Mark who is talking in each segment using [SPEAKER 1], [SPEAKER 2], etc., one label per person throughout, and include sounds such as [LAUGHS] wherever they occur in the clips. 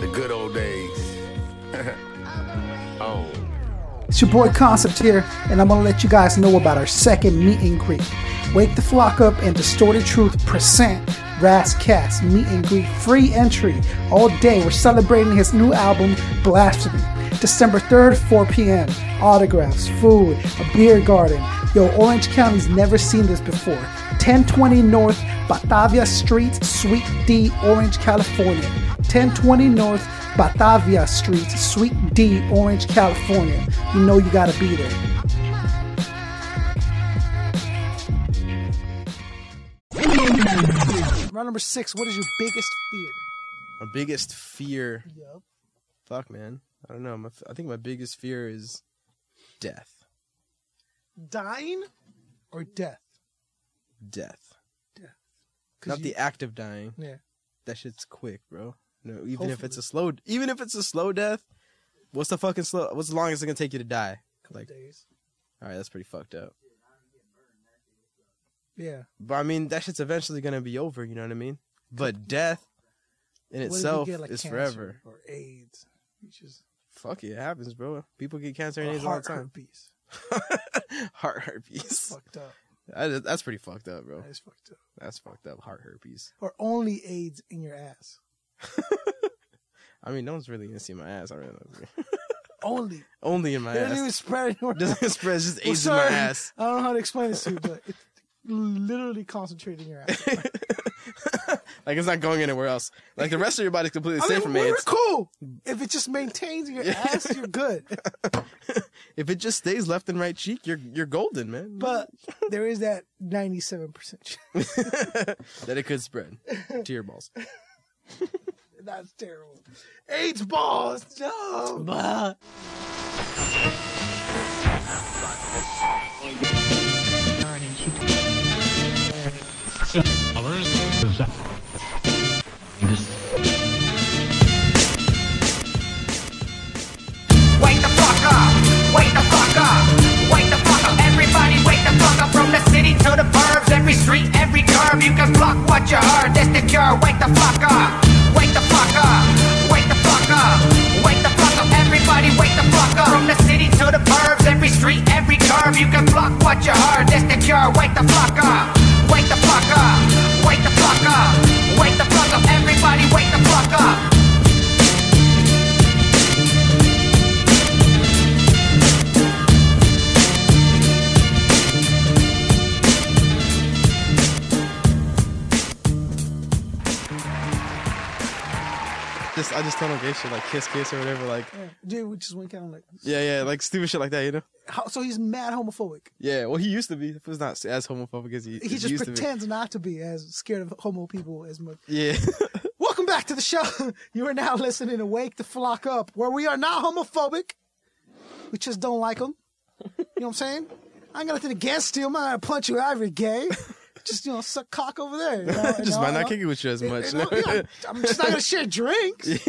[SPEAKER 1] The good old days. oh.
[SPEAKER 2] It's your boy Concept here, and I'm gonna let you guys know about our second meet and greet. Wake the Flock Up and Distorted Truth present Razzcast meet and greet free entry all day. We're celebrating his new album, Blasphemy. December 3rd, 4 p.m. Autographs, food, a beer garden. Yo, Orange County's never seen this before. 1020 North Batavia Street, Suite D, Orange, California. 1020 North Batavia Street, Suite D, Orange, California. You know you gotta be there. Round number six, what is your biggest fear?
[SPEAKER 3] My biggest fear.
[SPEAKER 2] Yep.
[SPEAKER 3] Fuck, man. I don't know. My, I think my biggest fear is death.
[SPEAKER 2] Dying or death?
[SPEAKER 3] Death.
[SPEAKER 2] Death. 'Cause
[SPEAKER 3] Not
[SPEAKER 2] you-
[SPEAKER 3] the act of dying.
[SPEAKER 2] Yeah.
[SPEAKER 3] That shit's quick, bro. No, even if
[SPEAKER 2] Hopefully.
[SPEAKER 3] it's a slow, even if it's a slow death, what's the fucking slow? What's the longest it gonna take you to die?
[SPEAKER 2] couple
[SPEAKER 3] Like-
[SPEAKER 2] days.
[SPEAKER 3] All right, that's pretty fucked up.
[SPEAKER 2] Yeah.
[SPEAKER 3] But I mean, that shit's eventually gonna be over. You know what I mean? But death in
[SPEAKER 2] What if you
[SPEAKER 3] itself
[SPEAKER 2] get, like,
[SPEAKER 3] is
[SPEAKER 2] cancer
[SPEAKER 3] forever.
[SPEAKER 2] Or AIDS. You just
[SPEAKER 3] Fuck it, it happens, bro. People get cancer and
[SPEAKER 2] or
[SPEAKER 3] AIDS all the
[SPEAKER 2] heart
[SPEAKER 3] time.
[SPEAKER 2] herpes. [LAUGHS]
[SPEAKER 3] heart herpes.
[SPEAKER 2] fucked up.
[SPEAKER 3] That is, that's pretty fucked up, bro.
[SPEAKER 2] That is fucked up.
[SPEAKER 3] That's fucked up. Heart herpes.
[SPEAKER 2] Or only AIDS in your ass.
[SPEAKER 3] I mean, no one's really gonna see my ass. I really don't know.
[SPEAKER 2] Only.
[SPEAKER 3] [LAUGHS] only in my
[SPEAKER 2] It doesn't
[SPEAKER 3] ass.
[SPEAKER 2] even spread anywhere.
[SPEAKER 3] Doesn't spread. It's [LAUGHS] just
[SPEAKER 2] Well,
[SPEAKER 3] AIDS in my
[SPEAKER 2] sorry. [LAUGHS]
[SPEAKER 3] ass. [LAUGHS]
[SPEAKER 2] I don't know how to explain this to you, but it's literally concentrated in your ass.
[SPEAKER 3] like it's not going anywhere else. Like the rest of your body's completely
[SPEAKER 2] I
[SPEAKER 3] safe
[SPEAKER 2] mean,
[SPEAKER 3] from
[SPEAKER 2] we're
[SPEAKER 3] AIDS.
[SPEAKER 2] cool. If it just maintains in your
[SPEAKER 3] Yeah.
[SPEAKER 2] ass, you're good.
[SPEAKER 3] If it just stays left and right cheek, you're you're golden, man.
[SPEAKER 2] But there is that 97% chance. [LAUGHS]
[SPEAKER 3] that it could spread to your balls.
[SPEAKER 2] That's terrible. [LAUGHS] AIDS balls. No.
[SPEAKER 4] Wake the fuck up! Wake the fuck up! Wake the fuck up! Everybody wake the fuck up! From the city to the burbs, every street, every curb, you can block what you heard. That's the cure. Wake the fuck up! Wake the fuck up! Wake the fuck up! Wake the fuck up! Everybody wake the fuck up! From the city to the burbs, every street, every curb, you can block what you heard. That's the cure. Wake the fuck up! Wake the fuck up! Wake the fuck up! Wake the fuck up! Everybody wake the fuck up!
[SPEAKER 3] Just I just tell them gay shit like kiss kiss or whatever. Like
[SPEAKER 2] Dude, we just went kind of like,
[SPEAKER 3] yeah yeah like stupid shit like that. You know.
[SPEAKER 2] how, so he's mad homophobic.
[SPEAKER 3] Yeah. Well, he used to be. He was not as homophobic as he.
[SPEAKER 2] He just
[SPEAKER 3] used To
[SPEAKER 2] pretends not to be as scared of homo people as much.
[SPEAKER 3] be. Yeah. [LAUGHS]
[SPEAKER 2] Welcome back to the show. [LAUGHS] You are now listening to Wake the Flock Up, where we are not homophobic. We just don't like them. You know what I'm saying? I ain't got nothing against you. I'm not gonna punch you out if you're gay. [LAUGHS] Just you know, suck cock over there. You know, you
[SPEAKER 3] [LAUGHS] just
[SPEAKER 2] know,
[SPEAKER 3] might
[SPEAKER 2] you
[SPEAKER 3] not
[SPEAKER 2] know.
[SPEAKER 3] kick it with you as much.
[SPEAKER 2] You know, you know, I'm just not gonna share
[SPEAKER 3] [LAUGHS]
[SPEAKER 2] drinks. [LAUGHS]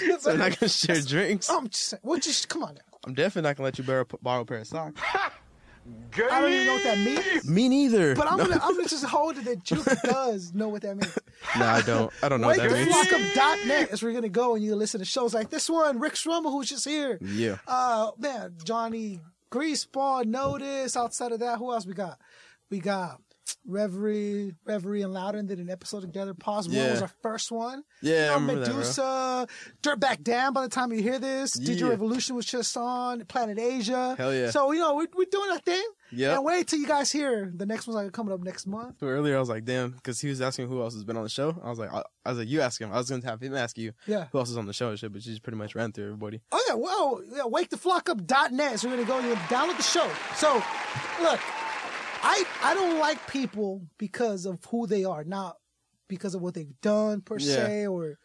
[SPEAKER 2] It's
[SPEAKER 3] I'm
[SPEAKER 2] like,
[SPEAKER 3] [LAUGHS] not gonna share drinks.
[SPEAKER 2] I'm just saying. Well, just come on now.
[SPEAKER 3] I'm definitely not gonna let you borrow, borrow a pair of socks.
[SPEAKER 2] I don't even know what that means.
[SPEAKER 3] [LAUGHS] Me neither.
[SPEAKER 2] But I'm gonna I'm gonna just hold it that
[SPEAKER 3] [LAUGHS]
[SPEAKER 2] Juke does know what that means.
[SPEAKER 3] No, I don't. I don't know what that means.
[SPEAKER 2] WakeTheFlockUp.net is where you're gonna go and you listen to shows like this one, Rick Schrummel, who's just here.
[SPEAKER 3] Yeah.
[SPEAKER 2] [LAUGHS] Uh man, Johnny Greaseball, Notice. Outside of that, who else we got? We got Reverie, Reverie and Loudon did an episode together. Pause one
[SPEAKER 3] Yeah.
[SPEAKER 2] was our first one.
[SPEAKER 3] Yeah, I
[SPEAKER 2] you know,
[SPEAKER 3] remember that, bro.
[SPEAKER 2] Medusa, Dirtbag Dan. By the time you hear this,
[SPEAKER 3] Yeah.
[SPEAKER 2] Digital Revolution was just on Planet Asia.
[SPEAKER 3] Hell yeah.
[SPEAKER 2] So you know we're, we're doing our thing.
[SPEAKER 3] Yep.
[SPEAKER 2] And wait till you guys hear the next one's like coming up next month.
[SPEAKER 3] But earlier, I was like, damn, because he was asking who else has been on the show. I was like, I, I was like, you ask him. I was gonna have him ask you,
[SPEAKER 2] Yeah.
[SPEAKER 3] who else is on the show and shit. But you just pretty much ran through everybody.
[SPEAKER 2] Oh yeah, well, yeah, waketheflockup.net. So we're gonna go and download the show. So, look, I I don't like people because of who they are, not because of what they've done per
[SPEAKER 3] Yeah.
[SPEAKER 2] se, or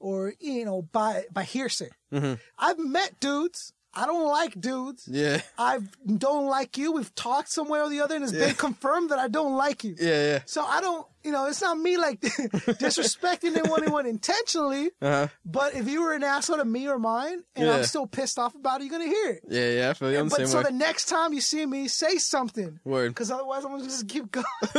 [SPEAKER 2] or you know by by hearsay. I've met dudes. I don't like dudes.
[SPEAKER 3] Mm-hmm. Yeah.
[SPEAKER 2] I don't like you. We've talked somewhere or the other, and it's
[SPEAKER 3] Yeah.
[SPEAKER 2] been confirmed that I don't like you.
[SPEAKER 3] [LAUGHS] Yeah, yeah.
[SPEAKER 2] So I don't, you know, it's not me like [LAUGHS] disrespecting anyone intentionally.
[SPEAKER 3] Uh-huh.
[SPEAKER 2] But if you were an asshole to me or mine, and I'm
[SPEAKER 3] Yeah.
[SPEAKER 2] still pissed off about it, you're gonna hear it.
[SPEAKER 3] Yeah, yeah, I feel you. I'm the
[SPEAKER 2] But
[SPEAKER 3] same
[SPEAKER 2] so
[SPEAKER 3] way.
[SPEAKER 2] the next time you see me, say something.
[SPEAKER 3] Word.
[SPEAKER 2] Because otherwise, I'm gonna just keep
[SPEAKER 3] [LAUGHS]
[SPEAKER 2] going. but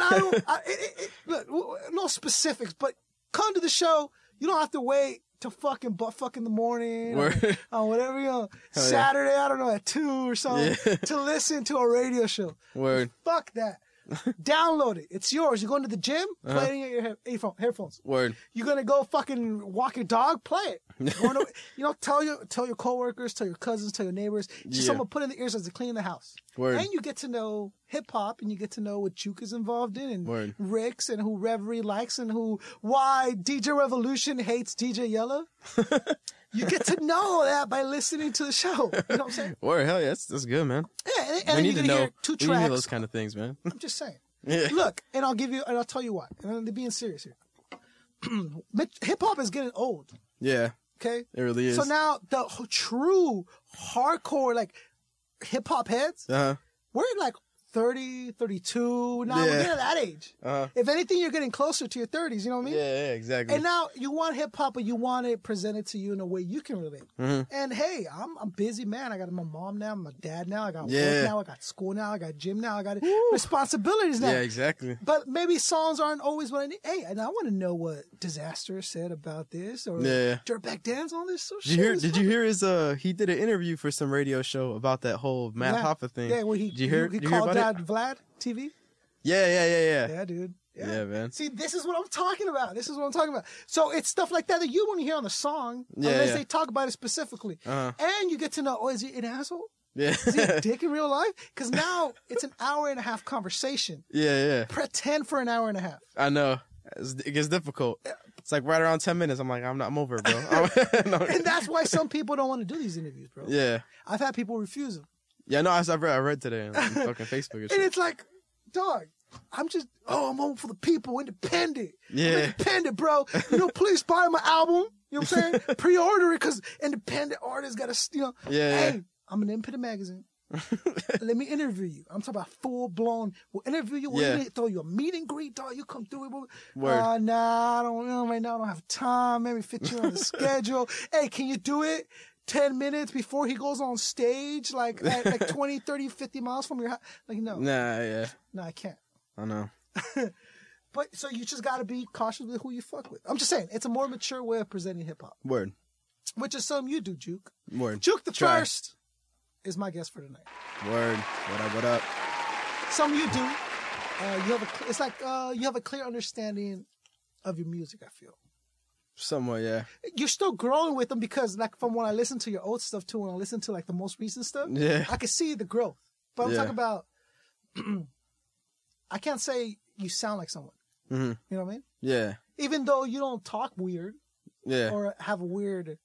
[SPEAKER 2] I don't. I, it, it, it, look, w- w- no specifics. But come to the show. You don't have to wait to fucking butt fuck in the morning. [LAUGHS] or-
[SPEAKER 3] Word. [LAUGHS]
[SPEAKER 2] on whatever you know,
[SPEAKER 3] yeah.
[SPEAKER 2] Saturday, I don't know, at two or something,
[SPEAKER 3] Yeah.
[SPEAKER 2] [LAUGHS] to listen to a radio show.
[SPEAKER 3] Word.
[SPEAKER 2] Fuck that.
[SPEAKER 3] [LAUGHS]
[SPEAKER 2] Download it. It's yours. You're going to the gym,
[SPEAKER 3] Uh-huh.
[SPEAKER 2] play it in your he- earphone- headphones.
[SPEAKER 3] Word.
[SPEAKER 2] You're gonna go fucking walk your dog, play
[SPEAKER 3] [LAUGHS]
[SPEAKER 2] it. Going to- you know, tell your tell your coworkers, tell your cousins, tell your neighbors. It's Just
[SPEAKER 3] Yeah.
[SPEAKER 2] someone put in the ears as they clean the house.
[SPEAKER 3] Word.
[SPEAKER 2] And you get to know hip hop, and you get to know what Juke is involved in, and
[SPEAKER 3] Word.
[SPEAKER 2] Rick's, and who Reverie likes, and who why DJ Revolution hates DJ
[SPEAKER 3] [LAUGHS]
[SPEAKER 2] Yellow. you get to know that by listening to the show. You know what I'm
[SPEAKER 3] [LAUGHS]
[SPEAKER 2] saying?
[SPEAKER 3] Word. Hell yeah, that's, that's good, man.
[SPEAKER 2] Yeah, and, and
[SPEAKER 3] we
[SPEAKER 2] then
[SPEAKER 3] need
[SPEAKER 2] you're
[SPEAKER 3] to
[SPEAKER 2] gonna
[SPEAKER 3] know.
[SPEAKER 2] hear two
[SPEAKER 3] we need to know
[SPEAKER 2] tracks.
[SPEAKER 3] those kind of things, man. [LAUGHS]
[SPEAKER 2] I'm just saying.
[SPEAKER 3] Yeah.
[SPEAKER 2] Look, and I'll give you, and I'll tell you why. And I'm being serious here. [CLEARS THROAT] Hip hop is getting old.
[SPEAKER 3] yeah.
[SPEAKER 2] Okay.
[SPEAKER 3] It really is.
[SPEAKER 2] So now the h- true hardcore like hip hop heads,
[SPEAKER 3] Uh-huh.
[SPEAKER 2] we're at like 30, 32. Now
[SPEAKER 3] Yeah.
[SPEAKER 2] we're getting that age.
[SPEAKER 3] Uh-huh.
[SPEAKER 2] If anything, you're getting closer to your 30s. You know what I
[SPEAKER 3] Yeah,
[SPEAKER 2] mean?
[SPEAKER 3] yeah, exactly.
[SPEAKER 2] And now you want hip hop, but you want it presented to you in a way you can relate.
[SPEAKER 3] Mm-hmm.
[SPEAKER 2] And hey, I'm a busy man. I got my mom now, my dad now, I got
[SPEAKER 3] Yeah.
[SPEAKER 2] work now, I got school now, I got gym now, I got responsibilities now.
[SPEAKER 3] yeah, exactly.
[SPEAKER 2] But maybe songs aren't always what I need. Hey, and I want to know what Disaster said about this or
[SPEAKER 3] Yeah.
[SPEAKER 2] Dirtbag Dan's on this. So
[SPEAKER 3] Did you hear? Did you hear his? Uh, he did an interview for some radio show about that whole Matt
[SPEAKER 2] yeah.
[SPEAKER 3] Hoffa thing.
[SPEAKER 2] Yeah, well, he,
[SPEAKER 3] did you hear?
[SPEAKER 2] he, he
[SPEAKER 3] did you hear
[SPEAKER 2] called
[SPEAKER 3] about
[SPEAKER 2] out
[SPEAKER 3] it?
[SPEAKER 2] Vlad TV.
[SPEAKER 3] Yeah, yeah, yeah, yeah.
[SPEAKER 2] Yeah, dude.
[SPEAKER 3] Yeah, man.
[SPEAKER 2] See, this is what I'm talking about. This is what I'm talking about. So it's stuff like that that you want to hear on the song,
[SPEAKER 3] Yeah,
[SPEAKER 2] unless
[SPEAKER 3] yeah.
[SPEAKER 2] they talk about it specifically.
[SPEAKER 3] Uh-huh.
[SPEAKER 2] And you get to know, oh, is he an asshole?
[SPEAKER 3] Yeah,
[SPEAKER 2] Is
[SPEAKER 3] [LAUGHS]
[SPEAKER 2] he a dick in real life? Because now it's an hour and a half conversation.
[SPEAKER 3] yeah, yeah.
[SPEAKER 2] Pretend for an hour and a half.
[SPEAKER 3] I know. It's, it gets difficult. It's like right around ten minutes. I'm like, I'm not. I'm [LAUGHS] over,
[SPEAKER 2] [LAUGHS]
[SPEAKER 3] it, bro. No.
[SPEAKER 2] And that's why some people don't want to do these interviews, bro.
[SPEAKER 3] yeah,
[SPEAKER 2] I've had people refuse them.
[SPEAKER 3] yeah. No, I, I read. I read
[SPEAKER 2] [LAUGHS]
[SPEAKER 3] today on fucking Facebook. And
[SPEAKER 2] And
[SPEAKER 3] shit.
[SPEAKER 2] it's like, dog, I'm just, oh, I'm on for the people, independent. I'm
[SPEAKER 3] Yeah.
[SPEAKER 2] independent, bro. You know, please buy my album. You know what I'm
[SPEAKER 3] [LAUGHS]
[SPEAKER 2] saying? Pre order it because independent artists got to, you know.
[SPEAKER 3] Yeah,
[SPEAKER 2] Hey,
[SPEAKER 3] yeah.
[SPEAKER 2] I'm an independent
[SPEAKER 3] [LAUGHS]
[SPEAKER 2] magazine. Let me interview you. I'm talking about full blown. We'll interview you. We'll
[SPEAKER 3] Yeah.
[SPEAKER 2] even throw you a meet and greet, dog. You come through. We'll,
[SPEAKER 3] Word.
[SPEAKER 2] Uh, nah, I don't know. Right now, I don't have time. Maybe fit you
[SPEAKER 3] [LAUGHS]
[SPEAKER 2] on the schedule. Hey, can you do it? 10 minutes before he goes on stage, like at,
[SPEAKER 3] [LAUGHS]
[SPEAKER 2] like 20, 30, 50 miles from your house. Like, no, no,
[SPEAKER 3] Nah, yeah.
[SPEAKER 2] I can't.
[SPEAKER 3] I know.
[SPEAKER 2] But so you just got to be cautious with who you fuck with. I'm just saying, it's a more mature way of presenting hip hop,
[SPEAKER 3] Word,
[SPEAKER 2] which is something you do, Juke.
[SPEAKER 3] word.
[SPEAKER 2] Juke the
[SPEAKER 3] Try.
[SPEAKER 2] first is my guest for tonight.
[SPEAKER 3] Word. What up? What up?
[SPEAKER 2] Some you do. Uh, you have a. cl- It's like uh, you have a clear understanding of your music. I feel
[SPEAKER 3] Somewhere, yeah,
[SPEAKER 2] you're still growing with them because, like, from when I listen to your old stuff to when I listen to like the most recent stuff,
[SPEAKER 3] Yeah.
[SPEAKER 2] I can see the growth. But I'm
[SPEAKER 3] Yeah.
[SPEAKER 2] talking about. [CLEARS THROAT] I can't say you sound like someone.
[SPEAKER 3] Mhm.
[SPEAKER 2] You know what I mean?
[SPEAKER 3] yeah,
[SPEAKER 2] Even though you don't talk weird
[SPEAKER 3] yeah. [LAUGHS]
[SPEAKER 2] or have a weird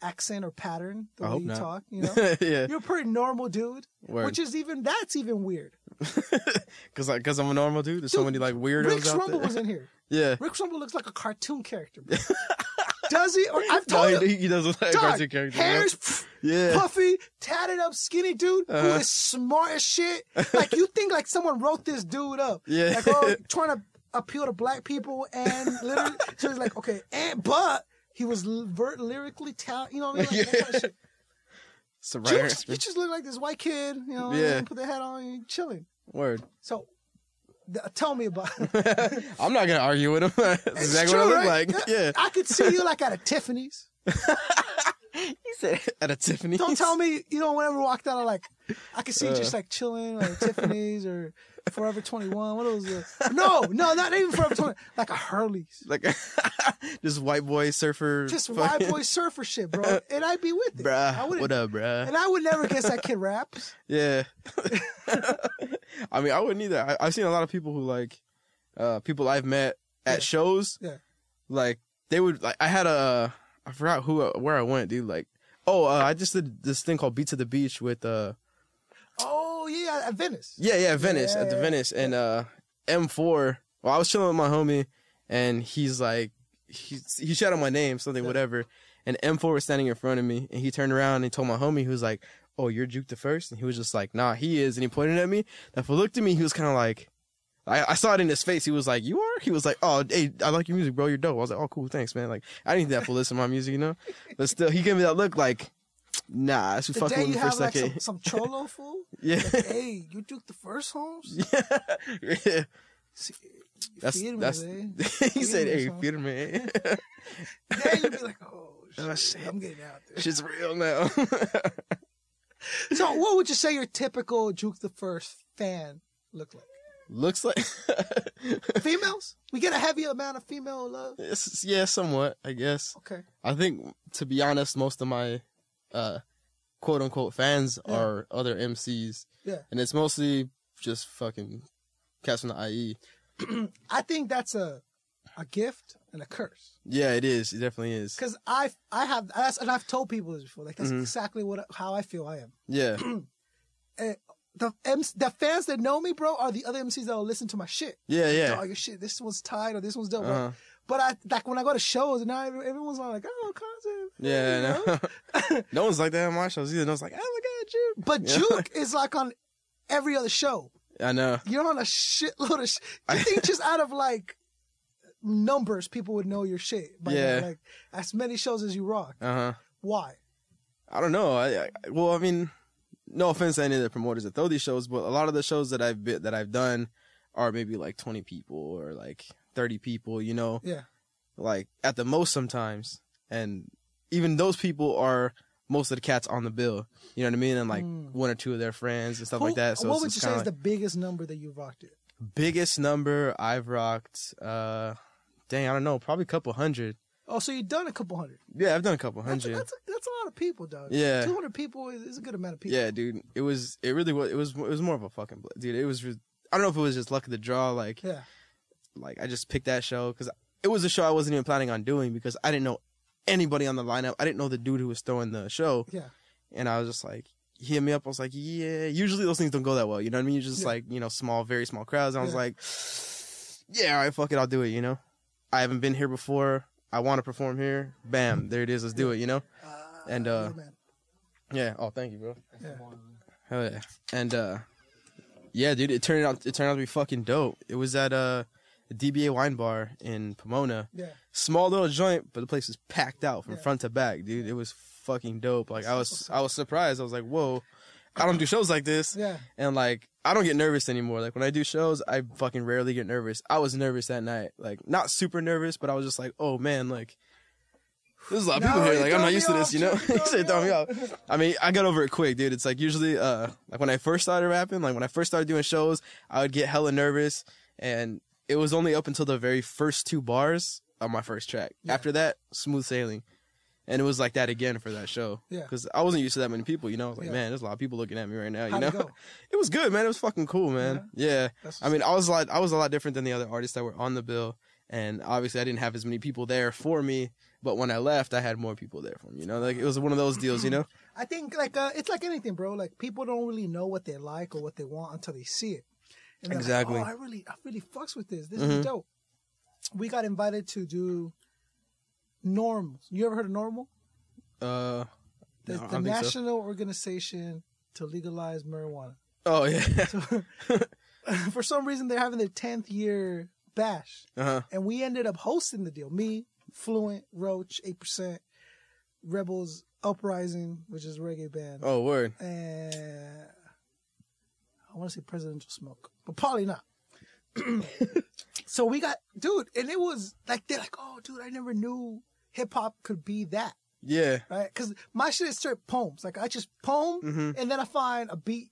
[SPEAKER 2] accent or pattern the
[SPEAKER 3] I
[SPEAKER 2] way
[SPEAKER 3] hope
[SPEAKER 2] you
[SPEAKER 3] not.
[SPEAKER 2] talk,
[SPEAKER 3] [LAUGHS]
[SPEAKER 2] you know,
[SPEAKER 3] yeah,
[SPEAKER 2] you're a pretty normal dude.
[SPEAKER 3] Word.
[SPEAKER 2] Which is even that's even weird.
[SPEAKER 3] because because I'm a normal dude. There's so
[SPEAKER 2] Dude,
[SPEAKER 3] many like weirdos
[SPEAKER 2] Rick
[SPEAKER 3] out there.
[SPEAKER 2] Rumble was in here.
[SPEAKER 3] [LAUGHS] yeah,
[SPEAKER 2] Rick Rumble looks like a cartoon character.
[SPEAKER 3] [LAUGHS]
[SPEAKER 2] bro. Does he? Or I've
[SPEAKER 3] no,
[SPEAKER 2] told
[SPEAKER 3] he,
[SPEAKER 2] you.
[SPEAKER 3] he does look like a
[SPEAKER 2] Dog,
[SPEAKER 3] cartoon character. yeah.
[SPEAKER 2] hair's pff,
[SPEAKER 3] Yeah.
[SPEAKER 2] puffy, tatted up, skinny dude who
[SPEAKER 3] Uh-huh.
[SPEAKER 2] is smart as shit. Like you think like someone wrote this dude up.
[SPEAKER 3] Yeah.
[SPEAKER 2] Like oh, trying to appeal to black people and literally, so it's like okay, and but he was l- ver- lyrically talented. You know what I mean? Like, that kind of shit.
[SPEAKER 3] [LAUGHS] It's a
[SPEAKER 2] You
[SPEAKER 3] rare
[SPEAKER 2] just, you just look like this white kid. You know,
[SPEAKER 3] Yeah.
[SPEAKER 2] you put the hat on, you chilling.
[SPEAKER 3] [LAUGHS] word. [LAUGHS]
[SPEAKER 2] So th- tell me about. it.
[SPEAKER 3] I'm not gonna argue with him. [LAUGHS] That's
[SPEAKER 2] It's
[SPEAKER 3] [LAUGHS] exactly
[SPEAKER 2] true,
[SPEAKER 3] what I look
[SPEAKER 2] right?
[SPEAKER 3] like. Yeah.
[SPEAKER 2] I could see you like at a Tiffany's.
[SPEAKER 3] He said at a Tiffany.
[SPEAKER 2] Don't tell me you don't ever walked out of like I could see you
[SPEAKER 3] Uh.
[SPEAKER 2] just like chilling
[SPEAKER 3] [LAUGHS]
[SPEAKER 2] like Tiffany's or Forever Twenty One. What are those? uh, No, no, not even Forever Twenty. Like a Hurley's,
[SPEAKER 3] [LAUGHS] Like [LAUGHS] this white boy surfer. [LAUGHS]
[SPEAKER 2] just
[SPEAKER 3] fucking-
[SPEAKER 2] white boy surfer shit,
[SPEAKER 3] [LAUGHS]
[SPEAKER 2] bro. And I'd be with it. I
[SPEAKER 3] Bruh,
[SPEAKER 2] wouldn't-
[SPEAKER 3] what up, bruh?
[SPEAKER 2] And I would never guess that kid raps. [LAUGHS]
[SPEAKER 3] yeah. [LAUGHS] I mean, I wouldn't either. I, I've seen a lot of people who like, uh, people I've met at
[SPEAKER 2] Yeah.
[SPEAKER 3] shows.
[SPEAKER 2] Yeah.
[SPEAKER 3] Like they would like. I had a. I forgot who where I went, dude. Like, oh, uh, I just did this thing called Beats of the Beach with uh,
[SPEAKER 2] Oh yeah, at Venice.
[SPEAKER 3] Yeah, yeah, Venice
[SPEAKER 2] Yeah,
[SPEAKER 3] at the
[SPEAKER 2] yeah,
[SPEAKER 3] Venice and uh M4. Well, I was chilling with my homie, and he's like, he he shouted my name, something, whatever, and M4 was standing in front of me, and he turned around and he told my homie, who was like, "Oh, you're Juke the first? and he was just like, "Nah, he is," and he pointed at me. That fool looked at me. He was kind of like, I, I saw it in his face. He was like, "You are?" He was like, "Oh, hey, I like your music, bro. You're dope." I was like, "Oh, cool, thanks, man." Like, I didn't think that fool listen to my music, you know. But still, he gave me that look, like, "Nah, she
[SPEAKER 2] The
[SPEAKER 3] fucking
[SPEAKER 2] day
[SPEAKER 3] with
[SPEAKER 2] you
[SPEAKER 3] me for a
[SPEAKER 2] have like some,
[SPEAKER 3] second.
[SPEAKER 2] some cholo fool,
[SPEAKER 3] [LAUGHS] Yeah.
[SPEAKER 2] like, hey, you took the first homes.
[SPEAKER 3] yeah, [LAUGHS]
[SPEAKER 2] See,
[SPEAKER 3] that's
[SPEAKER 2] feed me,
[SPEAKER 3] that's. [LAUGHS]
[SPEAKER 2] man.
[SPEAKER 3] he said,
[SPEAKER 2] me
[SPEAKER 3] "Hey,
[SPEAKER 2] some."
[SPEAKER 3] Peter, man,
[SPEAKER 2] Then you'd be like, oh
[SPEAKER 3] [LAUGHS] Oh,
[SPEAKER 2] shit,
[SPEAKER 3] shit.
[SPEAKER 2] I'm getting out there.
[SPEAKER 3] shit's real now." [LAUGHS]
[SPEAKER 2] So, what would you say your typical Juke the First fan look like?
[SPEAKER 3] Looks like, [LAUGHS]
[SPEAKER 2] Females? We get a heavy amount of female love.
[SPEAKER 3] It's- yeah, somewhat, I guess.
[SPEAKER 2] Okay.
[SPEAKER 3] I think, to be honest, most of my uh, quote unquote fans
[SPEAKER 2] Yeah.
[SPEAKER 3] are other MCs.
[SPEAKER 2] Yeah.
[SPEAKER 3] And it's mostly just fucking cats from the E. IE.
[SPEAKER 2] I think that's a a gift and a curse.
[SPEAKER 3] Yeah, it is. It definitely
[SPEAKER 2] [COUGHS]
[SPEAKER 3] is.
[SPEAKER 2] Because I I have that's, and I've told people this before. Like that's
[SPEAKER 3] Mhm.
[SPEAKER 2] exactly what how I feel I am.
[SPEAKER 3] Yeah.
[SPEAKER 2] The M the fans that know me, bro, are the other MCs that will listen to my shit.
[SPEAKER 3] Yeah,
[SPEAKER 2] Oh,
[SPEAKER 3] yeah.
[SPEAKER 2] your shit. This one's tight or this one's dope.
[SPEAKER 3] Uh-huh.
[SPEAKER 2] But I like when I go to shows and now every- everyone's like, oh, concept.
[SPEAKER 3] Yeah, I know. [LAUGHS] no one's like that at my shows either. No one's like, oh my god, you.
[SPEAKER 2] But
[SPEAKER 3] Yeah. [LAUGHS]
[SPEAKER 2] Juke is like on every other show.
[SPEAKER 3] I know.
[SPEAKER 2] You're on a shitload
[SPEAKER 3] [LAUGHS]
[SPEAKER 2] of. Sh- you think just out of like numbers, people would know your shit. By now,
[SPEAKER 3] Yeah.
[SPEAKER 2] Like as many shows as you rock.
[SPEAKER 3] Uh huh.
[SPEAKER 2] Why?
[SPEAKER 3] I don't know. I, I well, I mean, no offense to any of the promoters that throw these shows, but a lot of the shows that I've been, that I've done are maybe like twenty people or like thirty people. You know.
[SPEAKER 2] Yeah.
[SPEAKER 3] like at the most sometimes and even those people are most of the cats on the bill you know what i mean and like
[SPEAKER 2] Mm.
[SPEAKER 3] one or two of their friends and stuff
[SPEAKER 2] Who-
[SPEAKER 3] like that so
[SPEAKER 2] what
[SPEAKER 3] it's
[SPEAKER 2] would
[SPEAKER 3] just
[SPEAKER 2] you say
[SPEAKER 3] kinda
[SPEAKER 2] is the biggest number that you rocked it?
[SPEAKER 3] like, biggest number i've rocked uh dang i don't know probably a couple hundred
[SPEAKER 2] Oh, so you've done a couple hundred.
[SPEAKER 3] yeah i've done a couple
[SPEAKER 2] That's a,
[SPEAKER 3] hundred
[SPEAKER 2] that's, a, that's a lot of people, dog.
[SPEAKER 3] Yeah.
[SPEAKER 2] two hundred people is, is a good amount of people.
[SPEAKER 3] yeah dude it was it really was it was it was more of a fucking bl- dude it was re- i don't know if it was just luck of the draw like
[SPEAKER 2] yeah.
[SPEAKER 3] like i just picked that show because it was a show i wasn't even planning on doing because i didn't know anybody on the lineup i didn't know the dude who was throwing the show
[SPEAKER 2] Yeah.
[SPEAKER 3] and I was just like, he hit me up. I was like, yeah. Usually those things don't go that well, you know what I mean? You're just
[SPEAKER 2] Yeah.
[SPEAKER 3] like, you know, small, very small crowds. And I was
[SPEAKER 2] Yeah.
[SPEAKER 3] like, yeah, all right, fuck it, I'll do it. You know, I haven't been here before. I want to perform here. Bam, there it is. Let's do it. You know? And, uh,
[SPEAKER 2] yeah, man.
[SPEAKER 3] Yeah. Oh, thank you, bro.
[SPEAKER 2] Yeah.
[SPEAKER 3] Hell yeah. And uh, yeah, dude, it turned out it turned out to be fucking dope. It was at uh, the DBA Wine Bar in Pomona.
[SPEAKER 2] yeah,
[SPEAKER 3] Small little joint, but the place was packed out from
[SPEAKER 2] Yeah.
[SPEAKER 3] front to back, dude. It was fucking dope. Like
[SPEAKER 2] [LAUGHS]
[SPEAKER 3] I was, I was surprised. I was like, whoa. I don't do shows like this.
[SPEAKER 2] yeah,
[SPEAKER 3] And like, I don't get nervous anymore. Like when I do shows, I fucking rarely get nervous. I was nervous that night, like not super nervous, but I was just like, oh man, like there's a lot of
[SPEAKER 2] No,
[SPEAKER 3] people here.
[SPEAKER 2] you
[SPEAKER 3] Like I'm
[SPEAKER 2] throw
[SPEAKER 3] not
[SPEAKER 2] me
[SPEAKER 3] used to this,
[SPEAKER 2] off,
[SPEAKER 3] you know.
[SPEAKER 2] dude, you
[SPEAKER 3] [LAUGHS] Shit, throw me off. I mean, I got over it quick, dude. It's like usually, uh, like when I first started rapping, like when I first started doing shows, I would get hella nervous, and it was only up until the very first two bars on my first track.
[SPEAKER 2] Yeah.
[SPEAKER 3] After that, smooth sailing. And it was like that again for that show.
[SPEAKER 2] Yeah.
[SPEAKER 3] Because I wasn't used to that many people, you know. I was like,
[SPEAKER 2] Yeah.
[SPEAKER 3] man, there's a lot of people looking at me right now, you
[SPEAKER 2] How'd
[SPEAKER 3] know?
[SPEAKER 2] it go?
[SPEAKER 3] [LAUGHS] It was good, man. It was fucking cool, man. Yeah.
[SPEAKER 2] That's
[SPEAKER 3] I mean, I was a lot, I was a lot different than the other artists that were on the bill, and obviously I didn't have as many people there for me. But when I left, I had more people there for me. You know, like it was one of those deals.
[SPEAKER 2] [CLEARS THROAT]
[SPEAKER 3] You know,
[SPEAKER 2] I think like uh, it's like anything, bro. Like people don't really know what they like or what they want until they see it. And they're like,
[SPEAKER 3] Exactly. Mm-hmm.
[SPEAKER 2] oh, I really, I really fucks with this. This is dope. We got invited to do Normals. You ever heard of Normal?
[SPEAKER 3] uh,
[SPEAKER 2] The,
[SPEAKER 3] No, I
[SPEAKER 2] the
[SPEAKER 3] don't think so.
[SPEAKER 2] national organization to legalize marijuana. [LAUGHS]
[SPEAKER 3] oh yeah, [LAUGHS]
[SPEAKER 2] For some reason, they're having their tenth year bash.
[SPEAKER 3] uh-huh.
[SPEAKER 2] and we ended up hosting the deal. Me, Fluent, Roach, Eight Percent, Rebels, Uprising, which is a reggae band,
[SPEAKER 3] oh word,
[SPEAKER 2] and Uh, I want to say Presidential Smoke, but probably not. [CLEARS THROAT] so we got dude, and it was like they're like, oh, dude, I never knew hip hop could be that.
[SPEAKER 3] yeah,
[SPEAKER 2] Right? Because my shit is straight poems. Like I just poem,
[SPEAKER 3] Mhm.
[SPEAKER 2] and then I find a beat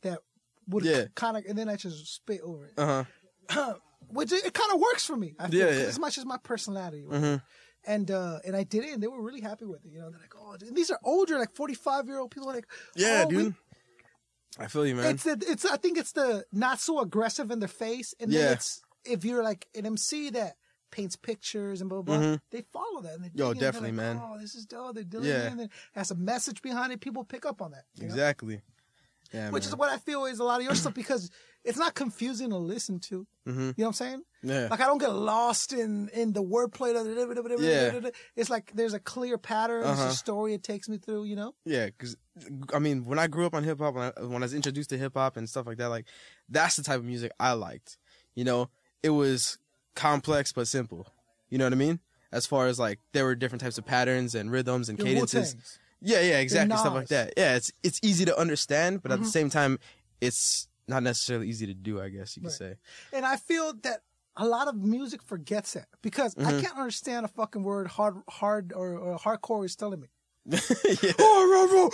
[SPEAKER 2] that would
[SPEAKER 3] Yeah.
[SPEAKER 2] kind of, and then I just spit over it
[SPEAKER 3] uh huh,
[SPEAKER 2] which it, kind of works for me. I feel,
[SPEAKER 3] Yeah,
[SPEAKER 2] 'cause
[SPEAKER 3] yeah. Mm-hmm.
[SPEAKER 2] As much as my personality, right? and uh, and I did it, and they were really happy with it. You know, they're like, oh, dude. And these are older, like forty five year old people, like,
[SPEAKER 3] yeah,
[SPEAKER 2] oh, we-
[SPEAKER 3] dude. I feel you, man.
[SPEAKER 2] it's the, it's I think it's the not so aggressive in their face, and then
[SPEAKER 3] Yeah.
[SPEAKER 2] it's if you're like an MC that paints pictures and blah blah, blah, they follow that. And they dig
[SPEAKER 3] Mm-hmm. Yo,
[SPEAKER 2] in, and they're
[SPEAKER 3] definitely,
[SPEAKER 2] like,
[SPEAKER 3] man.
[SPEAKER 2] Oh, this is dope. They're doing
[SPEAKER 3] Yeah.
[SPEAKER 2] it, and then it has a message behind it. People pick up on that. you know?
[SPEAKER 3] Exactly. Yeah,
[SPEAKER 2] which
[SPEAKER 3] man.
[SPEAKER 2] is what I feel is a lot of your stuff because it's not confusing to listen to. You know what I'm saying?
[SPEAKER 3] Mm-hmm. Yeah.
[SPEAKER 2] Like I don't get lost in in the wordplay. da- da- da- da- da- da- da- da. It's like there's a clear pattern.
[SPEAKER 3] Uh-huh.
[SPEAKER 2] There's a story it takes me through. You know?
[SPEAKER 3] Yeah, because I mean, when I grew up on hip hop, when I, when I was introduced to hip hop and stuff like that, like that's the type of music I liked. You know, it was complex but simple. You know what I mean? As far as like there were different types of patterns and rhythms and
[SPEAKER 2] Your
[SPEAKER 3] cadences.
[SPEAKER 2] Wu-Tangs.
[SPEAKER 3] Yeah, yeah, exactly, stuff like
[SPEAKER 2] Nas.
[SPEAKER 3] that. Yeah, it's it's easy to understand, but at
[SPEAKER 2] Mm-hmm.
[SPEAKER 3] the same time, it's not necessarily easy to do. I guess you could
[SPEAKER 2] Right. [LAUGHS]
[SPEAKER 3] say.
[SPEAKER 2] And I feel that a lot of music forgets that because
[SPEAKER 3] Mm-hmm.
[SPEAKER 2] I can't understand a fucking word hard hard or, or hardcore is telling me.
[SPEAKER 3] Yeah,
[SPEAKER 2] Oh,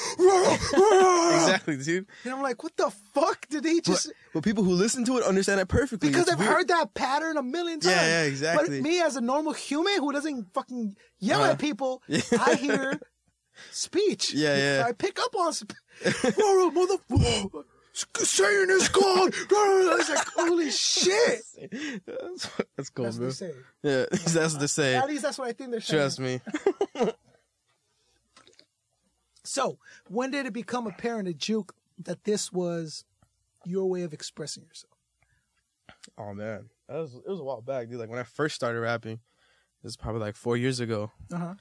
[SPEAKER 2] and
[SPEAKER 3] [LAUGHS] exactly, dude.
[SPEAKER 2] I'm like, what the fuck did he
[SPEAKER 3] But,
[SPEAKER 2] just?
[SPEAKER 3] but people who listen to it understand that perfectly
[SPEAKER 2] Because
[SPEAKER 3] It's
[SPEAKER 2] I've
[SPEAKER 3] weird.
[SPEAKER 2] heard that pattern a million times.
[SPEAKER 3] Yeah, yeah, exactly.
[SPEAKER 2] But me as a normal human who doesn't fucking yell
[SPEAKER 3] Uh-huh.
[SPEAKER 2] at
[SPEAKER 3] [LAUGHS]
[SPEAKER 2] people, I hear speech.
[SPEAKER 3] Yeah, yeah.
[SPEAKER 2] [LAUGHS] I pick up on
[SPEAKER 3] [LAUGHS]
[SPEAKER 2] sp- Whoa, motherfucker. Saying is God. It's like,
[SPEAKER 3] [LAUGHS]
[SPEAKER 2] holy shit.
[SPEAKER 3] that's, that's cool,
[SPEAKER 2] That's what
[SPEAKER 3] bro.
[SPEAKER 2] they say.
[SPEAKER 3] Yeah, [LAUGHS] that's what they say.
[SPEAKER 2] At least that's what I think they're saying.
[SPEAKER 3] Trust me.
[SPEAKER 2] So, when did it become apparent to Juke that this was your way of expressing yourself?
[SPEAKER 3] [LAUGHS] Oh man, that was it was a while back, dude. Like when I first started rapping, this is probably like four years ago.
[SPEAKER 2] Uh-huh.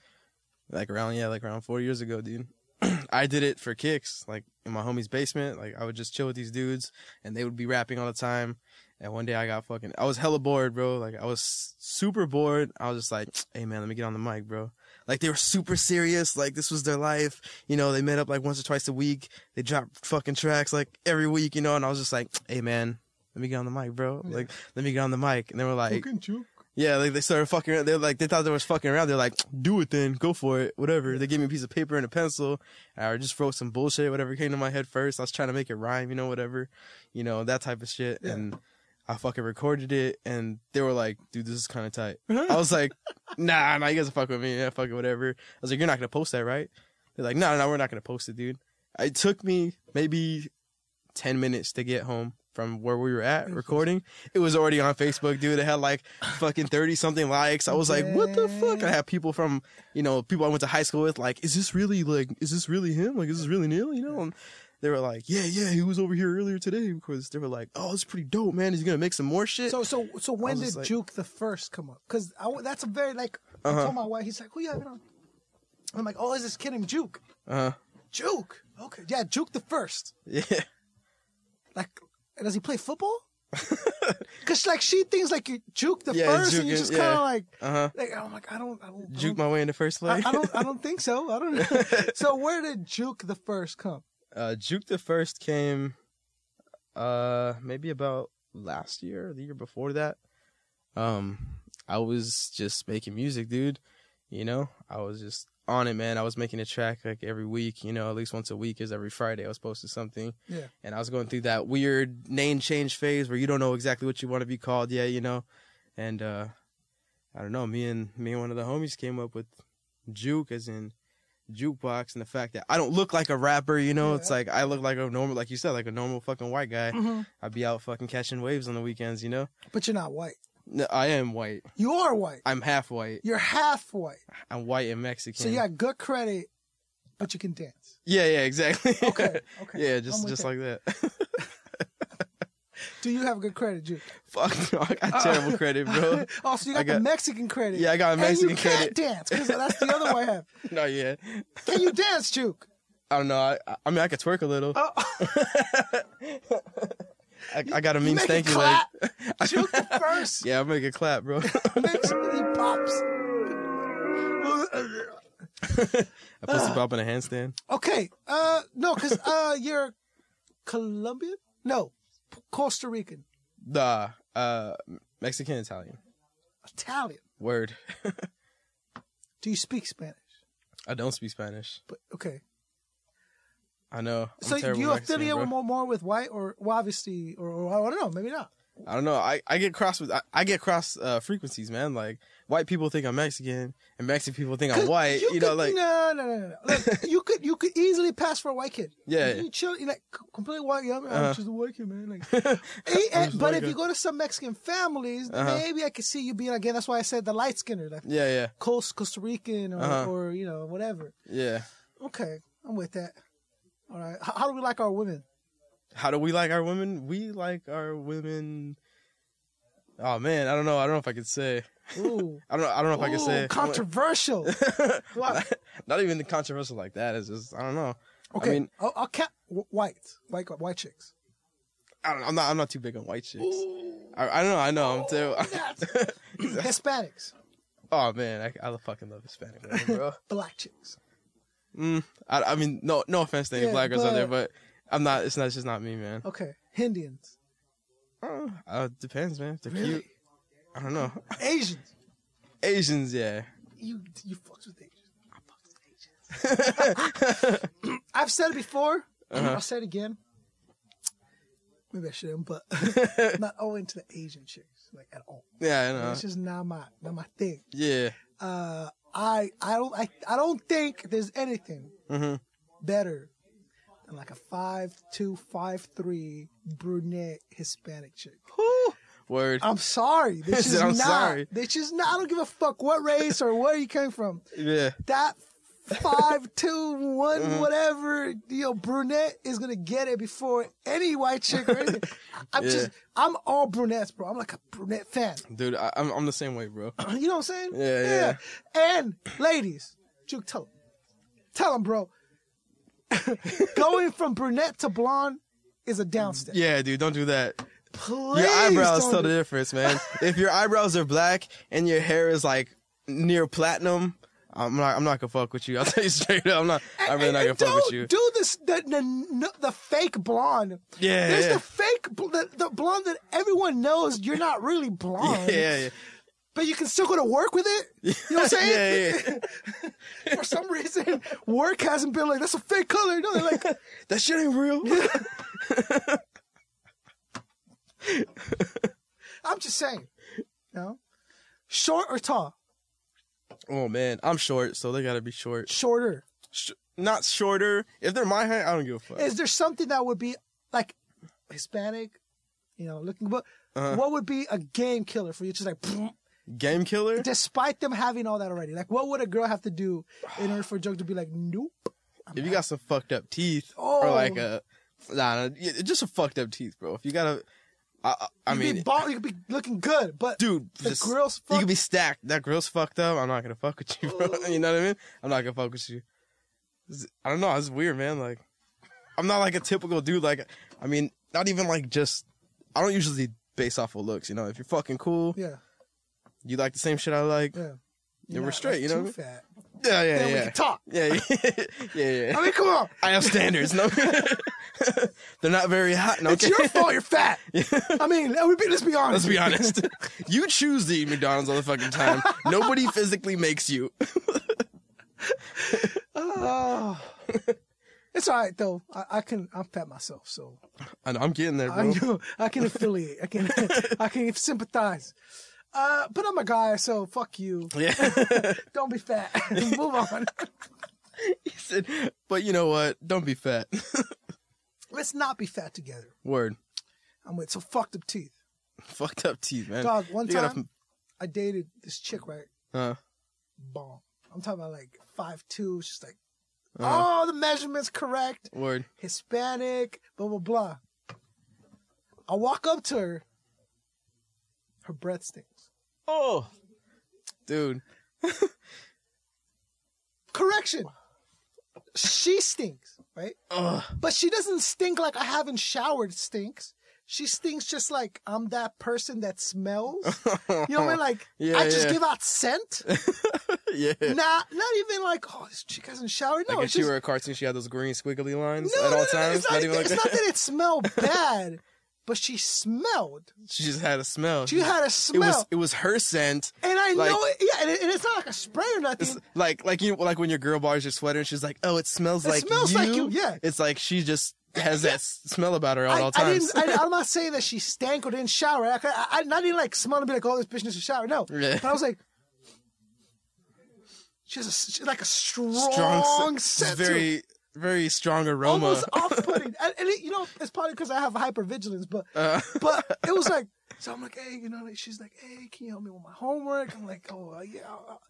[SPEAKER 3] Like around yeah, like around four years ago, dude. [CLEARS THROAT] I did it for kicks, like in my homie's basement. Like I would just chill with these dudes, and they would be rapping all the time. And one day I got fucking, I was hella bored, bro. Like I was super bored. I was just like, hey man, let me get on the mic, bro. Like they were super serious. Like this was their life. You know, they met up like once or twice a week. They dropped fucking tracks like every week, you know. And I was just like, hey man, let me get on the mic, bro. Like let me get on the mic. And they were like,
[SPEAKER 2] Juke.
[SPEAKER 3] yeah, like they started fucking around. They're like, they thought they was fucking around. They're like, do it then, go for it, whatever. They gave me a piece of paper and a pencil. And I just wrote some bullshit, whatever came to my head first. I was trying to make it rhyme, you know, whatever, you know, that type of shit. And I fucking recorded it. And they were like, dude, this is kind of tight. I was like, nah, nah, you guys are fucking with me. Yeah, fuck it, whatever. I was like, you're not going to post that, right? They're like, no, nah, no, nah, we're not going to post it, dude. It took me maybe 10 minutes to get home from where we were at recording. It was already on Facebook, dude. It had like fucking 30 something likes. I was like, what the fuck? I have people from, you know, people I went to high school with, like, is this really, like, is this really him? Like, is this really Neil? You know? And they were like, yeah, yeah, he was over here earlier today because they were like, oh, it's pretty dope, man. He's going to make some more shit.
[SPEAKER 2] So so so when
[SPEAKER 3] was
[SPEAKER 2] did
[SPEAKER 3] just like- Uh-huh.
[SPEAKER 2] Juke the first come up? Because that's a very like I told my wife, he's like, who you having on? I'm like, oh, is this kid named Juke?
[SPEAKER 3] uh,
[SPEAKER 2] Juke. Okay, yeah, Juke the first.
[SPEAKER 3] [LAUGHS] yeah.
[SPEAKER 2] Like, does he play
[SPEAKER 3] [LAUGHS]
[SPEAKER 2] football? Cause like she thinks like you Juke the
[SPEAKER 3] Yeah,
[SPEAKER 2] first, and
[SPEAKER 3] Juke
[SPEAKER 2] you
[SPEAKER 3] is-
[SPEAKER 2] just kind of
[SPEAKER 3] yeah.
[SPEAKER 2] like,
[SPEAKER 3] Uh-huh.
[SPEAKER 2] like I'm like I don't, I don't, I
[SPEAKER 3] Juke
[SPEAKER 2] don't-
[SPEAKER 3] my way into first
[SPEAKER 2] Um, I,
[SPEAKER 3] place.
[SPEAKER 2] I don't, I don't think so. I
[SPEAKER 3] [LAUGHS]
[SPEAKER 2] don't know. so where did Juke the first come?
[SPEAKER 3] uh, Juke the first came uh maybe about last year or the year before that. Um I was just making music, dude. You know, I was just on it, man. I was making a track like every week, you know, at least once a week is every Friday I was posting something.
[SPEAKER 2] Yeah.
[SPEAKER 3] And I was going through that weird name change phase where you don't know exactly what you want to be called yet, you know. And uh I don't know, me and me and one of the homies came up with Juke as in jukebox and the fact that I don't look like a rapper, you know, it's like I look like a normal, like you said, like a normal fucking white guy.
[SPEAKER 2] Mm.
[SPEAKER 3] I'd be out fucking catching waves on the weekends, you know.
[SPEAKER 2] But you're not white.
[SPEAKER 3] No, I am white.
[SPEAKER 2] You are white.
[SPEAKER 3] I'm half white.
[SPEAKER 2] You're half white.
[SPEAKER 3] I'm white and Mexican.
[SPEAKER 2] So you got good credit, but you can dance.
[SPEAKER 3] yeah, yeah, exactly.
[SPEAKER 2] Okay, okay.
[SPEAKER 3] [LAUGHS] yeah,
[SPEAKER 2] I'm
[SPEAKER 3] just
[SPEAKER 2] with
[SPEAKER 3] just
[SPEAKER 2] that.
[SPEAKER 3] like that. [LAUGHS]
[SPEAKER 2] Do you have good credit, Juke?
[SPEAKER 3] Fuck, no, I
[SPEAKER 2] Uh,
[SPEAKER 3] got terrible credit, bro.
[SPEAKER 2] [LAUGHS] Also, you
[SPEAKER 3] I
[SPEAKER 2] got, the
[SPEAKER 3] got-
[SPEAKER 2] Mexican credit.
[SPEAKER 3] Yeah, I got Mexican
[SPEAKER 2] and you can't
[SPEAKER 3] credit.
[SPEAKER 2] dance because that's the other one I have.
[SPEAKER 3] No, yeah.
[SPEAKER 2] Can you dance,
[SPEAKER 3] [LAUGHS]
[SPEAKER 2] Juke?
[SPEAKER 3] I don't know. I, I mean, I could twerk a little.
[SPEAKER 2] Oh,
[SPEAKER 3] [LAUGHS] I, I got a mean
[SPEAKER 2] make it
[SPEAKER 3] stanky leg.
[SPEAKER 2] clap. Juke the first.
[SPEAKER 3] [LAUGHS] Yeah, I'll make it clap, bro. [LAUGHS]
[SPEAKER 2] Mexican he pops.
[SPEAKER 3] I pussy pop in a handstand.
[SPEAKER 2] Okay. Uh, no, because uh, you're Colombian. No, P- Costa Rican,
[SPEAKER 3] Nah, uh, Mexican Italian.
[SPEAKER 2] Italian.
[SPEAKER 3] Word.
[SPEAKER 2] Do you speak Spanish?
[SPEAKER 3] I don't speak Spanish.
[SPEAKER 2] But okay.
[SPEAKER 3] I know. I'm
[SPEAKER 2] so
[SPEAKER 3] terrible
[SPEAKER 2] you
[SPEAKER 3] Mexican,
[SPEAKER 2] affiliate
[SPEAKER 3] bro.
[SPEAKER 2] with more, more with white or well, obviously or, or I don't know, maybe not.
[SPEAKER 3] I don't know. I, I get cross with I, I get cross uh, frequencies, man. Like white people think I'm Mexican and Mexican people think I'm white. You, know,
[SPEAKER 2] could-
[SPEAKER 3] like
[SPEAKER 2] no, no, no, no, no.
[SPEAKER 3] [LAUGHS]
[SPEAKER 2] Look, you could you could easily pass for a white kid.
[SPEAKER 3] Yeah.
[SPEAKER 2] you chill, you're like c- completely white. Yeah, I'm
[SPEAKER 3] Uh-huh.
[SPEAKER 2] just a white kid,
[SPEAKER 3] [LAUGHS]
[SPEAKER 2] man. Like, Eh, eh,
[SPEAKER 3] just
[SPEAKER 2] but
[SPEAKER 3] like
[SPEAKER 2] if
[SPEAKER 3] a-
[SPEAKER 2] you go to some Mexican families, then
[SPEAKER 3] Uh-huh.
[SPEAKER 2] maybe I could see you being again. That's why I said the light skinner, like
[SPEAKER 3] yeah, yeah,
[SPEAKER 2] Coast Costa Rican or,
[SPEAKER 3] Uh-huh.
[SPEAKER 2] or you know whatever.
[SPEAKER 3] yeah.
[SPEAKER 2] Okay, I'm with that. All right, H- how do we like our women?
[SPEAKER 3] how do we like our women? We like our women. Oh man, I don't know. I don't know if I could say. [LAUGHS]
[SPEAKER 2] Ooh.
[SPEAKER 3] I don't know. I don't know if I could
[SPEAKER 2] Ooh,
[SPEAKER 3] say. [LAUGHS]
[SPEAKER 2] controversial.
[SPEAKER 3] not, not even the controversial like that. It's just I don't know.
[SPEAKER 2] Okay,
[SPEAKER 3] I mean,
[SPEAKER 2] I'll, I'll cap white, white, white chicks.
[SPEAKER 3] I don't, I'm not. I'm not too big on white chicks. I, I don't know. I know. I'm too.
[SPEAKER 2] Hispanics,
[SPEAKER 3] [LAUGHS] oh man, I, I fucking love Hispanic women, bro.
[SPEAKER 2] black chicks.
[SPEAKER 3] Mm, I, I mean, no, no offense to any
[SPEAKER 2] Yeah,
[SPEAKER 3] black girls out there,
[SPEAKER 2] but-
[SPEAKER 3] but I'm not. It's not. It's just not me, man.
[SPEAKER 2] Okay, Indians,
[SPEAKER 3] Oh, uh, depends, man. If they're
[SPEAKER 2] Really?
[SPEAKER 3] cute. I don't know. [LAUGHS]
[SPEAKER 2] Asians.
[SPEAKER 3] Asians, yeah.
[SPEAKER 2] You you fucks with Asians. I fucks with Asians. [LAUGHS] I've said it before. I'll say it again. Maybe I shouldn't, but I'm not all into the Asian chicks like at all.
[SPEAKER 3] yeah, I know.
[SPEAKER 2] It's just not my not my thing.
[SPEAKER 3] Yeah.
[SPEAKER 2] uh, I I don't I, I don't think there's anything
[SPEAKER 3] Mhm.
[SPEAKER 2] better than like a five two five three brunette Hispanic chick.
[SPEAKER 3] Word.
[SPEAKER 2] I'm
[SPEAKER 3] [LAUGHS]
[SPEAKER 2] sorry, this
[SPEAKER 3] He
[SPEAKER 2] is
[SPEAKER 3] said, "I'm
[SPEAKER 2] not.
[SPEAKER 3] sorry."
[SPEAKER 2] This is not. I don't give a fuck what race or where you came from.
[SPEAKER 3] yeah.
[SPEAKER 2] That five
[SPEAKER 3] [LAUGHS]
[SPEAKER 2] two one
[SPEAKER 3] Uh-huh.
[SPEAKER 2] whatever you know brunette is gonna get it before any white chick or
[SPEAKER 3] [LAUGHS]
[SPEAKER 2] anything. I- I'm
[SPEAKER 3] Yeah.
[SPEAKER 2] just I'm all brunettes, bro. I'm like a brunette fan. [LAUGHS]
[SPEAKER 3] Dude, I, I'm I'm the same way, bro.
[SPEAKER 2] You know what I'm saying?
[SPEAKER 3] Yeah,
[SPEAKER 2] And ladies, Juke, tell him, tell him, bro. [LAUGHS] Going from brunette to blonde is a downstep.
[SPEAKER 3] Yeah, dude, don't do that.
[SPEAKER 2] Please,
[SPEAKER 3] Your eyebrows
[SPEAKER 2] don't
[SPEAKER 3] tell
[SPEAKER 2] do-
[SPEAKER 3] the
[SPEAKER 2] [LAUGHS]
[SPEAKER 3] difference, man. if your eyebrows are black and your hair is like near platinum, I'm not. I'm not gonna fuck with you. I'll tell you straight up. I'm not. I'm really
[SPEAKER 2] And-
[SPEAKER 3] not gonna
[SPEAKER 2] and
[SPEAKER 3] fuck with
[SPEAKER 2] don't
[SPEAKER 3] you.
[SPEAKER 2] Do this the, the, the fake blonde.
[SPEAKER 3] Yeah,
[SPEAKER 2] There's
[SPEAKER 3] yeah.
[SPEAKER 2] the fake bl- the, the blonde that everyone knows you're not really blonde.
[SPEAKER 3] [LAUGHS] Yeah, yeah.
[SPEAKER 2] But you can still go to work with it. You know what I'm saying?
[SPEAKER 3] [LAUGHS] yeah, yeah.
[SPEAKER 2] For some reason, work hasn't been like that's a fake color. No, they're like [LAUGHS]
[SPEAKER 3] That shit ain't real.
[SPEAKER 2] I'm just saying. You know? Short or tall?
[SPEAKER 3] oh man, I'm short, so they gotta be short.
[SPEAKER 2] Shorter.
[SPEAKER 3] Sh- not shorter. If they're my height, I don't give a fuck.
[SPEAKER 2] Is there something that would be like Hispanic, you know, looking but
[SPEAKER 3] Uh-huh.
[SPEAKER 2] what would be a game killer for you? Just like [LAUGHS]
[SPEAKER 3] Game killer.
[SPEAKER 2] despite them having all that already. Like what would a girl have to do in order for a joke to be like, nope.
[SPEAKER 3] If you got some fucked up teeth or
[SPEAKER 2] Oh.
[SPEAKER 3] like a nah, nah yeah, just some fucked up teeth, bro. If you gotta, I I, I
[SPEAKER 2] You
[SPEAKER 3] mean,
[SPEAKER 2] be bald, you could be looking good, but
[SPEAKER 3] dude,
[SPEAKER 2] the
[SPEAKER 3] just,
[SPEAKER 2] grill's
[SPEAKER 3] you
[SPEAKER 2] fucked-
[SPEAKER 3] could be stacked. That grill's fucked up. I'm not gonna fuck with you, bro.
[SPEAKER 2] Oh.
[SPEAKER 3] [LAUGHS] you know what I mean? I'm not gonna fuck with you. It's- I don't know. It's weird, man. Like, I'm not like a typical dude. Like, I mean, not even like just. I don't usually base off of looks. You know, if you're fucking cool,
[SPEAKER 2] yeah,
[SPEAKER 3] you like the same shit I like. Yeah,
[SPEAKER 2] yeah.
[SPEAKER 3] Yeah, we're
[SPEAKER 2] not,
[SPEAKER 3] straight,
[SPEAKER 2] like,
[SPEAKER 3] you know
[SPEAKER 2] Too
[SPEAKER 3] what
[SPEAKER 2] fat.
[SPEAKER 3] yeah, yeah.
[SPEAKER 2] Then we
[SPEAKER 3] yeah.
[SPEAKER 2] can talk.
[SPEAKER 3] Yeah, [LAUGHS] yeah, yeah, yeah.
[SPEAKER 2] I mean,
[SPEAKER 3] [LAUGHS]
[SPEAKER 2] come on.
[SPEAKER 3] I have standards. No, [LAUGHS] they're not very hot. No,
[SPEAKER 2] It's
[SPEAKER 3] okay.
[SPEAKER 2] your fault. You're
[SPEAKER 3] [LAUGHS]
[SPEAKER 2] fat. I mean, let me be, let's be honest.
[SPEAKER 3] Let's
[SPEAKER 2] [LAUGHS]
[SPEAKER 3] be honest. [LAUGHS] You choose to eat McDonald's all the fucking time. Nobody physically makes you.
[SPEAKER 2] Oh. it's all right though. I, I can. I'm fat myself, so
[SPEAKER 3] I know, I'm getting there,
[SPEAKER 2] I
[SPEAKER 3] bro.
[SPEAKER 2] know. I can affiliate. I can. I can sympathize. Uh, but I'm a guy, so fuck you.
[SPEAKER 3] [LAUGHS] Yeah.
[SPEAKER 2] Don't be fat. [LAUGHS] Move on.
[SPEAKER 3] he said, but you know what? Don't be fat. [LAUGHS]
[SPEAKER 2] Let's not be fat together.
[SPEAKER 3] Word.
[SPEAKER 2] I'm with so fuck the teeth.
[SPEAKER 3] Fucked up teeth, man.
[SPEAKER 2] Dog, one
[SPEAKER 3] You gotta-
[SPEAKER 2] time- I dated this chick, right?
[SPEAKER 3] Huh.
[SPEAKER 2] Bomb. I'm talking about like five two. She's like,
[SPEAKER 3] Uh-huh.
[SPEAKER 2] oh, the measurements correct.
[SPEAKER 3] word.
[SPEAKER 2] Hispanic. Blah blah blah. I walk up to her. Her breath stinks.
[SPEAKER 3] Oh, dude.
[SPEAKER 2] Correction. She stinks, right?
[SPEAKER 3] Ugh.
[SPEAKER 2] But she doesn't stink like I haven't showered stinks. She stinks just like I'm that person that
[SPEAKER 3] [LAUGHS]
[SPEAKER 2] smells. You know what I mean? Like
[SPEAKER 3] Yeah,
[SPEAKER 2] I just
[SPEAKER 3] yeah.
[SPEAKER 2] give out scent.
[SPEAKER 3] yeah. [LAUGHS]
[SPEAKER 2] not not even like oh this chick hasn't showered. No,
[SPEAKER 3] like if
[SPEAKER 2] it's
[SPEAKER 3] she
[SPEAKER 2] just
[SPEAKER 3] were a cartoon, she had those green squiggly
[SPEAKER 2] no,
[SPEAKER 3] lines
[SPEAKER 2] no,
[SPEAKER 3] at
[SPEAKER 2] no,
[SPEAKER 3] all
[SPEAKER 2] no,
[SPEAKER 3] times.
[SPEAKER 2] It's, not, even
[SPEAKER 3] like
[SPEAKER 2] it's not that it smelled bad, but she smelled.
[SPEAKER 3] [LAUGHS] She just had a smell.
[SPEAKER 2] She had a
[SPEAKER 3] It
[SPEAKER 2] smell,
[SPEAKER 3] was it was her scent.
[SPEAKER 2] and I
[SPEAKER 3] like-
[SPEAKER 2] know it. Yeah, and, it, and it's not like a spray or nothing.
[SPEAKER 3] It's like like you like when your girl borrows your sweater and she's like, "Oh, it smells
[SPEAKER 2] It
[SPEAKER 3] like
[SPEAKER 2] smells
[SPEAKER 3] you."
[SPEAKER 2] like you, yeah.
[SPEAKER 3] It's like she just has that s- smell about her at
[SPEAKER 2] I,
[SPEAKER 3] all
[SPEAKER 2] I
[SPEAKER 3] times.
[SPEAKER 2] didn't. I,
[SPEAKER 3] [LAUGHS]
[SPEAKER 2] I'm not saying that she stank or didn't shower. I, I, I not even like smell and be like, "Oh, this bitch needs to shower." No,
[SPEAKER 3] Yeah.
[SPEAKER 2] but I was like, she has a, she, like a strong,
[SPEAKER 3] [LAUGHS] strong, s-
[SPEAKER 2] scent, to it.
[SPEAKER 3] very very strong aroma.
[SPEAKER 2] almost off-putting. And, and it, you know, it's probably because I have hypervigilance, but
[SPEAKER 3] [LAUGHS] Uh,
[SPEAKER 2] but it was like, so I'm like, hey, you know, like, she's like, hey, can you help me with my homework? I'm like, oh uh, yeah, I'll,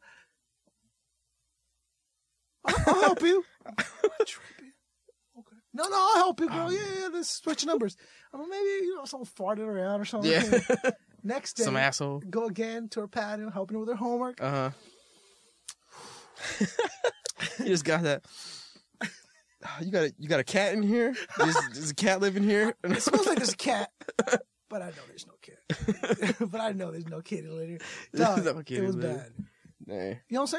[SPEAKER 2] I'll, I'll help you. I'm tripping. Okay. No, no, I'll help you,
[SPEAKER 3] Um,
[SPEAKER 2] girl. yeah, yeah, let's switch numbers. I mean, maybe you know someone farted around or something.
[SPEAKER 3] Yeah.
[SPEAKER 2] Next day,
[SPEAKER 3] [LAUGHS] Some asshole.
[SPEAKER 2] go again to her patio, helping her with her homework.
[SPEAKER 3] Uh huh. [LAUGHS] you just got that. [SIGHS] You got a you got a cat in here. There's, there's a cat living here.
[SPEAKER 2] [LAUGHS] It smells like there's a cat, but I know there's no cat. [LAUGHS] but I know there's no kitty litter. Dog,
[SPEAKER 3] No kitty
[SPEAKER 2] it was
[SPEAKER 3] litter.
[SPEAKER 2] bad.
[SPEAKER 3] [LAUGHS] Nah.
[SPEAKER 2] You know what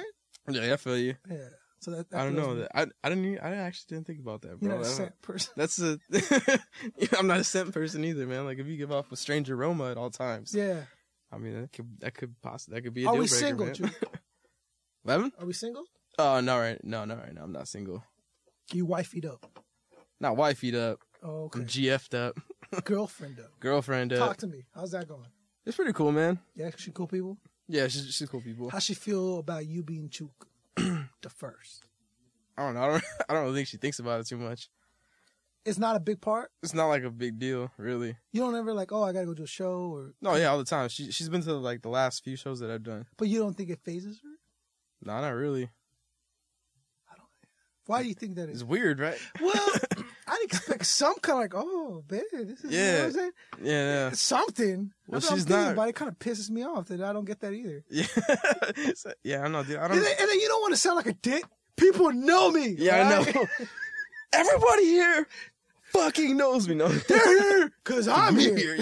[SPEAKER 2] I'm
[SPEAKER 3] Yeah, I feel you.
[SPEAKER 2] saying? Yeah. So that, that
[SPEAKER 3] I don't
[SPEAKER 2] feels
[SPEAKER 3] know.
[SPEAKER 2] bad.
[SPEAKER 3] That. I I didn't. e- I actually didn't think about that, bro.
[SPEAKER 2] You're not a
[SPEAKER 3] I don't-
[SPEAKER 2] scent person.
[SPEAKER 3] That's a. [LAUGHS] yeah, I'm not a scent person either, man. Like if you give off a strange aroma at all times,
[SPEAKER 2] Yeah.
[SPEAKER 3] I mean that could that could possibly that could be a
[SPEAKER 2] Are
[SPEAKER 3] deal
[SPEAKER 2] we
[SPEAKER 3] breaker,
[SPEAKER 2] single,
[SPEAKER 3] man. [LAUGHS]
[SPEAKER 2] Jude?
[SPEAKER 3] Lemon?
[SPEAKER 2] Are we single?
[SPEAKER 3] Oh no, right? No, no, right now I'm not single.
[SPEAKER 2] You wifey up.
[SPEAKER 3] Not wifey up.
[SPEAKER 2] Oh, okay.
[SPEAKER 3] I'm GF'd up.
[SPEAKER 2] [LAUGHS] Girlfriend up.
[SPEAKER 3] Girlfriend up.
[SPEAKER 2] Talk to me. How's that going?
[SPEAKER 3] It's pretty cool, man.
[SPEAKER 2] Yeah, she cool people.
[SPEAKER 3] Yeah, she's, she's cool people.
[SPEAKER 2] How she feel about you being Chook [CLEARS THROAT] the first?
[SPEAKER 3] I don't know. I don't, [LAUGHS] I don't really think she thinks about it too much.
[SPEAKER 2] It's not a big part.
[SPEAKER 3] It's not like a big deal, really.
[SPEAKER 2] You don't ever like, oh, I gotta go to a show, or
[SPEAKER 3] No, yeah, all the time. She she's been to like the last few shows that I've done.
[SPEAKER 2] but you don't think it phases her.
[SPEAKER 3] No, not really.
[SPEAKER 2] Why do you think that
[SPEAKER 3] It's
[SPEAKER 2] is?
[SPEAKER 3] weird, right?
[SPEAKER 2] Well,
[SPEAKER 3] [COUGHS]
[SPEAKER 2] I'd expect some kind of like, oh, babe, this is you know
[SPEAKER 3] Yeah.
[SPEAKER 2] what I'm saying? [LAUGHS]
[SPEAKER 3] Yeah,
[SPEAKER 2] It's something.
[SPEAKER 3] Well,
[SPEAKER 2] That's what I'm
[SPEAKER 3] she's
[SPEAKER 2] thinking
[SPEAKER 3] not-
[SPEAKER 2] about. It kind of pisses me off that I don't get that either.
[SPEAKER 3] yeah, yeah. [LAUGHS] So- yeah, I know, dude. I
[SPEAKER 2] And
[SPEAKER 3] don't.
[SPEAKER 2] then, and then you don't want to sound like a dick. People know me.
[SPEAKER 3] Yeah, I
[SPEAKER 2] right?
[SPEAKER 3] know. [LAUGHS] Everybody here fucking knows me. No,
[SPEAKER 2] They're
[SPEAKER 3] [LAUGHS]
[SPEAKER 2] here because I'm
[SPEAKER 3] You
[SPEAKER 2] here.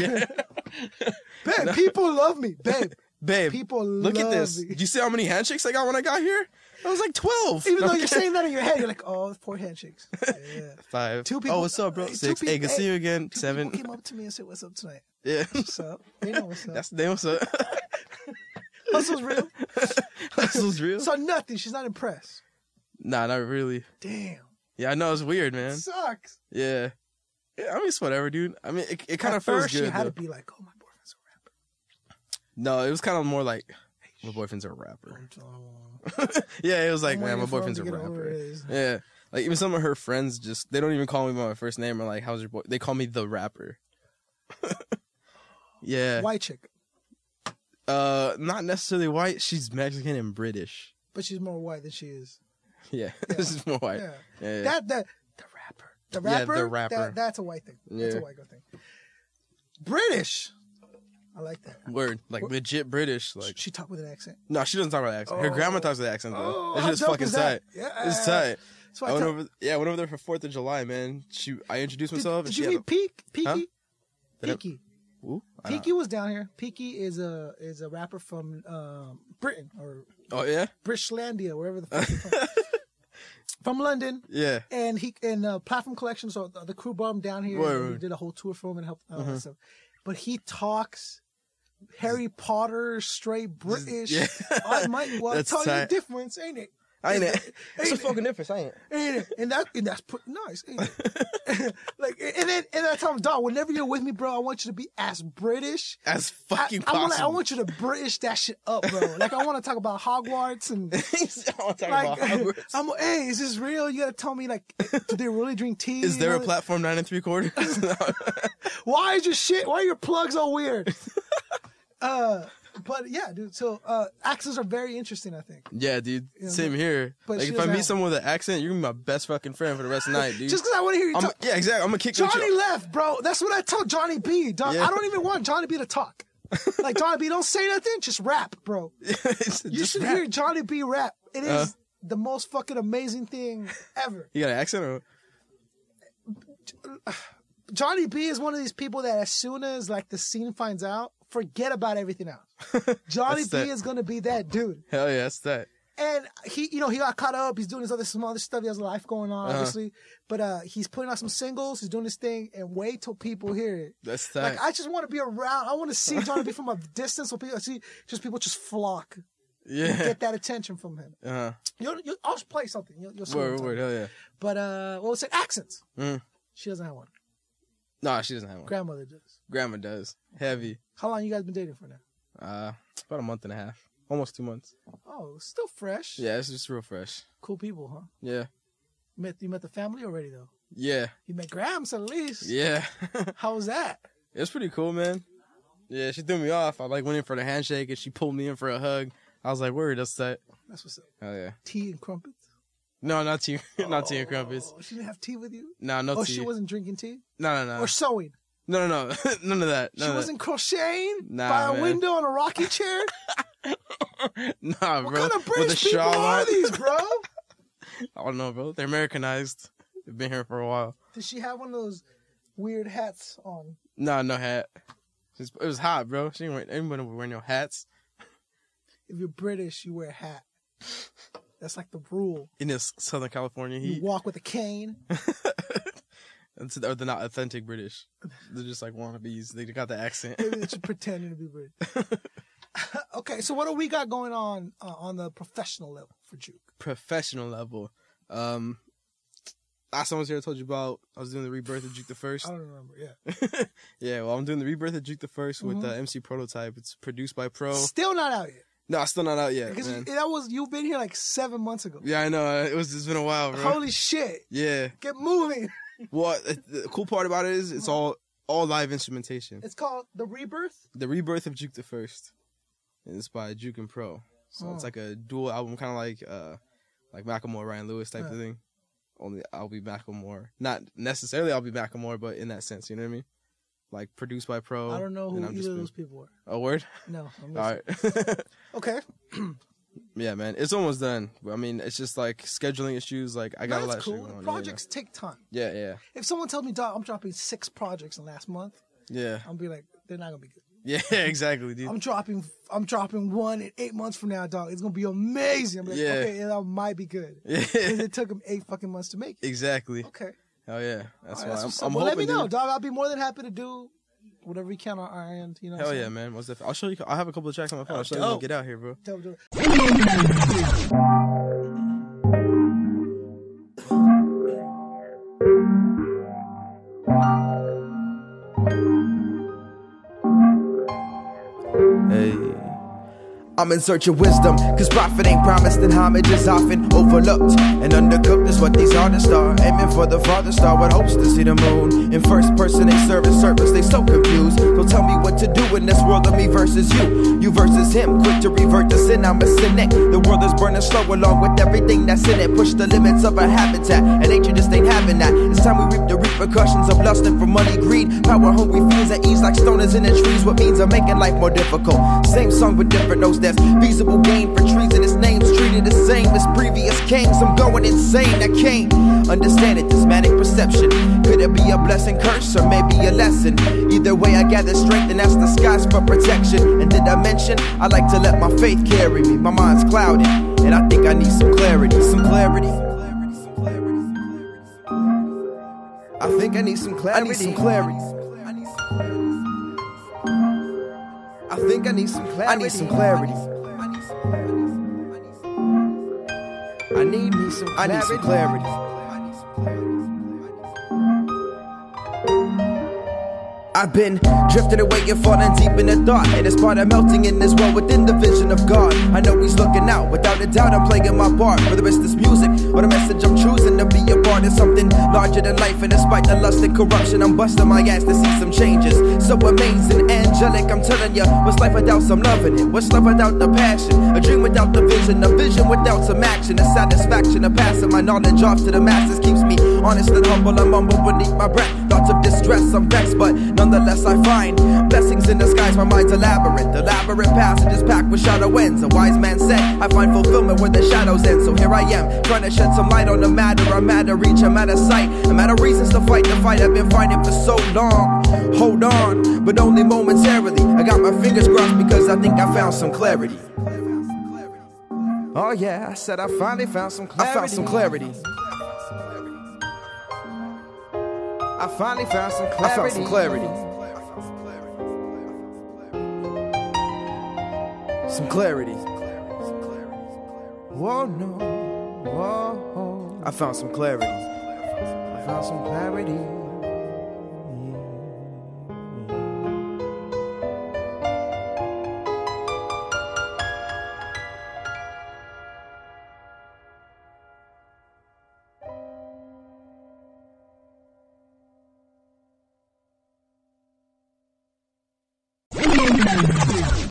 [SPEAKER 3] Yeah,
[SPEAKER 2] Babe, people love me. Babe,
[SPEAKER 3] babe.
[SPEAKER 2] people
[SPEAKER 3] look
[SPEAKER 2] love
[SPEAKER 3] at this.
[SPEAKER 2] me.
[SPEAKER 3] Did you see how many handshakes I got when I got here? I was like twelve.
[SPEAKER 2] Even
[SPEAKER 3] No,
[SPEAKER 2] though
[SPEAKER 3] I'm
[SPEAKER 2] you're
[SPEAKER 3] kidding.
[SPEAKER 2] saying that in your head, you're like, oh, poor
[SPEAKER 3] [LAUGHS]
[SPEAKER 2] handshakes. Yeah.
[SPEAKER 3] five.
[SPEAKER 2] Two people-
[SPEAKER 3] Two people. Oh, what's up, bro?
[SPEAKER 2] two
[SPEAKER 3] Six.
[SPEAKER 2] people-
[SPEAKER 3] Hey, good to see you again.
[SPEAKER 2] Two
[SPEAKER 3] Seven.
[SPEAKER 2] People came up to me and said, what's up tonight? [LAUGHS]
[SPEAKER 3] Yeah.
[SPEAKER 2] What's up? They know what's up.
[SPEAKER 3] That's the name. What's up?
[SPEAKER 2] [LAUGHS] Hustle's
[SPEAKER 3] [LAUGHS]
[SPEAKER 2] real.
[SPEAKER 3] Hustle's real.
[SPEAKER 2] So nothing. She's not impressed.
[SPEAKER 3] Nah, not really.
[SPEAKER 2] Damn.
[SPEAKER 3] Yeah, I know it's weird, man.
[SPEAKER 2] Sucks.
[SPEAKER 3] Yeah. yeah I mean, it's whatever, dude. I mean, it, it kind
[SPEAKER 2] At
[SPEAKER 3] of feels
[SPEAKER 2] first, she
[SPEAKER 3] good.
[SPEAKER 2] had
[SPEAKER 3] though.
[SPEAKER 2] to be like, oh, my boyfriend's a
[SPEAKER 3] No, it was kind of more like my boyfriend's a rapper.
[SPEAKER 2] rapper. Oh,
[SPEAKER 3] yeah, it was like,
[SPEAKER 2] I'm
[SPEAKER 3] man,
[SPEAKER 2] waiting
[SPEAKER 3] my
[SPEAKER 2] for him
[SPEAKER 3] boyfriend's
[SPEAKER 2] to
[SPEAKER 3] a
[SPEAKER 2] get over
[SPEAKER 3] rapper.
[SPEAKER 2] his-
[SPEAKER 3] Yeah. Like even some of her friends just they don't even call me by my first name or like how's your boy they call me the rapper. [LAUGHS] yeah.
[SPEAKER 2] White chick,
[SPEAKER 3] Uh not necessarily white, she's Mexican and British. [LAUGHS]
[SPEAKER 2] but she's more white than she is.
[SPEAKER 3] Yeah. this is more white.
[SPEAKER 2] Yeah.
[SPEAKER 3] Yeah. yeah.
[SPEAKER 2] That that the rapper. The
[SPEAKER 3] Yeah,
[SPEAKER 2] rapper.
[SPEAKER 3] the rapper.
[SPEAKER 2] That, that's a white thing. That's a
[SPEAKER 3] Yeah.
[SPEAKER 2] white girl thing. British. I like that.
[SPEAKER 3] Word. Like legit British.
[SPEAKER 2] Like,
[SPEAKER 3] Like
[SPEAKER 2] she talked with an accent.
[SPEAKER 3] no, she doesn't talk about the accent. Her
[SPEAKER 2] Oh.
[SPEAKER 3] grandma talks with the accent though.
[SPEAKER 2] Oh,
[SPEAKER 3] it's
[SPEAKER 2] how
[SPEAKER 3] just
[SPEAKER 2] dope
[SPEAKER 3] fucking
[SPEAKER 2] is
[SPEAKER 3] tight.
[SPEAKER 2] that? Yeah.
[SPEAKER 3] It's tight.
[SPEAKER 2] So
[SPEAKER 3] I,
[SPEAKER 2] I,
[SPEAKER 3] went
[SPEAKER 2] tell-
[SPEAKER 3] over yeah, I went over there for Fourth of July, man. She I introduced
[SPEAKER 2] Did,
[SPEAKER 3] myself and
[SPEAKER 2] did
[SPEAKER 3] she
[SPEAKER 2] you
[SPEAKER 3] had
[SPEAKER 2] meet Peak? Peaky?
[SPEAKER 3] Huh? Did I-
[SPEAKER 2] Peaky.
[SPEAKER 3] a, Ooh, I don't-
[SPEAKER 2] Peaky was down here. Peaky is a is a rapper from um, Britain or
[SPEAKER 3] Oh yeah?
[SPEAKER 2] Britishlandia, wherever the fuck he's
[SPEAKER 3] [LAUGHS]
[SPEAKER 2] from. from London.
[SPEAKER 3] Yeah.
[SPEAKER 2] and he and uh, platform collection. So the, the crew brought him down here.
[SPEAKER 3] Right,
[SPEAKER 2] and we
[SPEAKER 3] right.
[SPEAKER 2] did a whole tour for him and helped all
[SPEAKER 3] Uh-huh.
[SPEAKER 2] that stuff. But he talks Harry Potter, straight British.
[SPEAKER 3] yeah.
[SPEAKER 2] I might well
[SPEAKER 3] [LAUGHS] That's
[SPEAKER 2] tell you
[SPEAKER 3] tight.
[SPEAKER 2] the difference, ain't it? [LAUGHS]
[SPEAKER 3] I ain't it. It's a fucking difference, I ain't.
[SPEAKER 2] Ain't it? And that and that's pretty nice. Ain't it? [LAUGHS] like and then and I tell him, dog, whenever you're with me, bro, I want you to be as British.
[SPEAKER 3] As
[SPEAKER 2] I-
[SPEAKER 3] fucking
[SPEAKER 2] I,
[SPEAKER 3] possible.
[SPEAKER 2] want I want you to British that shit up, bro. Like I want to talk about Hogwarts
[SPEAKER 3] [LAUGHS]
[SPEAKER 2] and
[SPEAKER 3] [LAUGHS] I want to
[SPEAKER 2] [LAUGHS]
[SPEAKER 3] talk
[SPEAKER 2] like
[SPEAKER 3] about Hogwarts.
[SPEAKER 2] I'm hey, is this real? You gotta tell me like do they really drink tea?
[SPEAKER 3] Is there a
[SPEAKER 2] What-
[SPEAKER 3] platform nine and three quarters?
[SPEAKER 2] [LAUGHS]
[SPEAKER 3] [LAUGHS]
[SPEAKER 2] Why is your shit? Why are your plugs all weird? [LAUGHS] uh, but yeah, dude. So uh, accents are very interesting. I think
[SPEAKER 3] yeah, dude. Same here.
[SPEAKER 2] But
[SPEAKER 3] like
[SPEAKER 2] she
[SPEAKER 3] if I
[SPEAKER 2] doesn't
[SPEAKER 3] meet
[SPEAKER 2] have-
[SPEAKER 3] someone with an accent, you're gonna be my best fucking friend for the rest of the night, dude.
[SPEAKER 2] just because I want to hear you
[SPEAKER 3] I'm,
[SPEAKER 2] talk.
[SPEAKER 3] yeah, exactly. I'm gonna kick you. [LAUGHS]
[SPEAKER 2] Johnny left, bro. That's what I told Johnny B. Don,
[SPEAKER 3] Yeah.
[SPEAKER 2] I don't even want Johnny B. to talk. Like Johnny B. Don't say nothing. Just rap,
[SPEAKER 3] [LAUGHS]
[SPEAKER 2] bro.
[SPEAKER 3] Just
[SPEAKER 2] You should
[SPEAKER 3] rap.
[SPEAKER 2] hear Johnny B. rap. It is
[SPEAKER 3] Uh.
[SPEAKER 2] the most fucking amazing thing ever.
[SPEAKER 3] You got an accent or
[SPEAKER 2] Johnny B. is one of these people that as soon as like the scene finds out, forget about everything
[SPEAKER 3] [LAUGHS]
[SPEAKER 2] else. Johnny B.
[SPEAKER 3] That's that-
[SPEAKER 2] is gonna be that dude.
[SPEAKER 3] hell yeah, that's that.
[SPEAKER 2] and he you know he got caught up he's doing his other some other stuff he has a life going on
[SPEAKER 3] Uh-huh.
[SPEAKER 2] obviously but uh he's putting out some singles he's doing his thing and wait till people hear it
[SPEAKER 3] That's
[SPEAKER 2] like
[SPEAKER 3] that.
[SPEAKER 2] i just want to be around i want to see johnny b from a distance so people I see just people just flock
[SPEAKER 3] yeah.
[SPEAKER 2] get that attention from him
[SPEAKER 3] [LAUGHS] Uh-huh.
[SPEAKER 2] you'll, you'll i'll just play something you'll, you'll see what I'm
[SPEAKER 3] Word,
[SPEAKER 2] talking
[SPEAKER 3] word, hell yeah.
[SPEAKER 2] about. but uh well it's an accents
[SPEAKER 3] Mm.
[SPEAKER 2] she doesn't have one
[SPEAKER 3] Nah, she doesn't have one.
[SPEAKER 2] grandmother does
[SPEAKER 3] Grandma does. Heavy.
[SPEAKER 2] how long you guys been dating for now
[SPEAKER 3] Uh, about a month and a half, almost two months.
[SPEAKER 2] oh still fresh
[SPEAKER 3] Yeah, it's just real fresh.
[SPEAKER 2] cool people huh
[SPEAKER 3] Yeah,
[SPEAKER 2] met you met the family already though
[SPEAKER 3] yeah,
[SPEAKER 2] you met grams at least
[SPEAKER 3] yeah. [LAUGHS]
[SPEAKER 2] how was that
[SPEAKER 3] It's pretty cool, man. Yeah, she threw me off. I like went in for the handshake and she pulled me in for a hug. I was like, word, that's that.
[SPEAKER 2] that's what's up
[SPEAKER 3] Oh yeah.
[SPEAKER 2] tea and crumpets
[SPEAKER 3] No, not tea. [LAUGHS] not tea and crumpets.
[SPEAKER 2] Oh, she didn't have tea with you?
[SPEAKER 3] No, no
[SPEAKER 2] Oh,
[SPEAKER 3] tea.
[SPEAKER 2] she wasn't drinking tea?
[SPEAKER 3] no, no, no.
[SPEAKER 2] Or sewing?
[SPEAKER 3] no, no, [LAUGHS] no. None of that. None
[SPEAKER 2] she
[SPEAKER 3] of
[SPEAKER 2] wasn't crocheting
[SPEAKER 3] Nah,
[SPEAKER 2] by a
[SPEAKER 3] man.
[SPEAKER 2] window on a rocking
[SPEAKER 3] [LAUGHS]
[SPEAKER 2] chair?
[SPEAKER 3] That. [LAUGHS] Nah,
[SPEAKER 2] what
[SPEAKER 3] bro.
[SPEAKER 2] kind of
[SPEAKER 3] With a
[SPEAKER 2] British people
[SPEAKER 3] shawl
[SPEAKER 2] are
[SPEAKER 3] on. [LAUGHS]
[SPEAKER 2] these, bro?
[SPEAKER 3] I don't know, bro. They're Americanized. They've been here for a while.
[SPEAKER 2] Did she have one of those weird hats on?
[SPEAKER 3] No, no hat. It's- It was hot, bro. She didn't wear, everybody was wearing no hats
[SPEAKER 2] If you're British, you wear a hat. That's like the rule.
[SPEAKER 3] in this Southern California
[SPEAKER 2] You
[SPEAKER 3] heat.
[SPEAKER 2] walk with a cane.
[SPEAKER 3] It's- Or they're not authentic British. They're just like wannabes. They got the accent.
[SPEAKER 2] Maybe it's just pretending to be British. okay, so what do we got going on uh, on the professional level for Juke?
[SPEAKER 3] [LAUGHS] Professional level. Um, last time I was here, I told you about I was doing the rebirth of Juke the First.
[SPEAKER 2] I don't remember. Yeah,
[SPEAKER 3] Yeah, well, I'm doing the rebirth of Juke the 1st
[SPEAKER 2] Mm-hmm.
[SPEAKER 3] with uh, MC Prototype. It's produced by Pro.
[SPEAKER 2] still not out yet
[SPEAKER 3] No, it's still not out yet.
[SPEAKER 2] because
[SPEAKER 3] Man.
[SPEAKER 2] that was you've been here like seven months ago.
[SPEAKER 3] Yeah, I know. uh, It was. It's been a while, bro.
[SPEAKER 2] Holy shit!
[SPEAKER 3] yeah.
[SPEAKER 2] Get moving.
[SPEAKER 3] Well, it- the cool part about it is
[SPEAKER 2] Mm-hmm.
[SPEAKER 3] it's all all live instrumentation.
[SPEAKER 2] It's called the Rebirth.
[SPEAKER 3] The rebirth of Juke the First, and it's by Juke and Pro. So it's
[SPEAKER 2] Oh.
[SPEAKER 3] like a dual album, kind of like uh, like Macklemore, Ryan Lewis type of
[SPEAKER 2] Yeah.
[SPEAKER 3] thing. Only I'll be Macklemore. Not necessarily I'll be Macklemore, but in that sense, you know what I mean. Like produced by Pro.
[SPEAKER 2] I don't know who
[SPEAKER 3] and I'm
[SPEAKER 2] either
[SPEAKER 3] Oh, just
[SPEAKER 2] of
[SPEAKER 3] been-
[SPEAKER 2] those people were.
[SPEAKER 3] A word.
[SPEAKER 2] No. I'm
[SPEAKER 3] All
[SPEAKER 2] listening.
[SPEAKER 3] right. [LAUGHS]
[SPEAKER 2] Okay.
[SPEAKER 3] Yeah, man, it's almost done. I mean, it's just like scheduling issues. Like I got a lot
[SPEAKER 2] That's
[SPEAKER 3] of
[SPEAKER 2] cool.
[SPEAKER 3] shit going on.
[SPEAKER 2] Projects take time.
[SPEAKER 3] Yeah, yeah,
[SPEAKER 2] If someone tells me, "Dog, I'm dropping six projects in the last month,"
[SPEAKER 3] yeah,
[SPEAKER 2] I'm be like, "They're not gonna be good."
[SPEAKER 3] [LAUGHS] yeah, [LAUGHS] yeah exactly, dude.
[SPEAKER 2] I'm dropping, I'm dropping one in eight months from now, dog. It's gonna be amazing. I'm like,
[SPEAKER 3] Yeah.
[SPEAKER 2] okay, and I might be good.
[SPEAKER 3] Yeah,
[SPEAKER 2] 'Cause it took them eight fucking months to make it.
[SPEAKER 3] exactly.
[SPEAKER 2] Okay.
[SPEAKER 3] Oh yeah,
[SPEAKER 2] All right,
[SPEAKER 3] that's why
[SPEAKER 2] what's
[SPEAKER 3] I'm,
[SPEAKER 2] up.
[SPEAKER 3] I'm
[SPEAKER 2] well, let
[SPEAKER 3] hoping.
[SPEAKER 2] me know,
[SPEAKER 3] dude.
[SPEAKER 2] dog. I'll be more than happy to do whatever we can on our end. You know. what
[SPEAKER 3] Hell
[SPEAKER 2] I'm
[SPEAKER 3] yeah,
[SPEAKER 2] saying?
[SPEAKER 3] man. What's that? I'll show you. I have a couple of tracks on my phone. I'll show you when we
[SPEAKER 2] dope.
[SPEAKER 3] get out here, bro.
[SPEAKER 2] Dope, dope.
[SPEAKER 3] Hey,
[SPEAKER 1] I'm in search of wisdom, cause profit ain't promised, and homage is often overlooked. And undercooked is what these artists are. Aiming for the farther star with hopes to see the moon. In first person, they serve as service, they so confused. Don't tell me what to do in this world of me versus you. You versus him, quick to revert to sin, I'm a cynic. The world is burning slow along with everything that's in it. Push the limits of our habitat, and nature just ain't having that. It's time we reap the repercussions of lusting for money, greed, power, hungry fiends that ease like stoners in the trees. What means I'm making life more difficult. Same song with different notes. That's feasible gain for treasonous names treated the same as previous kings. I'm going insane. I can't understand it. This manic perception could it be a blessing, curse, or maybe a lesson? Either way, I gather strength and ask the skies for protection. And did I mention I like to let my faith carry me? My mind's clouded, and I think I need some clarity. Some clarity. I think I need some clarity. I need some clarity. I need some clarity. I think I need some clarity. I need some clarity. I need me some clarity. I need some clarity. I've been drifting away and falling deep into thought. And it's part of melting in this world within the vision of God. I know He's looking out. Without a doubt, I'm playing my part. Whether it's this music or the message I'm choosing to be a part of something larger than life. And despite the lust and corruption, I'm busting my ass to see some changes. So amazing, angelic, I'm telling ya. What's life without some loving it? What's love without the passion? A dream without the vision, a vision without some action. The satisfaction of passing my knowledge off to the masses keeps me honest and humble. I'm humble beneath my breath. Thoughts of distress, I'm vexed, but nonetheless I find blessings in disguise. My mind's elaborate, elaborate passages packed with shadow ends. A wise man said, I find fulfillment where the shadows end. So here I am, trying to shed some light on the matter. I'm out of reach, I'm out of sight. I'm out of reasons to fight the fight I've been fighting for so long. Hold on, but only momentarily. I got my fingers crossed because I think I found some clarity. Oh yeah, I said I finally found some clarity. I found some clarity. I finally found some clarity. I found some clarity. Some clarity. Whoa no, whoa. I found some clarity. I found some clarity.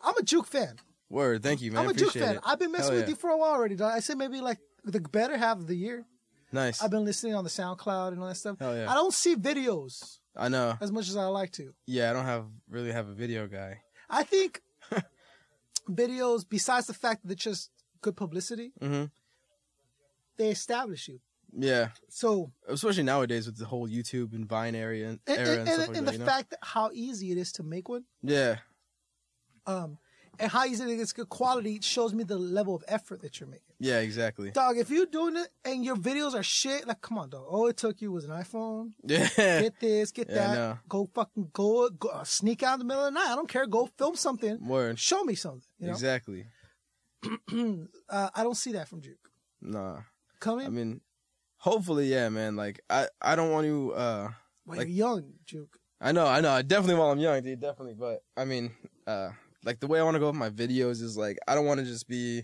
[SPEAKER 2] I'm a Juke fan.
[SPEAKER 3] word. Thank you, man.
[SPEAKER 2] I'm a Juke
[SPEAKER 3] Appreciate
[SPEAKER 2] fan.
[SPEAKER 3] it.
[SPEAKER 2] I've been messing
[SPEAKER 3] Hell
[SPEAKER 2] with
[SPEAKER 3] yeah.
[SPEAKER 2] you for a while already, dog. I say maybe like the better half of the year.
[SPEAKER 3] Nice.
[SPEAKER 2] I've been listening on the SoundCloud and all that stuff.
[SPEAKER 3] Hell yeah.
[SPEAKER 2] I don't see videos
[SPEAKER 3] I know.
[SPEAKER 2] as much as I like to.
[SPEAKER 3] Yeah, I don't have really have a video guy.
[SPEAKER 2] I think [LAUGHS] videos, besides the fact that it's just good publicity,
[SPEAKER 3] Mhm.
[SPEAKER 2] they establish you.
[SPEAKER 3] Yeah,
[SPEAKER 2] So
[SPEAKER 3] especially nowadays with the whole YouTube and Vine area and,
[SPEAKER 2] and,
[SPEAKER 3] era
[SPEAKER 2] and,
[SPEAKER 3] and, stuff
[SPEAKER 2] and-
[SPEAKER 3] like
[SPEAKER 2] and
[SPEAKER 3] that.
[SPEAKER 2] the
[SPEAKER 3] you know?
[SPEAKER 2] fact that how easy it is to make one,
[SPEAKER 3] yeah,
[SPEAKER 2] um, and how easy it is good quality shows me the level of effort that you're making.
[SPEAKER 3] yeah, exactly.
[SPEAKER 2] Dog, if you're doing it and your videos are shit, like come on, dog. All it took you was an
[SPEAKER 3] [LAUGHS]
[SPEAKER 2] iPhone.
[SPEAKER 3] [LAUGHS] Yeah,
[SPEAKER 2] Get this, get
[SPEAKER 3] Yeah, I
[SPEAKER 2] that.
[SPEAKER 3] know.
[SPEAKER 2] Go fucking go, go uh, sneak out in the middle of the night. I don't care. Go film something.
[SPEAKER 3] word.
[SPEAKER 2] Show me something. You know,
[SPEAKER 3] Exactly.
[SPEAKER 2] [CLEARS THROAT] uh, I don't see that from Juke.
[SPEAKER 3] Nah,
[SPEAKER 2] Coming.
[SPEAKER 3] I mean, hopefully, yeah, man. Like, I I don't want to. uh
[SPEAKER 2] well,
[SPEAKER 3] like-
[SPEAKER 2] you're young, Juke.
[SPEAKER 3] I know, I know. I definitely while I'm young, dude, definitely. But I mean, uh, like the way I want to go with my videos is like I don't want to just be,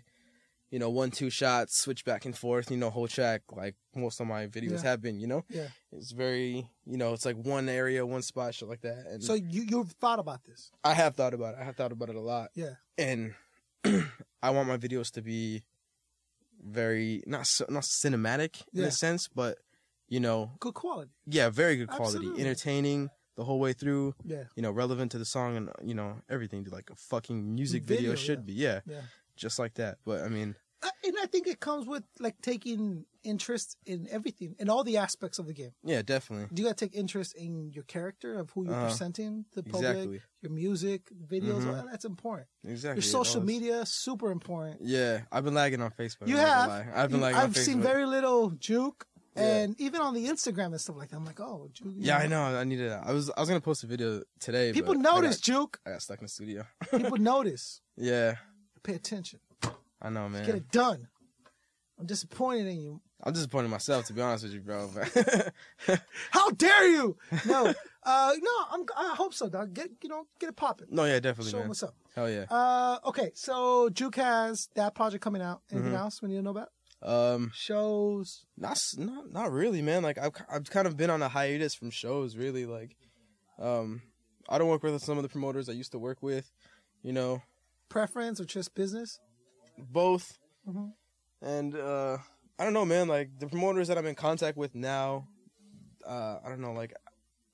[SPEAKER 3] you know, one two shots, switch back and forth, you know, whole track like most of my videos
[SPEAKER 2] Yeah.
[SPEAKER 3] have been. You know,
[SPEAKER 2] Yeah.
[SPEAKER 3] it's very, you know, it's like one area, one spot, shit like that. And
[SPEAKER 2] So you you've thought about this?
[SPEAKER 3] I have thought about it. I have thought about it a lot.
[SPEAKER 2] Yeah.
[SPEAKER 3] And [CLEARS THROAT] I want my videos to be very not so, not cinematic in
[SPEAKER 2] Yeah.
[SPEAKER 3] a sense, but you know,
[SPEAKER 2] Good quality.
[SPEAKER 3] yeah, very good quality,
[SPEAKER 2] Absolutely.
[SPEAKER 3] entertaining the whole way through
[SPEAKER 2] Yeah.
[SPEAKER 3] you know, relevant to the song and you know everything. Like a fucking music video,
[SPEAKER 2] Video,
[SPEAKER 3] should
[SPEAKER 2] yeah.
[SPEAKER 3] be, yeah,
[SPEAKER 2] Yeah.
[SPEAKER 3] just like that. But I mean,
[SPEAKER 2] Uh, and I think it comes with like taking interest in everything in all the aspects of the game.
[SPEAKER 3] yeah, definitely,
[SPEAKER 2] You got to take interest in your character of who you're
[SPEAKER 3] Uh-huh.
[SPEAKER 2] presenting to the public,
[SPEAKER 3] Exactly.
[SPEAKER 2] your music, videos.
[SPEAKER 3] Mhm.
[SPEAKER 2] all that's important.
[SPEAKER 3] exactly.
[SPEAKER 2] Your social
[SPEAKER 3] All this-
[SPEAKER 2] media, super important.
[SPEAKER 3] Yeah, I've been lagging on Facebook.
[SPEAKER 2] You
[SPEAKER 3] I'm not
[SPEAKER 2] have.
[SPEAKER 3] gonna lie. I've been
[SPEAKER 2] you-
[SPEAKER 3] lagging. on
[SPEAKER 2] I've
[SPEAKER 3] Facebook.
[SPEAKER 2] seen very little juke,
[SPEAKER 3] Yeah.
[SPEAKER 2] and even on the Instagram and stuff like that. I'm like, oh, juke.
[SPEAKER 3] Yeah, I know. I needed. I was. I was gonna post a video today.
[SPEAKER 2] People
[SPEAKER 3] but
[SPEAKER 2] notice
[SPEAKER 3] I
[SPEAKER 2] juke.
[SPEAKER 3] got, I got stuck in the studio. [LAUGHS]
[SPEAKER 2] People notice.
[SPEAKER 3] yeah,
[SPEAKER 2] Pay attention.
[SPEAKER 3] I know,
[SPEAKER 2] Get
[SPEAKER 3] man.
[SPEAKER 2] it done. I'm disappointed in you.
[SPEAKER 3] I'm disappointed in myself to be honest with you, bro. but- [LAUGHS]
[SPEAKER 2] How dare you? No, uh, no. I'm. I hope so, dog. Get you know, get it popping.
[SPEAKER 3] no, yeah, definitely,
[SPEAKER 2] Show 'em
[SPEAKER 3] man.
[SPEAKER 2] what's up.
[SPEAKER 3] Hell yeah.
[SPEAKER 2] Uh, okay, so Juke has that project coming out. Anything
[SPEAKER 3] Mhm.
[SPEAKER 2] else we need to know about?
[SPEAKER 3] Um,
[SPEAKER 2] Shows.
[SPEAKER 3] not s- not not really, man. Like I've I've kind of been on a hiatus from shows, really. Like, um, I don't work with some of the promoters I used to work with, you know,
[SPEAKER 2] preference or just business?
[SPEAKER 3] both.
[SPEAKER 2] Mhm.
[SPEAKER 3] And uh, I don't know, man. Like the promoters that I'm in contact with now, uh, I don't know. Like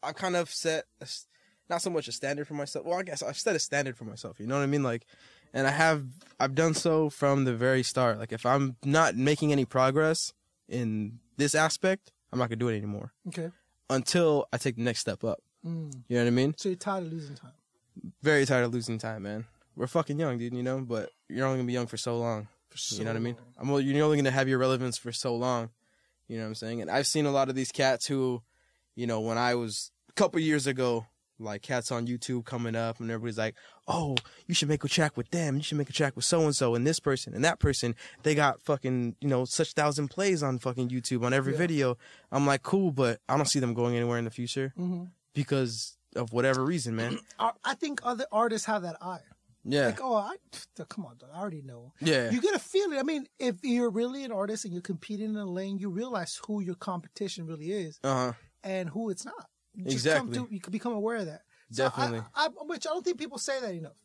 [SPEAKER 3] I have kind of set a s not so much a standard for myself. Well, I guess I've set a standard for myself. You know what I mean? Like, and I have I've done so from the very start. Like if I'm not making any progress in this aspect, I'm not gonna do it anymore.
[SPEAKER 2] Okay.
[SPEAKER 3] until I take the next step up.
[SPEAKER 2] Mm.
[SPEAKER 3] You know what I mean?
[SPEAKER 2] So you're tired of losing time.
[SPEAKER 3] Very tired of losing time, man. We're fucking young, dude. You know, but you're only gonna be young for so long.
[SPEAKER 2] For sure.
[SPEAKER 3] you know what I mean? I'm only, you're only gonna have your relevance for so long. You know what I'm saying? And I've seen a lot of these cats who, you know, when I was a couple years ago, like cats on YouTube coming up, and everybody's like, "Oh, you should make a track with them. You should make a track with so and so and this person and that person. They got fucking you know such thousand plays on fucking YouTube on every
[SPEAKER 2] Yeah.
[SPEAKER 3] video." I'm like, "Cool," but I don't see them going anywhere in the future
[SPEAKER 2] hmm
[SPEAKER 3] because of whatever reason, [CLEARS THROAT] man.
[SPEAKER 2] I think other artists have that eye.
[SPEAKER 3] Yeah.
[SPEAKER 2] Like, oh, I, pff, come on, dog, I already know.
[SPEAKER 3] yeah.
[SPEAKER 2] You get a feeling. I mean, if you're really an artist and you're competing in a lane, you realize who your competition really is
[SPEAKER 3] uh huh.
[SPEAKER 2] and who it's not. You Come
[SPEAKER 3] Exactly.
[SPEAKER 2] to, you can become aware of that. So I-
[SPEAKER 3] Definitely.
[SPEAKER 2] I, which I don't think people say that enough.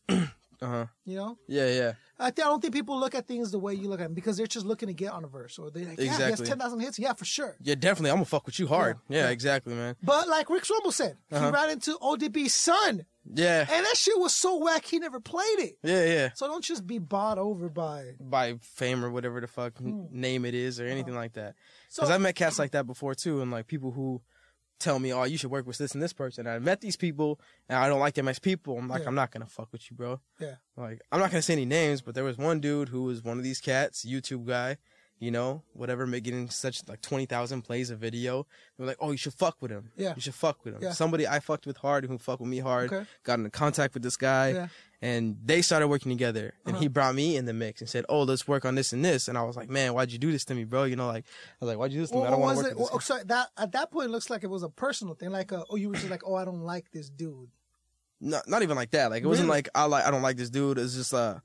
[SPEAKER 3] Uh huh.
[SPEAKER 2] You know,
[SPEAKER 3] Yeah. Yeah.
[SPEAKER 2] I, thi- I don't think people look at things the way you look at them because they're just looking to get on a verse or they're like, yeah, he has
[SPEAKER 3] Exactly.
[SPEAKER 2] 10,000 hits. Yeah, for sure.
[SPEAKER 3] Yeah. Definitely. I'm gonna fuck with you hard.
[SPEAKER 2] Yeah.
[SPEAKER 3] Yeah.
[SPEAKER 2] Yeah.
[SPEAKER 3] Exactly, man.
[SPEAKER 2] But like Rick Rumble said, he
[SPEAKER 3] Uh-huh.
[SPEAKER 2] ran into ODB's son
[SPEAKER 3] Yeah.
[SPEAKER 2] and that shit was so whack he never played it.
[SPEAKER 3] yeah. Yeah.
[SPEAKER 2] So don't just be bought over by.
[SPEAKER 3] By fame or whatever the fuck n- name it is or anything like that.
[SPEAKER 2] Hmm. Uh-huh. So
[SPEAKER 3] Because I've met cats like that before too, and like people who tell me, "Oh, you should work with this and this person." And I met these people, and I don't like them as people. I'm like,
[SPEAKER 2] Yeah.
[SPEAKER 3] I'm not gonna fuck with you, bro.
[SPEAKER 2] Yeah.
[SPEAKER 3] Like, I'm not gonna say any names, but there was one dude who was one of these cats, YouTube guy, you know, whatever, making such like twenty thousand plays a video. They were like, "Oh, you should fuck with him.
[SPEAKER 2] Yeah.
[SPEAKER 3] you should fuck with him."
[SPEAKER 2] Yeah.
[SPEAKER 3] Somebody I fucked with hard, who fucked with me hard,
[SPEAKER 2] Okay.
[SPEAKER 3] got into contact with this guy,
[SPEAKER 2] Yeah. Uh-huh.
[SPEAKER 3] and they started working together. And he brought me in the mix and said, "Oh, let's work on this and this." And I was like, "Man, why'd you do this to me, bro?" You know, like I was like, "Why'd you do this to me? I
[SPEAKER 2] What
[SPEAKER 3] don't want
[SPEAKER 2] was
[SPEAKER 3] to work
[SPEAKER 2] it?
[SPEAKER 3] with this."
[SPEAKER 2] oh,
[SPEAKER 3] guy."
[SPEAKER 2] sorry, that at that point it looks like it was a personal thing. Like, uh oh, you were just like, oh, I don't like this dude.
[SPEAKER 3] not not even like that. Like it wasn't
[SPEAKER 2] Really?
[SPEAKER 3] like I like I don't like this dude. It's just uh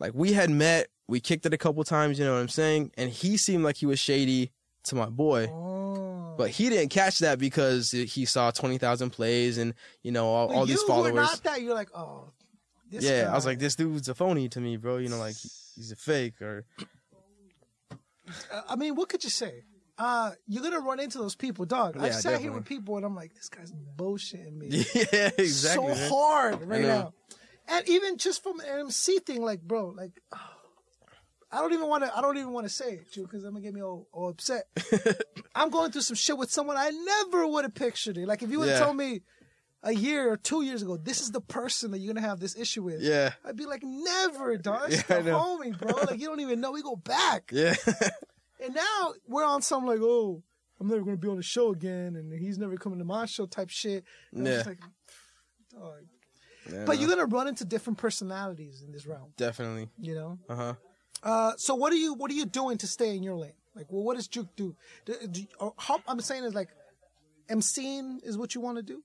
[SPEAKER 3] like we had met, we kicked it a couple times, you know what I'm saying? And he seemed like he was shady to my boy.
[SPEAKER 2] Oh.
[SPEAKER 3] But he didn't catch that because he saw 20,000 plays and you know all,
[SPEAKER 2] But
[SPEAKER 3] all these
[SPEAKER 2] you
[SPEAKER 3] followers.
[SPEAKER 2] Were not that. You're like, oh, this
[SPEAKER 3] yeah,
[SPEAKER 2] guy.
[SPEAKER 3] I was like this dude's a phony to me, bro, you know like he's a fake or
[SPEAKER 2] uh, I mean, what could you say? Uh, you're gonna run into those people, dog. I've
[SPEAKER 3] Yeah,
[SPEAKER 2] sat here
[SPEAKER 3] definitely.
[SPEAKER 2] with people and I'm like, this guy's bullshitting me
[SPEAKER 3] [LAUGHS] yeah, exactly.
[SPEAKER 2] so
[SPEAKER 3] man.
[SPEAKER 2] hard right
[SPEAKER 3] know.
[SPEAKER 2] now. And even just from an MC thing, like, bro, like, I don't even want to. I don't even want to say it, because I'm gonna get me all, all
[SPEAKER 3] [LAUGHS]
[SPEAKER 2] upset. I'm going through some shit with someone I never would have pictured it. Like, if you would have
[SPEAKER 3] Yeah.
[SPEAKER 2] told me a year or two years ago, this is the person that you're gonna have this issue with,
[SPEAKER 3] Yeah.
[SPEAKER 2] I'd be like, never, dog. It's
[SPEAKER 3] Yeah, I
[SPEAKER 2] the
[SPEAKER 3] know.
[SPEAKER 2] homie,
[SPEAKER 3] [LAUGHS]
[SPEAKER 2] bro. Like, you don't even know. We go back.
[SPEAKER 3] Yeah.
[SPEAKER 2] And now we're on some like, oh, I'm never gonna be on the show again, and he's never coming to my show type shit. And I'm just
[SPEAKER 3] Yeah.
[SPEAKER 2] like, dog.
[SPEAKER 3] Yeah,
[SPEAKER 2] But
[SPEAKER 3] [LAUGHS] no,
[SPEAKER 2] you're gonna run into different personalities in this realm,
[SPEAKER 3] definitely.
[SPEAKER 2] you know.
[SPEAKER 3] Uh huh.
[SPEAKER 2] Uh, so what are you what are you doing to stay in your lane? Like, well, what does Juke do? do, do or how, I'm saying is like, emceeing is what you want to do.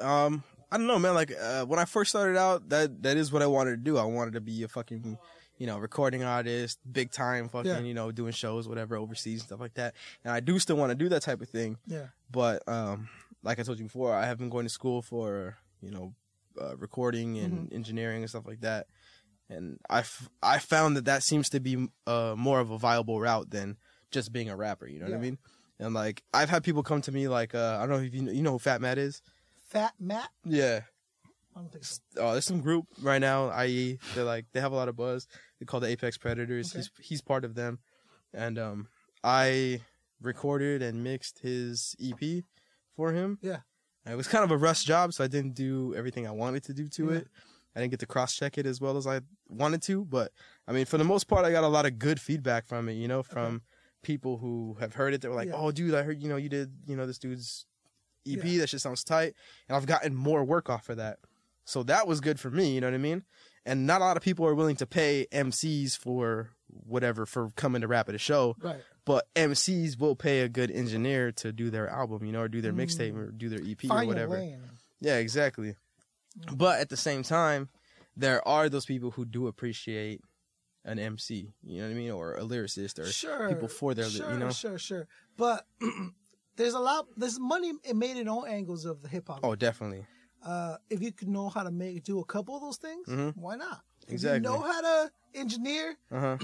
[SPEAKER 3] um I don't know, man. Like uh, when I first started out, that that is what I wanted to do. I wanted to be a fucking, you know, recording artist, big time, fucking,
[SPEAKER 2] Yeah.
[SPEAKER 3] you know, doing shows, whatever, overseas and stuff like that. And I do still want to do that type of thing.
[SPEAKER 2] Yeah,
[SPEAKER 3] But um, like I told you before, I have been going to school for you know, uh, recording and
[SPEAKER 2] Mm-hmm.
[SPEAKER 3] engineering and stuff like that. And I f- I found that that seems to be uh, more of a viable route than just being a rapper. You know what
[SPEAKER 2] Yeah.
[SPEAKER 3] I mean? And like I've had people come to me like uh, I don't know if you know, you know who Fat Matt is.
[SPEAKER 2] Fat Matt.
[SPEAKER 3] Yeah
[SPEAKER 2] I don't think so.
[SPEAKER 3] uh, there's some group right now, i.e., they're like they have a lot of buzz. They call the Apex Predators.
[SPEAKER 2] Okay.
[SPEAKER 3] He's he's part of them, and um, I recorded and mixed his EP for him.
[SPEAKER 2] Yeah.
[SPEAKER 3] And it was kind of a rush job, so I didn't do everything I wanted to do to
[SPEAKER 2] Yeah.
[SPEAKER 3] it. I didn't get to cross check it as well as I wanted to, but I mean, for the most part, I got a lot of good feedback from it. You know, from people who have heard it that were like,
[SPEAKER 2] Yeah.
[SPEAKER 3] "Oh, dude, I heard you know you did you know this dude's EP. That shit sounds tight," and I've gotten more work off of that. So that was good for me, you know what I mean? And not a lot of people are willing to pay MCs for whatever for coming to rap at a show,
[SPEAKER 2] Right.
[SPEAKER 3] but MCs will pay a good engineer to do their album, you know, or do their mixtape or do their EP or
[SPEAKER 2] Mm. Find your
[SPEAKER 3] whatever.
[SPEAKER 2] lane.
[SPEAKER 3] Yeah, exactly. But at the same time, there are those people who do appreciate an MC, you know what I mean, or a lyricist or
[SPEAKER 2] Sure.
[SPEAKER 3] people for their, li-
[SPEAKER 2] sure,
[SPEAKER 3] you know.
[SPEAKER 2] Sure, sure. But [CLEARS THROAT] there's a lot. There's money made in all angles of the hip hop.
[SPEAKER 3] Oh, definitely.
[SPEAKER 2] uh, if you can know how to make do a couple of those things, why not?
[SPEAKER 3] Mm-hmm. Exactly.
[SPEAKER 2] If you know how to engineer [CLEARS THROAT]
[SPEAKER 3] Uh huh.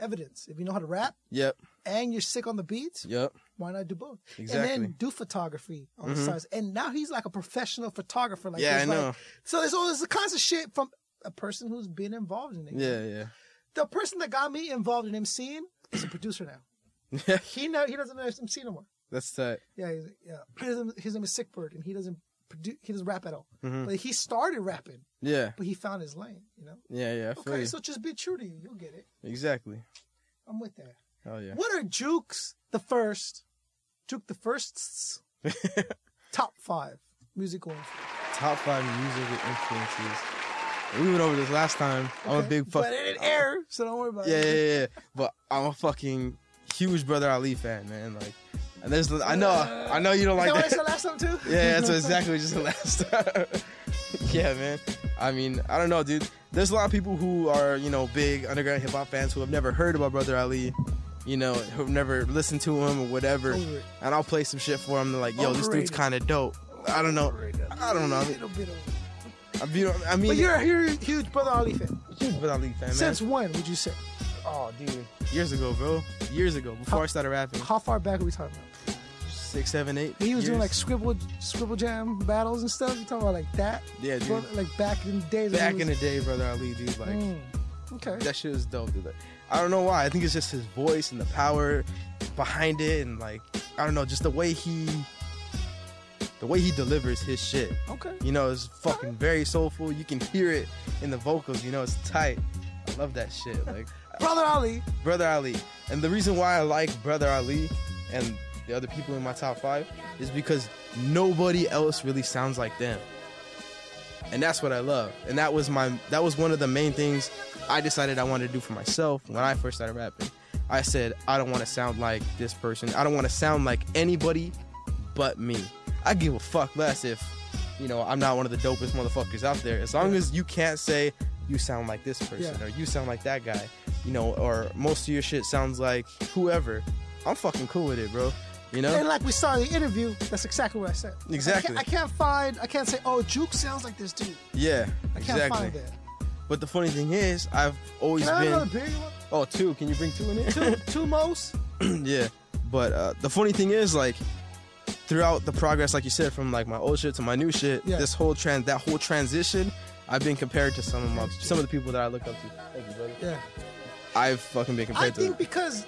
[SPEAKER 2] evidence, if you know how to rap
[SPEAKER 3] yep.
[SPEAKER 2] and you're sick on the beats,
[SPEAKER 3] Yep.
[SPEAKER 2] why not do both? And
[SPEAKER 3] Exactly. Mm-hmm.
[SPEAKER 2] then do photography on the sides. And now he's like a professional photographer. Like
[SPEAKER 3] Yeah,
[SPEAKER 2] there's
[SPEAKER 3] I
[SPEAKER 2] Like,
[SPEAKER 3] know.
[SPEAKER 2] so it's all this kinds of shit from a person who's been involved in it.
[SPEAKER 3] Yeah. Yeah.
[SPEAKER 2] The person that got me involved in MCing is a producer now. [LAUGHS]
[SPEAKER 3] Yeah.
[SPEAKER 2] he now he doesn't know MC no more.
[SPEAKER 3] That's that.
[SPEAKER 2] Yeah, he's, yeah. His, name- his name is Sickbird, and he doesn't produ- he doesn't rap at all.
[SPEAKER 3] Mm-hmm.
[SPEAKER 2] Like he started rapping,
[SPEAKER 3] Yeah.
[SPEAKER 2] but he found his lane. You know.
[SPEAKER 3] Yeah. Yeah. I feel
[SPEAKER 2] Okay,
[SPEAKER 3] you.
[SPEAKER 2] so just be true to you. You'll get it.
[SPEAKER 3] exactly.
[SPEAKER 2] I'm with that.
[SPEAKER 3] Oh yeah.
[SPEAKER 2] What are Jukes the first? Juke the
[SPEAKER 3] [LAUGHS]
[SPEAKER 2] first's top five musical.
[SPEAKER 3] Top five musical influences. We went over this last time. I'm a big fuck.
[SPEAKER 2] But it didn't air, so don't worry about
[SPEAKER 3] Yeah,
[SPEAKER 2] it.
[SPEAKER 3] yeah, yeah, yeah. But I'm a fucking huge brother Ali fan, man. Like, and there's, I know, I know you don't
[SPEAKER 2] Is
[SPEAKER 3] like
[SPEAKER 2] that what I
[SPEAKER 3] that.
[SPEAKER 2] said last time too?
[SPEAKER 3] [LAUGHS] Yeah,
[SPEAKER 2] [LAUGHS]
[SPEAKER 3] that's exactly what you said last time. [LAUGHS] yeah, man. I mean, I don't know, dude. There's a lot of people who are, you know, big underground hip hop fans who have never heard about Brother Ali, you know, who've never listened to him or whatever.
[SPEAKER 2] Over it.
[SPEAKER 3] And I'll play some shit for them. They're like, yo, this dude's
[SPEAKER 2] Overrated.
[SPEAKER 3] kind of dope. I don't know. I don't know. I mean,
[SPEAKER 2] Little bit of-
[SPEAKER 3] I mean, I mean
[SPEAKER 2] But you're a huge, huge Brother Ali fan.
[SPEAKER 3] huge Brother Ali fan, man.
[SPEAKER 2] Since when would you say?
[SPEAKER 3] oh, dude, years ago, bro. Years ago, before
[SPEAKER 2] How-
[SPEAKER 3] I started rapping,
[SPEAKER 2] How far back are we talking about?
[SPEAKER 3] six, seven, eight.
[SPEAKER 2] He was doing like
[SPEAKER 3] years.
[SPEAKER 2] scribble, scribble jam battles and stuff. You talking about like that?
[SPEAKER 3] Yeah, dude.
[SPEAKER 2] Brother- Like back in the days. when he
[SPEAKER 3] back in the
[SPEAKER 2] was-
[SPEAKER 3] day, Brother Ali, dude. Like.
[SPEAKER 2] Mm, okay.
[SPEAKER 3] that shit is dope, dude. Like, I don't know why. I think it's just his voice and the power behind it, and like I don't know, just the way he, the way he delivers his shit.
[SPEAKER 2] okay.
[SPEAKER 3] You know, it's fucking very soulful. You can hear it in the vocals. You know, it's tight. I love that shit. Like
[SPEAKER 2] Brother Ali.
[SPEAKER 3] Brother Ali, and the reason why I like Brother Ali and the other people in my top five is because nobody else really sounds like them and that's what I love. And that was my that was one of the main things I decided I wanted to do for myself when I first started rapping. I said I don't want to sound like this person. I don't want to sound like anybody but me. I give a fuck less if you know I'm not one of the dopest motherfuckers out there. As long as you can't say you sound like this person
[SPEAKER 2] Yeah.
[SPEAKER 3] or you sound like that guy, you know, or most of your shit sounds like whoever. I'm fucking cool with it, bro. You know?
[SPEAKER 2] And like we saw in the interview, that's exactly what I said.
[SPEAKER 3] Exactly.
[SPEAKER 2] I can't, I can't find. I can't say. Oh, Juke sounds like this dude.
[SPEAKER 3] yeah.
[SPEAKER 2] I can't
[SPEAKER 3] exactly.
[SPEAKER 2] find that.
[SPEAKER 3] But the funny thing is, I've always
[SPEAKER 2] Can I have
[SPEAKER 3] been.
[SPEAKER 2] another beer? You want
[SPEAKER 3] Oh, two. Can you bring two in here? [CLEARS THROAT]
[SPEAKER 2] Two,
[SPEAKER 3] [LAUGHS]
[SPEAKER 2] two most.
[SPEAKER 3] yeah. But uh, the funny thing is, like, throughout the progress, like you said, from like my old shit to my new shit,
[SPEAKER 2] Yeah.
[SPEAKER 3] this whole trans, that whole transition, I've been compared to some of my, some of the people that I look up to. Thank you, brother.
[SPEAKER 2] Yeah.
[SPEAKER 3] I've fucking been
[SPEAKER 2] I
[SPEAKER 3] compared to.
[SPEAKER 2] think because,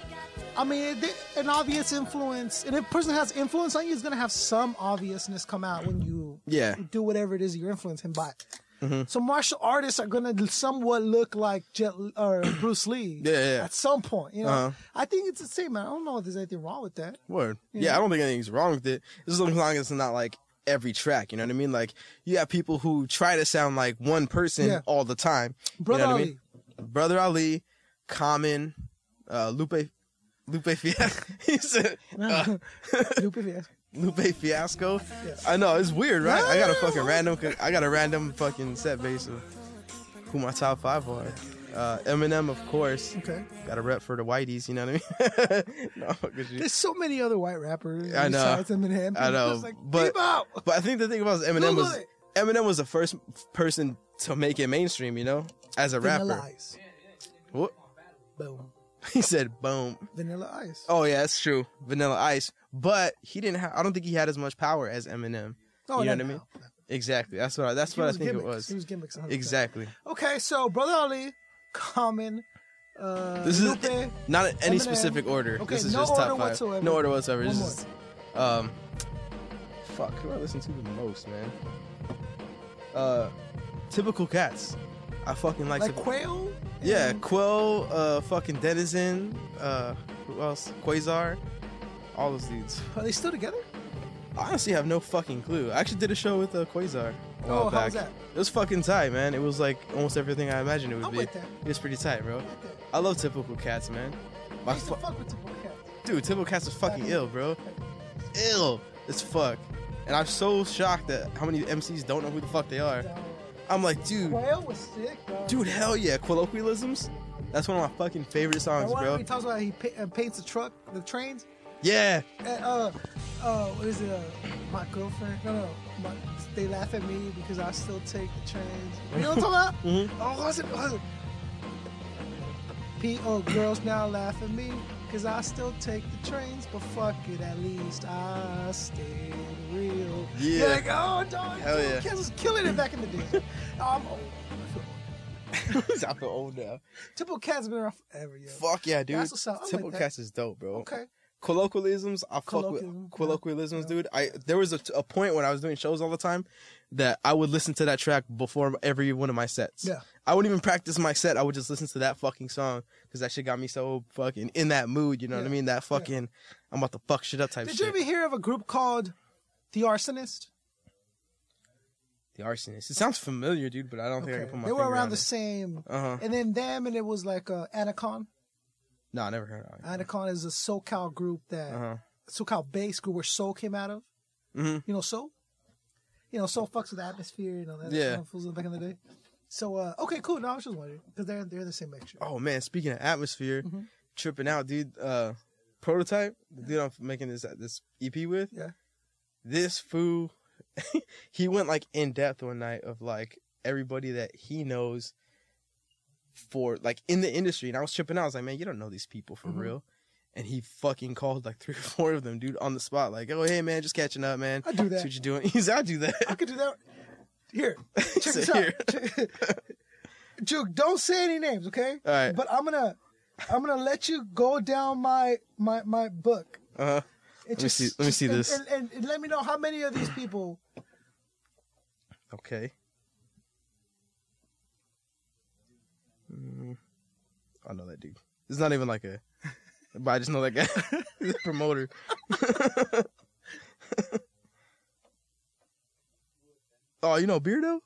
[SPEAKER 2] I mean, it, an obvious influence, and if a person has influence on you, is gonna have some obviousness come out when you
[SPEAKER 3] Yeah. Mm-hmm.
[SPEAKER 2] do whatever it is you're influencing by. So martial artists are gonna somewhat look like Jet
[SPEAKER 3] [CLEARS THROAT]
[SPEAKER 2] or Bruce Lee.
[SPEAKER 3] Yeah, yeah, yeah.
[SPEAKER 2] At some point, you know.
[SPEAKER 3] Uh-huh.
[SPEAKER 2] I think it's the same, man. I don't know if there's anything wrong with that.
[SPEAKER 3] Word. Yeah. I don't think anything's wrong with it. As long as it's not like every track, you know what I mean? Like you have people who try to sound like one person
[SPEAKER 2] Yeah.
[SPEAKER 3] all the time.
[SPEAKER 2] Brother
[SPEAKER 3] you know what
[SPEAKER 2] Ali.
[SPEAKER 3] I mean? Brother Ali, Common, uh, Lupe, Lupe Fiasco. [LAUGHS] he said,
[SPEAKER 2] [LAUGHS]
[SPEAKER 3] uh,
[SPEAKER 2] Stupid, yeah.
[SPEAKER 3] Lupe Fiasco. I know it's weird, right? I got a
[SPEAKER 2] [LAUGHS]
[SPEAKER 3] fucking random. I got a random fucking set base of who my top five are. Uh, Eminem, of course.
[SPEAKER 2] Okay.
[SPEAKER 3] Got a rep for the Whiteys. You know what I mean? [LAUGHS] no, fuck with you.
[SPEAKER 2] There's so many other white rappers.
[SPEAKER 3] I know.
[SPEAKER 2] Besides Eminem. [LAUGHS]
[SPEAKER 3] I know,
[SPEAKER 2] It's like,
[SPEAKER 3] but
[SPEAKER 2] "Keep out."
[SPEAKER 3] but I think the thing about Eminem
[SPEAKER 2] Google
[SPEAKER 3] was
[SPEAKER 2] it.
[SPEAKER 3] Eminem was the first person to make it mainstream, you know, as a
[SPEAKER 2] Vanilla
[SPEAKER 3] rapper.
[SPEAKER 2] Ice.
[SPEAKER 3] Whoop. [LAUGHS]
[SPEAKER 2] Boom.
[SPEAKER 3] He said, "Boom."
[SPEAKER 2] Vanilla Ice.
[SPEAKER 3] Oh yeah, that's true. Vanilla Ice, but he didn't. Ha- I don't think he had as much power as Eminem.
[SPEAKER 2] No, Oh, no,
[SPEAKER 3] you know what I mean?
[SPEAKER 2] no, no.
[SPEAKER 3] Exactly. That's what. I, that's
[SPEAKER 2] He
[SPEAKER 3] what I
[SPEAKER 2] was
[SPEAKER 3] think
[SPEAKER 2] gimmicks.
[SPEAKER 3] it was.
[SPEAKER 2] He was gimmicks. 100%.
[SPEAKER 3] exactly.
[SPEAKER 2] Okay, so Brother Ali, Common, uh,
[SPEAKER 3] This is
[SPEAKER 2] Lupe,
[SPEAKER 3] not in any
[SPEAKER 2] Eminem.
[SPEAKER 3] specific order.
[SPEAKER 2] Okay,
[SPEAKER 3] this is
[SPEAKER 2] no
[SPEAKER 3] just top
[SPEAKER 2] order
[SPEAKER 3] five.
[SPEAKER 2] whatsoever.
[SPEAKER 3] No order whatsoever. It's
[SPEAKER 2] One more.
[SPEAKER 3] just, um, fuck. Who I listen to the most, man? Uh, typical cats. I fucking like.
[SPEAKER 2] like
[SPEAKER 3] Typ-
[SPEAKER 2] Quail.
[SPEAKER 3] yeah,
[SPEAKER 2] and-
[SPEAKER 3] Quell. Uh, fucking Denizen. Uh, who else? Quasar. All those dudes.
[SPEAKER 2] Are they still together?
[SPEAKER 3] I honestly have no fucking clue. I actually did a show with uh, Quasar. A while
[SPEAKER 2] Oh, how
[SPEAKER 3] back.
[SPEAKER 2] was that?
[SPEAKER 3] It was fucking tight, man. It was like almost everything I imagined it would
[SPEAKER 2] I'm
[SPEAKER 3] be.
[SPEAKER 2] with that.
[SPEAKER 3] It was pretty tight, bro.
[SPEAKER 2] Like that.
[SPEAKER 3] I love typical cats, man.
[SPEAKER 2] I
[SPEAKER 3] My
[SPEAKER 2] used
[SPEAKER 3] fu-
[SPEAKER 2] to fuck with the Cat.
[SPEAKER 3] Dude, Tibble Cats is fucking ill, bro. Ill as fuck. And I'm so shocked that how many MCs don't know who the fuck they are. I'm like, dude,
[SPEAKER 2] Quail was sick, bro.
[SPEAKER 3] dude, hell yeah, colloquialisms. That's one of my fucking favorite
[SPEAKER 2] And
[SPEAKER 3] songs,
[SPEAKER 2] why
[SPEAKER 3] bro.
[SPEAKER 2] he talks about he pa- uh, paints the truck, the trains.
[SPEAKER 3] Yeah,
[SPEAKER 2] Uh,
[SPEAKER 3] [LAUGHS]
[SPEAKER 2] uh, uh, what is it? Uh, my girlfriend? No, no. My, they laugh at me because I still take the trains. You know what I'm
[SPEAKER 3] [LAUGHS]
[SPEAKER 2] talking
[SPEAKER 3] Mm-hmm.
[SPEAKER 2] about? Oh, was it? Was it? P- oh, girls now laugh at me because I still take the trains, but fuck it, at least I stay real.
[SPEAKER 3] Yeah.
[SPEAKER 2] You're like, oh, dog,
[SPEAKER 3] Hell
[SPEAKER 2] dude,
[SPEAKER 3] yeah.
[SPEAKER 2] kids was killing it back in the
[SPEAKER 3] [LAUGHS]
[SPEAKER 2] day. Um, I'm old. I feel old.
[SPEAKER 3] I feel old now.
[SPEAKER 2] Typical Cat's been around forever, yo.
[SPEAKER 3] Fuck yeah, dude.
[SPEAKER 2] That's what's up. I like
[SPEAKER 3] Tibble
[SPEAKER 2] that.
[SPEAKER 3] Cats is dope, bro.
[SPEAKER 2] Okay.
[SPEAKER 3] colloquialisms. I fuck
[SPEAKER 2] Colloquialism,
[SPEAKER 3] with
[SPEAKER 2] yeah.
[SPEAKER 3] colloquialisms, dude. I there was a, a point when I was doing shows all the time that I would listen to that track before every one of my sets.
[SPEAKER 2] Yeah.
[SPEAKER 3] I wouldn't even practice my set. I would just listen to that fucking song because that shit got me so fucking in that mood. You know what I
[SPEAKER 2] Yeah.
[SPEAKER 3] mean? That fucking I'm about to fuck shit up type
[SPEAKER 2] Did you
[SPEAKER 3] shit.
[SPEAKER 2] ever hear of a group called The Arsonist?
[SPEAKER 3] the arsonist. It sounds familiar, dude, but I don't think I
[SPEAKER 2] Okay.
[SPEAKER 3] can put my.
[SPEAKER 2] They were
[SPEAKER 3] finger
[SPEAKER 2] around
[SPEAKER 3] on
[SPEAKER 2] the
[SPEAKER 3] it.
[SPEAKER 2] same.
[SPEAKER 3] Uh-huh.
[SPEAKER 2] And then them, and it was like uh, Anacon.
[SPEAKER 3] No, I never heard. Of it.
[SPEAKER 2] Anacon is a SoCal group that
[SPEAKER 3] Uh-huh.
[SPEAKER 2] SoCal bass group where Soul came out of.
[SPEAKER 3] Mhm.
[SPEAKER 2] You know Soul. You know Soul fucks with the atmosphere and all that.
[SPEAKER 3] Yeah.
[SPEAKER 2] kind of fools back in the day. So uh, okay, cool. No, I was just wondering because they're they're in the same mixture.
[SPEAKER 3] Oh man, speaking of atmosphere,
[SPEAKER 2] Mm-hmm.
[SPEAKER 3] tripping out, dude. Uh, prototype, the dude I'm making this this EP with.
[SPEAKER 2] Yeah.
[SPEAKER 3] this fool [LAUGHS] he went like in depth one night of like everybody that he knows for like in the industry and i was tripping out i was like man you don't know these people
[SPEAKER 2] Mm-hmm.
[SPEAKER 3] for real and he fucking called like three [LAUGHS] or four of them dude on the spot like oh hey man just catching up man
[SPEAKER 2] I do
[SPEAKER 3] See
[SPEAKER 2] that.
[SPEAKER 3] what you doing [LAUGHS] he's i do that
[SPEAKER 2] I could do that. Here, [LAUGHS] check
[SPEAKER 3] So
[SPEAKER 2] this
[SPEAKER 3] here.
[SPEAKER 2] out. Check- Juke, don't say any names, okay?
[SPEAKER 3] All right.
[SPEAKER 2] But I'm gonna, I'm gonna let you go down my my my book.
[SPEAKER 3] uh,
[SPEAKER 2] It
[SPEAKER 3] Let me see- let me see
[SPEAKER 2] and-
[SPEAKER 3] this.
[SPEAKER 2] and, and, and let me know how many of these people.
[SPEAKER 3] okay Mm. i know that dude it's not even like a but i just know that guy [LAUGHS] He's a promoter [LAUGHS] oh you know beardo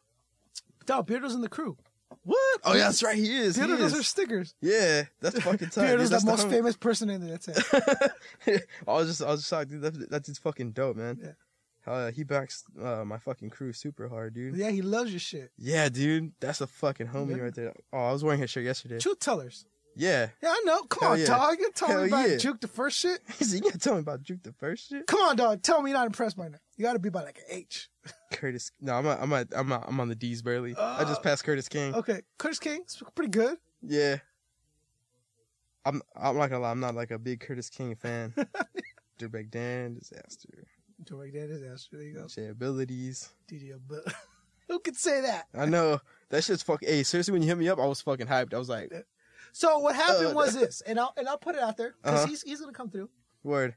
[SPEAKER 2] Dog, Beardo's in the crew.
[SPEAKER 3] What? Oh yeah, that's right. He is. He
[SPEAKER 2] Beardo does her
[SPEAKER 3] is.
[SPEAKER 2] stickers.
[SPEAKER 3] Yeah, that's [LAUGHS] fucking tight. dude.
[SPEAKER 2] Beardo's the
[SPEAKER 3] That's
[SPEAKER 2] most
[SPEAKER 3] homie.
[SPEAKER 2] famous person in there. That's
[SPEAKER 3] [LAUGHS]
[SPEAKER 2] it.
[SPEAKER 3] I was just, I was just shocked, dude. That, that dude's fucking dope,
[SPEAKER 2] Yeah.
[SPEAKER 3] man. Uh, he backs uh, my fucking crew super hard, dude. Yeah.
[SPEAKER 2] yeah, he loves your shit.
[SPEAKER 3] dude. That's a fucking homie
[SPEAKER 2] Yeah.
[SPEAKER 3] right there. Oh, I was wearing his shirt yesterday.
[SPEAKER 2] Truth tellers.
[SPEAKER 3] Yeah. [LAUGHS]
[SPEAKER 2] Yeah, I know. Come
[SPEAKER 3] Hell
[SPEAKER 2] on,
[SPEAKER 3] yeah.
[SPEAKER 2] dog. You tell
[SPEAKER 3] Hell
[SPEAKER 2] me about
[SPEAKER 3] yeah.
[SPEAKER 2] Juke the first shit.
[SPEAKER 3] He said, you gotta tell me about Juke the first shit.
[SPEAKER 2] Come on, dog. Tell me you're not impressed by now. You got to be by like an H.
[SPEAKER 3] Curtis. No, I'm at, I'm at, I'm at, I'm on the D's barely. I just passed Curtis King.
[SPEAKER 2] Okay, Curtis King, it's pretty good.
[SPEAKER 3] Yeah. I'm I'm not gonna lie, I'm not like a big Curtis King [LAUGHS] fan. Dirtbag Dan, disaster.
[SPEAKER 2] Direct that disaster. There you go.
[SPEAKER 3] Jay abilities.
[SPEAKER 2] DJ Bill. [LAUGHS] Who could say that?
[SPEAKER 3] I [LAUGHS] know. That shit's fuck hey, seriously when you hit me up, I was fucking hyped. I was like,
[SPEAKER 2] So what happened
[SPEAKER 3] Uh,
[SPEAKER 2] was this, and I'll and I'll put it out there because
[SPEAKER 3] Uh-huh.
[SPEAKER 2] he's he's gonna come through.
[SPEAKER 3] word.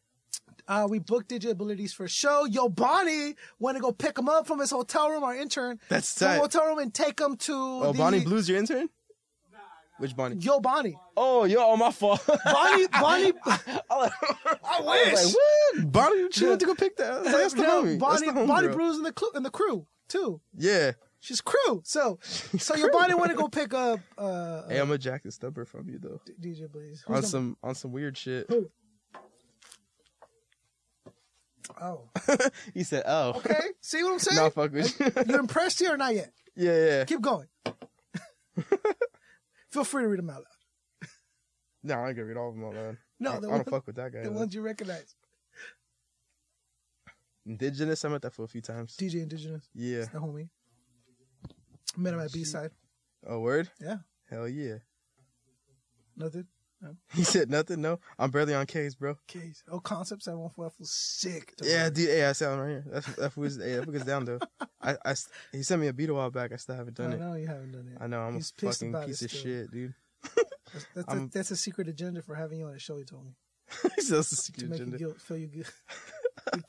[SPEAKER 2] Uh, we booked Digi Abilities for a show. Yo, Bonnie went to go pick him up from his hotel room, our intern.
[SPEAKER 3] That's
[SPEAKER 2] from
[SPEAKER 3] tight.
[SPEAKER 2] hotel room and take him to.
[SPEAKER 3] Oh,
[SPEAKER 2] the-
[SPEAKER 3] Bonnie Blue's your intern? Which Bonnie?
[SPEAKER 2] Yo, Bonnie.
[SPEAKER 3] Oh, yo, oh, my fault. [LAUGHS]
[SPEAKER 2] Bonnie, Bonnie.
[SPEAKER 3] I
[SPEAKER 2] wish.
[SPEAKER 3] was like, what? Bonnie, [LAUGHS] she went to go pick that. I was like, That's the
[SPEAKER 2] no,
[SPEAKER 3] homie. That's
[SPEAKER 2] Bonnie,
[SPEAKER 3] the homie
[SPEAKER 2] Bonnie
[SPEAKER 3] girl.
[SPEAKER 2] Brews in the, clu- in the crew, too.
[SPEAKER 3] Yeah.
[SPEAKER 2] She's crew. So, so your
[SPEAKER 3] crew.
[SPEAKER 2] Bonnie went to
[SPEAKER 3] [LAUGHS]
[SPEAKER 2] go pick up uh,
[SPEAKER 3] Hey, I'm gonna jack the stubber from you though.
[SPEAKER 2] DJ Abilities.
[SPEAKER 3] On some on some weird shit.
[SPEAKER 2] Who? Oh.
[SPEAKER 3] he said, "Oh,
[SPEAKER 2] Okay. See what I'm saying?
[SPEAKER 3] [LAUGHS] nah, [LAUGHS] fuck with you."
[SPEAKER 2] You impressed here or not yet?
[SPEAKER 3] [LAUGHS] yeah, yeah.
[SPEAKER 2] Keep going. Feel free to read them out loud.
[SPEAKER 3] No, I ain't gonna read all of them out loud.
[SPEAKER 2] No,
[SPEAKER 3] I, I
[SPEAKER 2] the
[SPEAKER 3] don't
[SPEAKER 2] one-
[SPEAKER 3] fuck with that guy.
[SPEAKER 2] The
[SPEAKER 3] though.
[SPEAKER 2] ones you recognize.
[SPEAKER 3] Indigenous, I met that for a few times.
[SPEAKER 2] DJ Indigenous,
[SPEAKER 3] Yeah.
[SPEAKER 2] the homie. Met him at B side.
[SPEAKER 3] A word?
[SPEAKER 2] Yeah.
[SPEAKER 3] Hell yeah. [LAUGHS]
[SPEAKER 2] Nothing.
[SPEAKER 3] He said nothing. No, I'm barely on K's, bro.
[SPEAKER 2] Case. Oh, concepts at one four. I feel sick. dog.
[SPEAKER 3] Yeah, dude. Hey, I sound right here. That's that was hey, that was down though. I, I s- he sent me a beat a while back. I still haven't
[SPEAKER 2] I
[SPEAKER 3] done it.
[SPEAKER 2] know you haven't done it.
[SPEAKER 3] I know I'm
[SPEAKER 2] He's
[SPEAKER 3] a
[SPEAKER 2] pissed
[SPEAKER 3] fucking
[SPEAKER 2] about it
[SPEAKER 3] piece of
[SPEAKER 2] still. [LAUGHS]
[SPEAKER 3] shit, dude. [LAUGHS]
[SPEAKER 2] That's, that's, a,
[SPEAKER 3] I'm-
[SPEAKER 2] that's a secret agenda for having you on the show. You told me
[SPEAKER 3] That's the
[SPEAKER 2] to
[SPEAKER 3] secret
[SPEAKER 2] make
[SPEAKER 3] agenda.
[SPEAKER 2] you guilt, feel you guilt.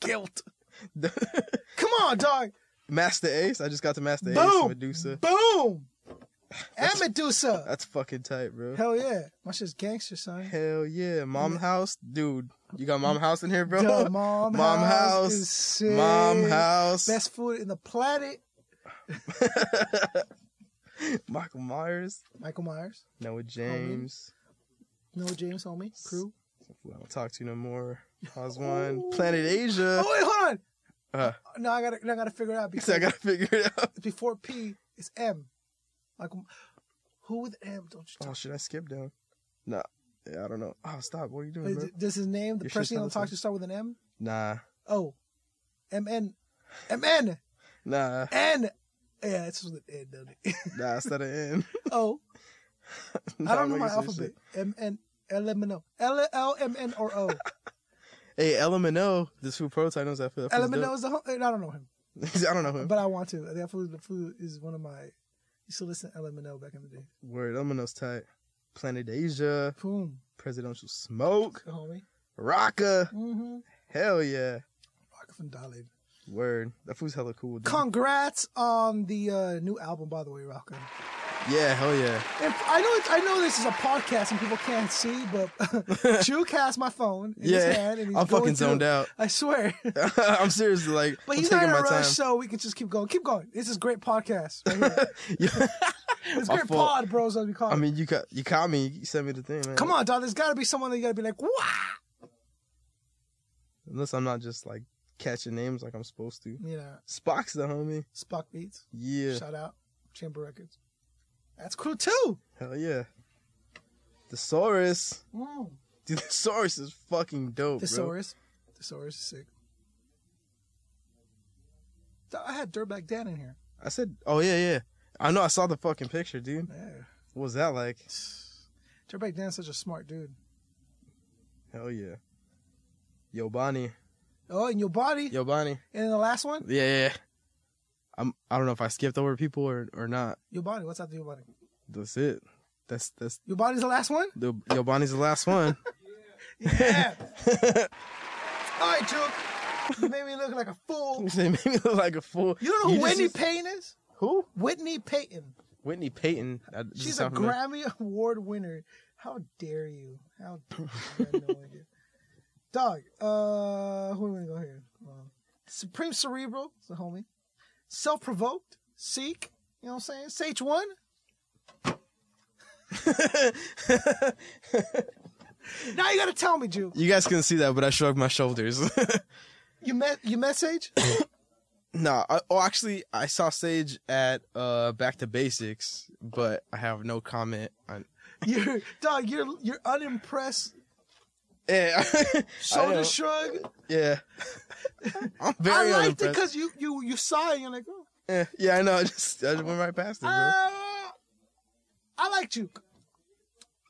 [SPEAKER 3] [LAUGHS]
[SPEAKER 2] guilt. Come on, dog.
[SPEAKER 3] Master Ace. I just got to Master Ace
[SPEAKER 2] Boom.
[SPEAKER 3] and Medusa.
[SPEAKER 2] Boom. And Medusa.
[SPEAKER 3] [LAUGHS] That's fucking tight, bro.
[SPEAKER 2] Hell yeah. My shit's gangster, son.
[SPEAKER 3] Hell yeah, mom house, dude. You got mom house in here, bro.
[SPEAKER 2] Duh, mom,
[SPEAKER 3] Mom
[SPEAKER 2] house,
[SPEAKER 3] House.
[SPEAKER 2] is sick.
[SPEAKER 3] Mom house. [LAUGHS]
[SPEAKER 2] Best food in the planet.
[SPEAKER 3] Michael Myers,
[SPEAKER 2] Michael Myers.
[SPEAKER 3] Noah James.
[SPEAKER 2] No James, homie. Crew.
[SPEAKER 3] Who I don't talk to
[SPEAKER 2] [LAUGHS]
[SPEAKER 3] no more. Oz one. Planet Asia.
[SPEAKER 2] Oh wait, hold on.
[SPEAKER 3] Uh, [LAUGHS]
[SPEAKER 2] No, I gotta, no, I gotta figure it out
[SPEAKER 3] so
[SPEAKER 2] because
[SPEAKER 3] I gotta figure it out.
[SPEAKER 2] before P, it's M. Like, who with M? Don't you?
[SPEAKER 3] Oh,
[SPEAKER 2] Talk?
[SPEAKER 3] should I skip down? Nah. Yeah, I don't know. Oh, stop. What are you doing,
[SPEAKER 2] Wait,
[SPEAKER 3] bro?
[SPEAKER 2] does his name, the
[SPEAKER 3] Your shit's
[SPEAKER 2] person you
[SPEAKER 3] not
[SPEAKER 2] don't talk
[SPEAKER 3] listening.
[SPEAKER 2] to, start with an M?
[SPEAKER 3] Nah.
[SPEAKER 2] Oh, M N, M N
[SPEAKER 3] Nah.
[SPEAKER 2] N. Yeah, it's with an N, doesn't it? [LAUGHS]
[SPEAKER 3] Nah, it's not an N.
[SPEAKER 2] oh,
[SPEAKER 3] Nah,
[SPEAKER 2] I don't
[SPEAKER 3] I'm
[SPEAKER 2] know
[SPEAKER 3] making
[SPEAKER 2] my
[SPEAKER 3] some
[SPEAKER 2] alphabet.
[SPEAKER 3] shit.
[SPEAKER 2] M N L M N O L L M N or
[SPEAKER 3] [LAUGHS]
[SPEAKER 2] O.
[SPEAKER 3] Hey, LMNO, this food prototype knows that food.
[SPEAKER 2] L M N O is the. Ho- I don't know him.
[SPEAKER 3] [LAUGHS] I don't know him.
[SPEAKER 2] But I want to. That food, the food is one of my. I used to listen to LMNO back in the day.
[SPEAKER 3] Word, LMNO's tight. Planet Asia,
[SPEAKER 2] Boom,
[SPEAKER 3] Presidential Smoke,
[SPEAKER 2] the homie.
[SPEAKER 3] Rocka.
[SPEAKER 2] Mm-hmm.
[SPEAKER 3] Hell yeah.
[SPEAKER 2] Rock from Dolly.
[SPEAKER 3] Word. That food's hella cool. Dude.
[SPEAKER 2] Congrats on the uh, new album, by the way, Rocco.
[SPEAKER 3] Yeah, hell yeah.
[SPEAKER 2] And I know it's, I know this is a podcast and people can't see, but [LAUGHS] Juke has my phone in
[SPEAKER 3] Yeah,
[SPEAKER 2] his hand and he's
[SPEAKER 3] I'm
[SPEAKER 2] going
[SPEAKER 3] fucking zoned
[SPEAKER 2] through.
[SPEAKER 3] out. [LAUGHS]
[SPEAKER 2] I swear. [LAUGHS]
[SPEAKER 3] I'm seriously like,
[SPEAKER 2] But
[SPEAKER 3] I'm
[SPEAKER 2] he's not
[SPEAKER 3] taking
[SPEAKER 2] in a
[SPEAKER 3] my
[SPEAKER 2] rush,
[SPEAKER 3] time.
[SPEAKER 2] so we can just keep going. Keep going. This is great podcast. Right here.
[SPEAKER 3] [LAUGHS] Yeah.
[SPEAKER 2] It's
[SPEAKER 3] My
[SPEAKER 2] great
[SPEAKER 3] fault.
[SPEAKER 2] pod, bros. As we call
[SPEAKER 3] I
[SPEAKER 2] it.
[SPEAKER 3] mean, you caught, you caught me. You sent me the thing, man.
[SPEAKER 2] Come on, dog. There's got to be someone that you got to be like, wow.
[SPEAKER 3] Unless I'm not just like catching names like I'm supposed to.
[SPEAKER 2] You know,
[SPEAKER 3] Spock's the homie.
[SPEAKER 2] Spock Beats.
[SPEAKER 3] Yeah.
[SPEAKER 2] Shout out Chamber Records. That's cool too.
[SPEAKER 3] Hell yeah. Thesaurus.
[SPEAKER 2] Mm.
[SPEAKER 3] Dude, [LAUGHS] Thesaurus is fucking dope, Oh, bro.
[SPEAKER 2] Thesaurus. Thesaurus is sick. Th- I had Dirtbag Dan in here.
[SPEAKER 3] I said, oh, yeah, yeah. I know I saw the fucking picture, dude.
[SPEAKER 2] Yeah. [SIGHS]
[SPEAKER 3] What was that like?
[SPEAKER 2] Dirtbag Dan's such a smart dude.
[SPEAKER 3] Hell yeah. Yo, Bonnie.
[SPEAKER 2] Oh, and your body.
[SPEAKER 3] Yo, Bonnie.
[SPEAKER 2] And then the last one,
[SPEAKER 3] Yeah, yeah, yeah. I'm, I don't know if I skipped over people or, or not.
[SPEAKER 2] your body. What's after your body?
[SPEAKER 3] That's it. That's that's
[SPEAKER 2] Your body's the last one?
[SPEAKER 3] the Yo Bonnie's the last
[SPEAKER 2] [LAUGHS]
[SPEAKER 3] one. [LAUGHS]
[SPEAKER 2] Yeah. [LAUGHS] All right, Juke. You made me look like a
[SPEAKER 3] [LAUGHS]
[SPEAKER 2] fool.
[SPEAKER 3] they made me look like a fool.
[SPEAKER 2] You don't know who
[SPEAKER 3] just-
[SPEAKER 2] Whitney Payton is?
[SPEAKER 3] who?
[SPEAKER 2] Whitney Payton.
[SPEAKER 3] Whitney Payton. That doesn't
[SPEAKER 2] She's a
[SPEAKER 3] sound familiar.
[SPEAKER 2] Grammy [LAUGHS] Award winner. How dare you? How [LAUGHS] dare you? I had no idea. Dog, uh, who are we gonna go here? Um, Supreme Cerebral, it's a homie. Self provoked, seek, you know what I'm saying? Sage
[SPEAKER 3] [LAUGHS]
[SPEAKER 2] one. now you gotta tell me, Jew.
[SPEAKER 3] You guys couldn't see that, but I shrugged
[SPEAKER 2] [LAUGHS]
[SPEAKER 3] my shoulders. [LAUGHS]
[SPEAKER 2] You met you met Sage?
[SPEAKER 3] nah. I, oh, actually, I saw Sage at uh Back to Basics, but I have no comment on. [LAUGHS]
[SPEAKER 2] You're dog. You're you're unimpressed.
[SPEAKER 3] Yeah. I know.
[SPEAKER 2] Shoulder shrug. [LAUGHS]
[SPEAKER 3] yeah. [LAUGHS] I'm
[SPEAKER 2] I
[SPEAKER 3] very
[SPEAKER 2] liked it
[SPEAKER 3] unimpressed.
[SPEAKER 2] because you you you saw it. And you're like, oh,
[SPEAKER 3] Yeah, Eh, yeah, I know. [LAUGHS] I just, I just went right past it, bro.
[SPEAKER 2] uh, I liked you.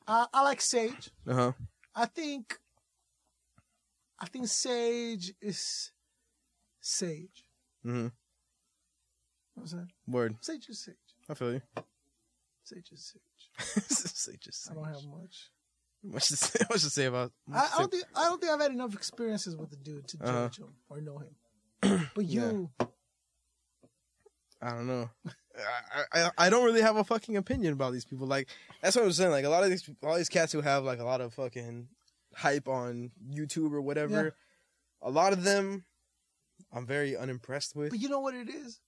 [SPEAKER 2] I I like Sage.
[SPEAKER 3] Uh huh.
[SPEAKER 2] I think. I think Sage is Sage.
[SPEAKER 3] Mhm.
[SPEAKER 2] What was that?
[SPEAKER 3] Word.
[SPEAKER 2] Sage is Sage.
[SPEAKER 3] I feel you. [LAUGHS]
[SPEAKER 2] Sage is Sage.
[SPEAKER 3] It's like just,
[SPEAKER 2] I don't have much.
[SPEAKER 3] much to say, [LAUGHS] much to say about. much
[SPEAKER 2] I, I
[SPEAKER 3] to say-
[SPEAKER 2] don't think I don't think I've had enough experiences with the dude to
[SPEAKER 3] Uh-huh.
[SPEAKER 2] judge him or know him.
[SPEAKER 3] [CLEARS THROAT]
[SPEAKER 2] But you,
[SPEAKER 3] I don't know. I, I I don't really have a fucking opinion about these people. Like that's what I'm saying. Like a lot of these all these cats who have like a lot of fucking hype on YouTube or whatever. A lot of them, I'm very unimpressed with.
[SPEAKER 2] but you know what it is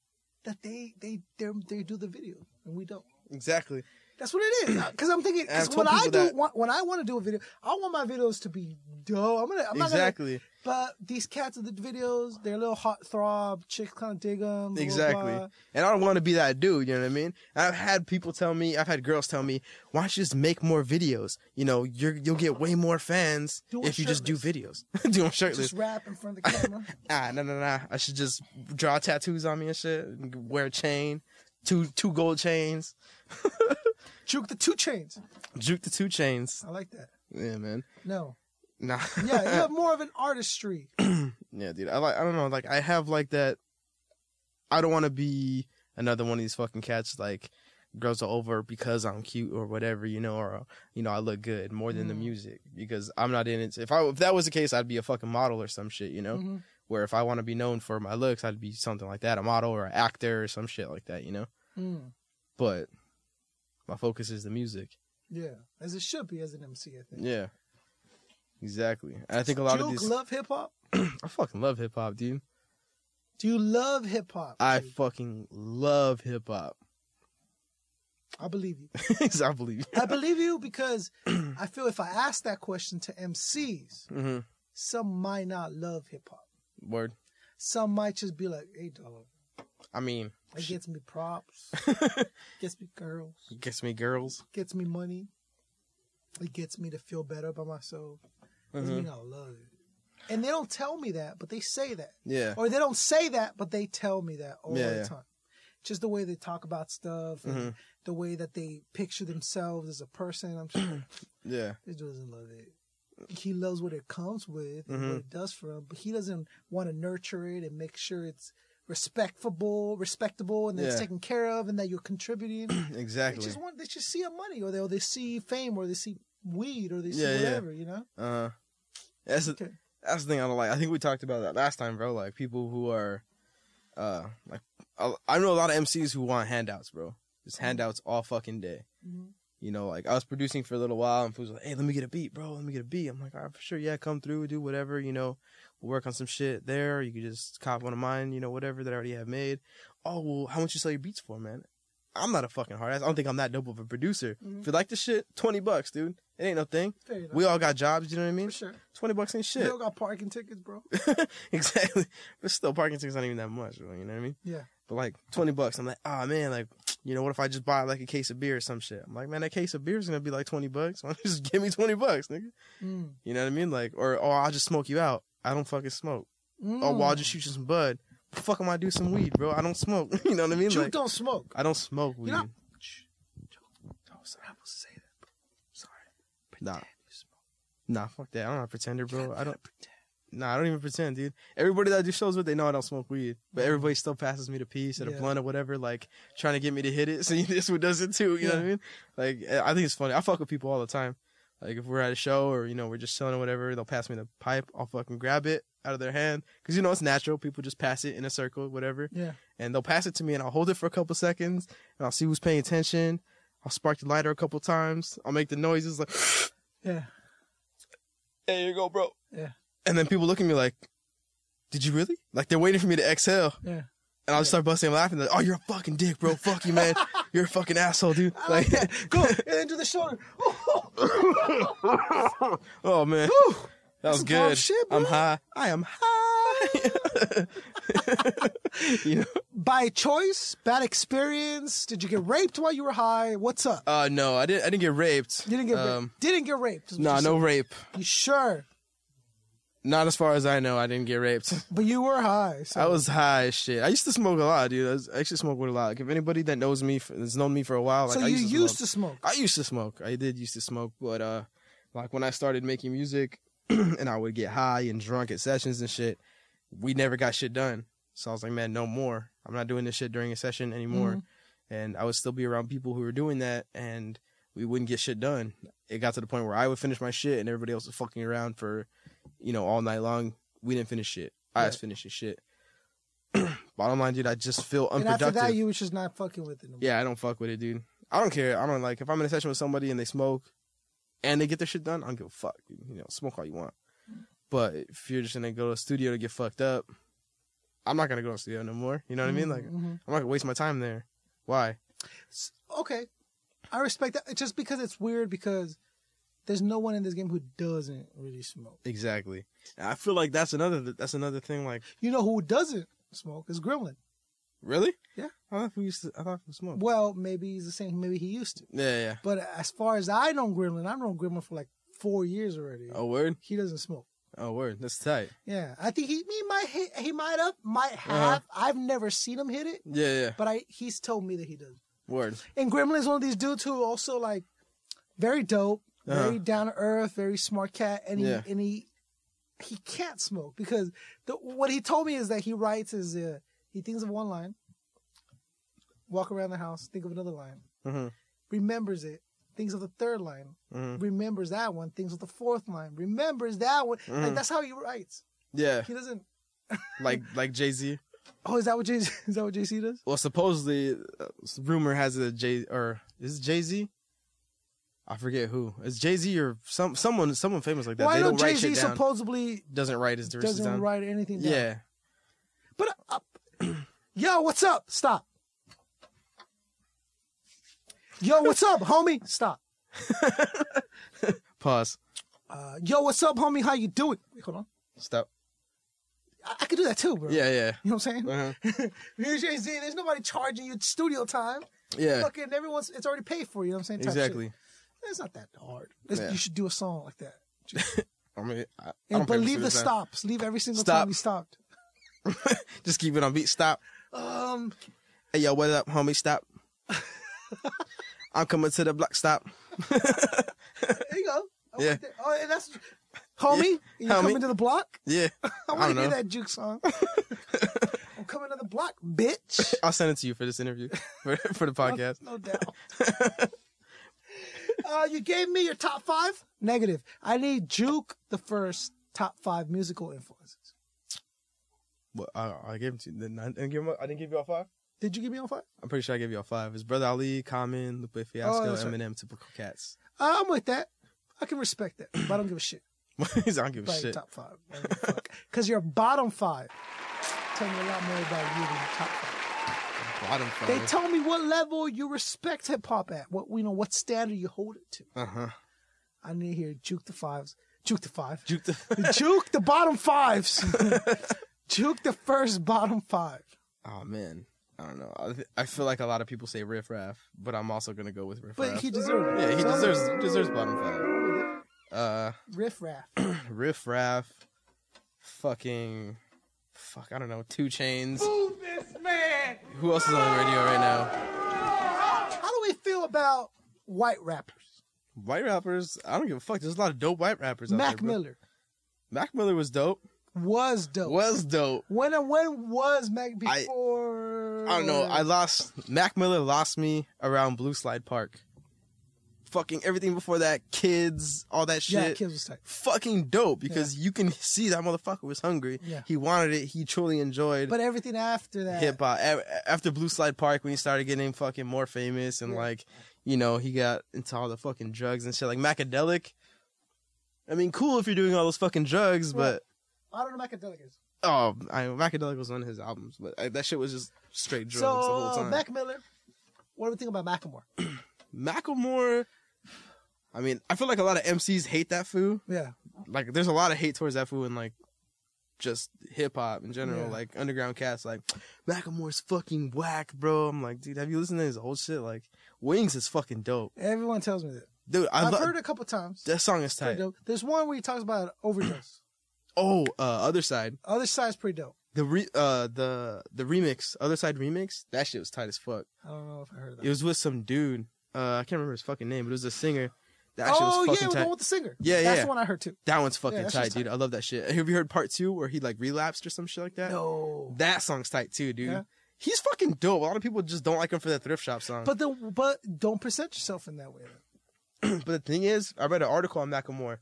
[SPEAKER 2] that they they they they do the video and we don't.
[SPEAKER 3] Exactly.
[SPEAKER 2] That's what it
[SPEAKER 3] [CLEARS THROAT]
[SPEAKER 2] is. Because I'm thinking,
[SPEAKER 3] And I've
[SPEAKER 2] cause when
[SPEAKER 3] told
[SPEAKER 2] I do
[SPEAKER 3] people that-
[SPEAKER 2] want, when I want to do a video, I want my videos to be dope. I'm gonna, I'm not gonna.
[SPEAKER 3] exactly.
[SPEAKER 2] But these cats of the videos, they're a little hot throb. Chicks kind of dig them.
[SPEAKER 3] Exactly. And I don't want to be that dude, you know what I mean? And I've had people tell me, I've had girls tell me, why don't you just make more videos? You know, you're, you'll get way more fans
[SPEAKER 2] Do 'em
[SPEAKER 3] if you just do videos. [LAUGHS] do them shirtless.
[SPEAKER 2] Just rap in front of the
[SPEAKER 3] [LAUGHS]
[SPEAKER 2] camera.
[SPEAKER 3] ah, no, no, no. I should just draw tattoos on me and shit, and wear a chain, two two gold chains,
[SPEAKER 2] Juke the two chains.
[SPEAKER 3] juke the two chains.
[SPEAKER 2] I like that.
[SPEAKER 3] Yeah, man.
[SPEAKER 2] No.
[SPEAKER 3] Nah. [LAUGHS]
[SPEAKER 2] Yeah, you have more of an artistry.
[SPEAKER 3] Yeah, dude. I like. I don't know. Like, I have like that. I don't want to be another one of these fucking cats. Like, girls are over because I'm cute or whatever, you know, or you know, I look good more than the music because I'm not in it. If I if that was the case, I'd be a fucking model or some shit, you know.
[SPEAKER 2] Mhm.
[SPEAKER 3] Where if I want to be known for my looks, I'd be something like that, a model or an actor or some shit like that, you know.
[SPEAKER 2] Mm.
[SPEAKER 3] But my focus is the music.
[SPEAKER 2] Yeah, as it should be as an MC. I think.
[SPEAKER 3] Yeah. Exactly. And I think a lot
[SPEAKER 2] do
[SPEAKER 3] of
[SPEAKER 2] you
[SPEAKER 3] these
[SPEAKER 2] love hip hop?
[SPEAKER 3] I fucking love hip hop, dude.
[SPEAKER 2] Do you love hip hop?
[SPEAKER 3] I
[SPEAKER 2] Juke?
[SPEAKER 3] fucking love hip hop.
[SPEAKER 2] I believe you.
[SPEAKER 3] I believe
[SPEAKER 2] I believe you
[SPEAKER 3] [CLEARS THROAT]
[SPEAKER 2] because I feel if I ask that question to MCs,
[SPEAKER 3] you. hmm
[SPEAKER 2] some might not love hip hop.
[SPEAKER 3] Word.
[SPEAKER 2] Some might just be like, hey,
[SPEAKER 3] Oh,
[SPEAKER 2] dog,
[SPEAKER 3] I mean,
[SPEAKER 2] it gets me
[SPEAKER 3] [LAUGHS]
[SPEAKER 2] props, gets me girls,
[SPEAKER 3] gets me girls.
[SPEAKER 2] gets me money, it gets me to feel better about myself. Doesn't
[SPEAKER 3] Mm-hmm.
[SPEAKER 2] mean I love it. And they don't tell me that, but they say that.
[SPEAKER 3] Yeah.
[SPEAKER 2] Or they don't say that, but they tell me that all
[SPEAKER 3] Yeah,
[SPEAKER 2] the
[SPEAKER 3] yeah. Mm-hmm.
[SPEAKER 2] time. Just the way they talk about stuff and the way that they picture themselves as a person. I'm sure
[SPEAKER 3] Yeah.
[SPEAKER 2] This dude doesn't love it. He loves what it comes with and what it
[SPEAKER 3] Mm-hmm.
[SPEAKER 2] does for him, but he doesn't want to nurture it and make sure it's respectable, respectable, and that it's
[SPEAKER 3] Yeah.
[SPEAKER 2] taken care of, and that you're
[SPEAKER 3] [CLEARS THROAT]
[SPEAKER 2] contributing. they
[SPEAKER 3] Exactly.
[SPEAKER 2] just want they just see a money, or they or they see fame, or they see weed, or they see
[SPEAKER 3] Yeah, yeah.
[SPEAKER 2] whatever, you know.
[SPEAKER 3] Uh, that's the,
[SPEAKER 2] Okay.
[SPEAKER 3] that's the thing I don't like. I think we talked about that last time, bro. Like people who are, uh, like I, I know a lot of MCs who want handouts, bro. Just handouts all fucking day.
[SPEAKER 2] Mhm.
[SPEAKER 3] You know, like I was producing for a little while, and people was like, "Hey, let me get a beat, bro. Let me get a beat." I'm like, "All right, for sure, yeah, come through, do whatever. You know, we'll work on some shit there. You could just cop one of mine, you know, whatever that I already have made." Oh well, how much you sell your beats for, man? I'm not a fucking hard ass. I don't think I'm that dope of a producer.
[SPEAKER 2] Mm-hmm.
[SPEAKER 3] If you like the shit, twenty bucks, dude. It ain't no thing.
[SPEAKER 2] Fair enough.
[SPEAKER 3] We all got jobs, you know what I mean?
[SPEAKER 2] for sure.
[SPEAKER 3] Twenty bucks ain't
[SPEAKER 2] They
[SPEAKER 3] shit.
[SPEAKER 2] all got parking tickets,
[SPEAKER 3] [LAUGHS]
[SPEAKER 2] bro.
[SPEAKER 3] exactly. But still, parking tickets not even that much, bro, you know what I mean?
[SPEAKER 2] Yeah.
[SPEAKER 3] But like twenty bucks, I'm like, ah man, like, you know, what if I just buy like a case of beer or some shit? I'm like, man, that case of beer is gonna be like twenty bucks. [LAUGHS] Why don't you just give me twenty bucks, nigga?
[SPEAKER 2] Mm.
[SPEAKER 3] You know what I mean? Like, or oh, I'll just smoke you out. I don't fucking smoke. Oh,
[SPEAKER 2] Mm.
[SPEAKER 3] well, I'll just shoot you some bud. The fuck am I do some weed, bro? I don't smoke. [LAUGHS] you know what I mean?
[SPEAKER 2] Juke
[SPEAKER 3] Like,
[SPEAKER 2] don't smoke.
[SPEAKER 3] I don't smoke weed.
[SPEAKER 2] You're not. Shh. Juke, don't say that. I'm supposed to say that. bro. Sorry.
[SPEAKER 3] Nah.
[SPEAKER 2] You smoke.
[SPEAKER 3] Nah, fuck that. I'm not a pretender, bro. I don't.
[SPEAKER 2] pretend.
[SPEAKER 3] Nah, I don't even pretend, dude. Everybody that I do shows with, they know I don't smoke weed, but everybody still passes me the piece at a
[SPEAKER 2] Yeah.
[SPEAKER 3] blunt or whatever, like trying to get me to hit it. [LAUGHS] So this one does it too. You know what I mean? Like eh, I think it's funny. I fuck with people all the time. Like if we're at a show or you know we're just chilling or whatever, they'll pass me the pipe. I'll fucking grab it out of their hand because you know it's natural. People just pass it in a circle, whatever,
[SPEAKER 2] Yeah.
[SPEAKER 3] and they'll pass it to me, and I'll hold it for a couple seconds, and I'll see who's paying attention. I'll spark the lighter a couple times. I'll make the noises like,
[SPEAKER 2] Yeah.
[SPEAKER 3] "There you go, bro."
[SPEAKER 2] Yeah.
[SPEAKER 3] and then people look at me like, "Did you really?" Like they're waiting for me to exhale,
[SPEAKER 2] Yeah.
[SPEAKER 3] and I'll just start busting and laughing. Like, "Oh, you're a fucking dick, bro. Fuck you, man. You're a fucking asshole, dude."
[SPEAKER 2] I like
[SPEAKER 3] [LAUGHS]
[SPEAKER 2] that. Go and then do the shoulder. [LAUGHS]
[SPEAKER 3] oh man, that was Oh,
[SPEAKER 2] some bomb
[SPEAKER 3] good.
[SPEAKER 2] shit,
[SPEAKER 3] I'm
[SPEAKER 2] bro.
[SPEAKER 3] high. [LAUGHS] I am high. you know?
[SPEAKER 2] By choice, bad experience. Did you get raped while you were high? What's up?
[SPEAKER 3] Uh, no, I didn't. I didn't get raped.
[SPEAKER 2] You didn't get
[SPEAKER 3] Um,
[SPEAKER 2] raped. Didn't get raped. is what
[SPEAKER 3] No,
[SPEAKER 2] you
[SPEAKER 3] no rape.
[SPEAKER 2] said. You sure?
[SPEAKER 3] Not as far as I know. I didn't
[SPEAKER 2] [LAUGHS]
[SPEAKER 3] get raped.
[SPEAKER 2] But you were high. So.
[SPEAKER 3] I was high as shit. I used to smoke a lot, dude. I, was, I actually smoke with a lot. Like, if anybody that knows me, for, that's known me for a while, like
[SPEAKER 2] so
[SPEAKER 3] I
[SPEAKER 2] you
[SPEAKER 3] used, to,
[SPEAKER 2] used
[SPEAKER 3] smoke.
[SPEAKER 2] to smoke.
[SPEAKER 3] I used to smoke. I did used to smoke, but uh, like when I started making music, [CLEARS THROAT] and I would get high and drunk at sessions and shit, we never got shit done. So I was like, man, no more. I'm not doing this shit during a session anymore. And I would still be around people who were doing that, and we wouldn't get shit done. It got to the point where I would finish my shit, and everybody else was fucking around for, you know, all night long. We didn't finish shit. I was finishing shit. [CLEARS THROAT] Bottom line, dude, I just feel
[SPEAKER 2] and
[SPEAKER 3] unproductive.
[SPEAKER 2] after that, you was just not fucking with it. no more.
[SPEAKER 3] Yeah, I don't fuck with it, dude. I don't care. I don't like if I'm in a session with somebody and they smoke and they get their shit done, I don't give a fuck. dude. You know, smoke all you want. But if you're just gonna go to a studio to get fucked up, I'm not gonna go to a studio no more. You know what I mean? Like
[SPEAKER 2] Mhm.
[SPEAKER 3] I'm not gonna waste my time there. Why?
[SPEAKER 2] Okay. I respect that. It's just because it's weird because there's no one in this game who doesn't really smoke.
[SPEAKER 3] Exactly. And I feel like that's another that's another thing like
[SPEAKER 2] You know who doesn't smoke is Gremlin.
[SPEAKER 3] really?
[SPEAKER 2] Yeah.
[SPEAKER 3] I thought we used to I thought we smoked.
[SPEAKER 2] Well, maybe he's the same. Maybe he used to.
[SPEAKER 3] Yeah, yeah.
[SPEAKER 2] But as far as I know Gremlin, I've known Gremlin for like four years already.
[SPEAKER 3] Oh word?
[SPEAKER 2] He doesn't smoke.
[SPEAKER 3] Oh word. That's tight.
[SPEAKER 2] Yeah, I think he, he might hit, he might up might
[SPEAKER 3] Uh-huh.
[SPEAKER 2] have. I've never seen him hit it,
[SPEAKER 3] Yeah, yeah.
[SPEAKER 2] but I he's told me that he does.
[SPEAKER 3] Word.
[SPEAKER 2] And Gremlin is one of these dudes who also like very dope, very
[SPEAKER 3] Uh-huh.
[SPEAKER 2] down to earth, very smart cat, and he
[SPEAKER 3] Yeah.
[SPEAKER 2] and he he can't smoke because the, what he told me is that he writes is uh, he thinks of one line, walk around the house, think of another line,
[SPEAKER 3] Mhm.
[SPEAKER 2] remembers it, thinks of the third line,
[SPEAKER 3] Mhm.
[SPEAKER 2] remembers that one, thinks of the fourth line, remembers that one. Like
[SPEAKER 3] Mhm.
[SPEAKER 2] that's how he writes.
[SPEAKER 3] Yeah.
[SPEAKER 2] He doesn't.
[SPEAKER 3] Like like Jay-Z.
[SPEAKER 2] Oh, is that what Jay? [LAUGHS] Is that what JC does?
[SPEAKER 3] well, supposedly, uh, rumor has it that Jay or is Jay Z? I forget who. It's Jay Z or some someone someone famous like that.
[SPEAKER 2] Why
[SPEAKER 3] they
[SPEAKER 2] well,
[SPEAKER 3] don't
[SPEAKER 2] do Jay
[SPEAKER 3] write
[SPEAKER 2] Z
[SPEAKER 3] shit down.
[SPEAKER 2] supposedly
[SPEAKER 3] doesn't write his verses
[SPEAKER 2] doesn't
[SPEAKER 3] down.
[SPEAKER 2] write anything down?
[SPEAKER 3] yeah.
[SPEAKER 2] But uh, [CLEARS THROAT] yo, what's up? Stop. Yo, what's
[SPEAKER 3] [LAUGHS]
[SPEAKER 2] up, homie? Stop.
[SPEAKER 3] Pause.
[SPEAKER 2] Uh, yo, what's up, homie? How you doing? Wait, hold on.
[SPEAKER 3] Stop.
[SPEAKER 2] I, I could do that too, bro.
[SPEAKER 3] Yeah, yeah,
[SPEAKER 2] [LAUGHS] You know what I'm saying?
[SPEAKER 3] Uh-huh.
[SPEAKER 2] Here's Jay Z. There's nobody charging you studio time.
[SPEAKER 3] yeah.
[SPEAKER 2] Fucking everyone's. It's already paid for. You know what I'm saying? Type shit.
[SPEAKER 3] Exactly.
[SPEAKER 2] It's not that hard. It's-
[SPEAKER 3] Yeah.
[SPEAKER 2] You should do a song like that.
[SPEAKER 3] I mean, I, I
[SPEAKER 2] And
[SPEAKER 3] don't care
[SPEAKER 2] but
[SPEAKER 3] if
[SPEAKER 2] leave the
[SPEAKER 3] it's down.
[SPEAKER 2] stops. Leave every single
[SPEAKER 3] Stop.
[SPEAKER 2] time you stopped.
[SPEAKER 3] Just keep it on beat. Stop.
[SPEAKER 2] Um,
[SPEAKER 3] Hey yo, what up,
[SPEAKER 2] [LAUGHS]
[SPEAKER 3] homie? Stop. I'm coming to the block. Stop.
[SPEAKER 2] there you go. I
[SPEAKER 3] Yeah.
[SPEAKER 2] like that. Oh, and that's homie. You
[SPEAKER 3] Homie.
[SPEAKER 2] coming to the block?
[SPEAKER 3] Yeah.
[SPEAKER 2] [LAUGHS] I
[SPEAKER 3] I
[SPEAKER 2] want
[SPEAKER 3] don't
[SPEAKER 2] to hear
[SPEAKER 3] know.
[SPEAKER 2] that juke
[SPEAKER 3] [LAUGHS]
[SPEAKER 2] song. I'm coming to the block, bitch.
[SPEAKER 3] I'll send it to you for this interview [LAUGHS] for, for the podcast.
[SPEAKER 2] No doubt.
[SPEAKER 3] [LAUGHS]
[SPEAKER 2] uh, you gave me your top five. Negative. I need Juke the first top five musical influences.
[SPEAKER 3] Well, I, I gave it to you. Didn't I, I didn't give him, I didn't give you all five.
[SPEAKER 2] Did you give me all five?
[SPEAKER 3] I'm pretty sure I gave y'all five. It's Brother Ali, Common, Lupe Fiasco,
[SPEAKER 2] Oh, that's right.
[SPEAKER 3] Eminem, Typical Cats. [LAUGHS]
[SPEAKER 2] Uh, I'm with that. I can respect that, but I don't give a shit
[SPEAKER 3] He's- I don't give a
[SPEAKER 2] about your
[SPEAKER 3] shit.
[SPEAKER 2] top five. Because your bottom five tell me a lot more about you than your top five.
[SPEAKER 3] Bottom five.
[SPEAKER 2] They tell me what level you respect hip hop at. What you know, what standard you hold it to.
[SPEAKER 3] [LAUGHS] uh-huh.
[SPEAKER 2] I need to hear juke the fives, juke the five,
[SPEAKER 3] Juke the-
[SPEAKER 2] [LAUGHS] juke the bottom
[SPEAKER 3] [LAUGHS]
[SPEAKER 2] fives, juke the first bottom five.
[SPEAKER 3] oh, man. I don't know. I, th- I feel like a lot of people say Riff Raff, but I'm also going to go with Riff
[SPEAKER 2] But
[SPEAKER 3] Raff.
[SPEAKER 2] he deserved it.
[SPEAKER 3] [LAUGHS] yeah, he
[SPEAKER 2] So,
[SPEAKER 3] deserves deserves bottom five.
[SPEAKER 2] riff raff. [CLEARS THROAT]
[SPEAKER 3] Uh, Riff Raff, fucking, fuck, I don't know, Two Chains. Who else is on the radio right now?
[SPEAKER 2] How do we feel about white rappers?
[SPEAKER 3] White rappers, I don't give a fuck. There's a lot of dope white rappers out
[SPEAKER 2] Mac
[SPEAKER 3] there. bro.
[SPEAKER 2] Miller
[SPEAKER 3] Mac Miller was dope.
[SPEAKER 2] was dope.
[SPEAKER 3] Was dope.
[SPEAKER 2] When and when was Mac
[SPEAKER 3] I-
[SPEAKER 2] before?
[SPEAKER 3] I don't know.
[SPEAKER 2] Mm.
[SPEAKER 3] I lost Mac Miller lost me around Blue Slide Park. Fucking everything before that, kids, all that shit.
[SPEAKER 2] yeah, kids was tight.
[SPEAKER 3] Fucking dope because you can see that motherfucker was hungry.
[SPEAKER 2] Yeah.
[SPEAKER 3] He wanted it. He truly enjoyed
[SPEAKER 2] But uh, everything after that,
[SPEAKER 3] hip hop. A- After Blue Slide Park, when he started getting fucking more famous and like, you know, he got into all the fucking drugs and shit. Like Macadelic. I mean, cool if you're doing all those fucking drugs, but
[SPEAKER 2] I don't know Macadelic is.
[SPEAKER 3] oh, I, Macadelic was one of his albums, but I, that shit was just straight drugs
[SPEAKER 2] So
[SPEAKER 3] the whole
[SPEAKER 2] uh,
[SPEAKER 3] time.
[SPEAKER 2] Mac Miller. What do we think about Macklemore?
[SPEAKER 3] Macklemore. I mean, I feel like a lot of MCs hate that foo.
[SPEAKER 2] Yeah.
[SPEAKER 3] Like, there's a lot of hate towards that foo in like just hip hop in general,
[SPEAKER 2] Yeah.
[SPEAKER 3] like underground cats, like Macklemore's fucking whack, bro. I'm like, dude, have you listened to his old shit? Like, Wings is fucking dope,
[SPEAKER 2] Everyone tells me that.
[SPEAKER 3] dude. I
[SPEAKER 2] I've
[SPEAKER 3] lo-
[SPEAKER 2] heard it a couple times.
[SPEAKER 3] that song is
[SPEAKER 2] Pretty
[SPEAKER 3] tight.
[SPEAKER 2] dope. There's one where he talks about an overdose.
[SPEAKER 3] Oh, uh, other side,
[SPEAKER 2] Other side's pretty dope.
[SPEAKER 3] the re- uh, the the remix, other side remix, that shit was tight as fuck.
[SPEAKER 2] I don't know if I heard that.
[SPEAKER 3] It was with some dude, uh, I can't remember his fucking name, but it was a singer. That shit
[SPEAKER 2] oh
[SPEAKER 3] was
[SPEAKER 2] yeah,
[SPEAKER 3] fucking
[SPEAKER 2] the
[SPEAKER 3] tight.
[SPEAKER 2] one with the singer.
[SPEAKER 3] Yeah,
[SPEAKER 2] That's
[SPEAKER 3] yeah.
[SPEAKER 2] the one I heard too.
[SPEAKER 3] That one's fucking
[SPEAKER 2] that's
[SPEAKER 3] tight,
[SPEAKER 2] just
[SPEAKER 3] dude. I love that shit. Have you heard part two where he like relapsed or some shit like that?
[SPEAKER 2] No.
[SPEAKER 3] That song's tight too, dude.
[SPEAKER 2] Yeah.
[SPEAKER 3] He's fucking dope. A lot of people just don't like him for that thrift shop song. But,
[SPEAKER 2] But the but don't present yourself in that way.
[SPEAKER 3] the thing is, I read an article on Macklemore.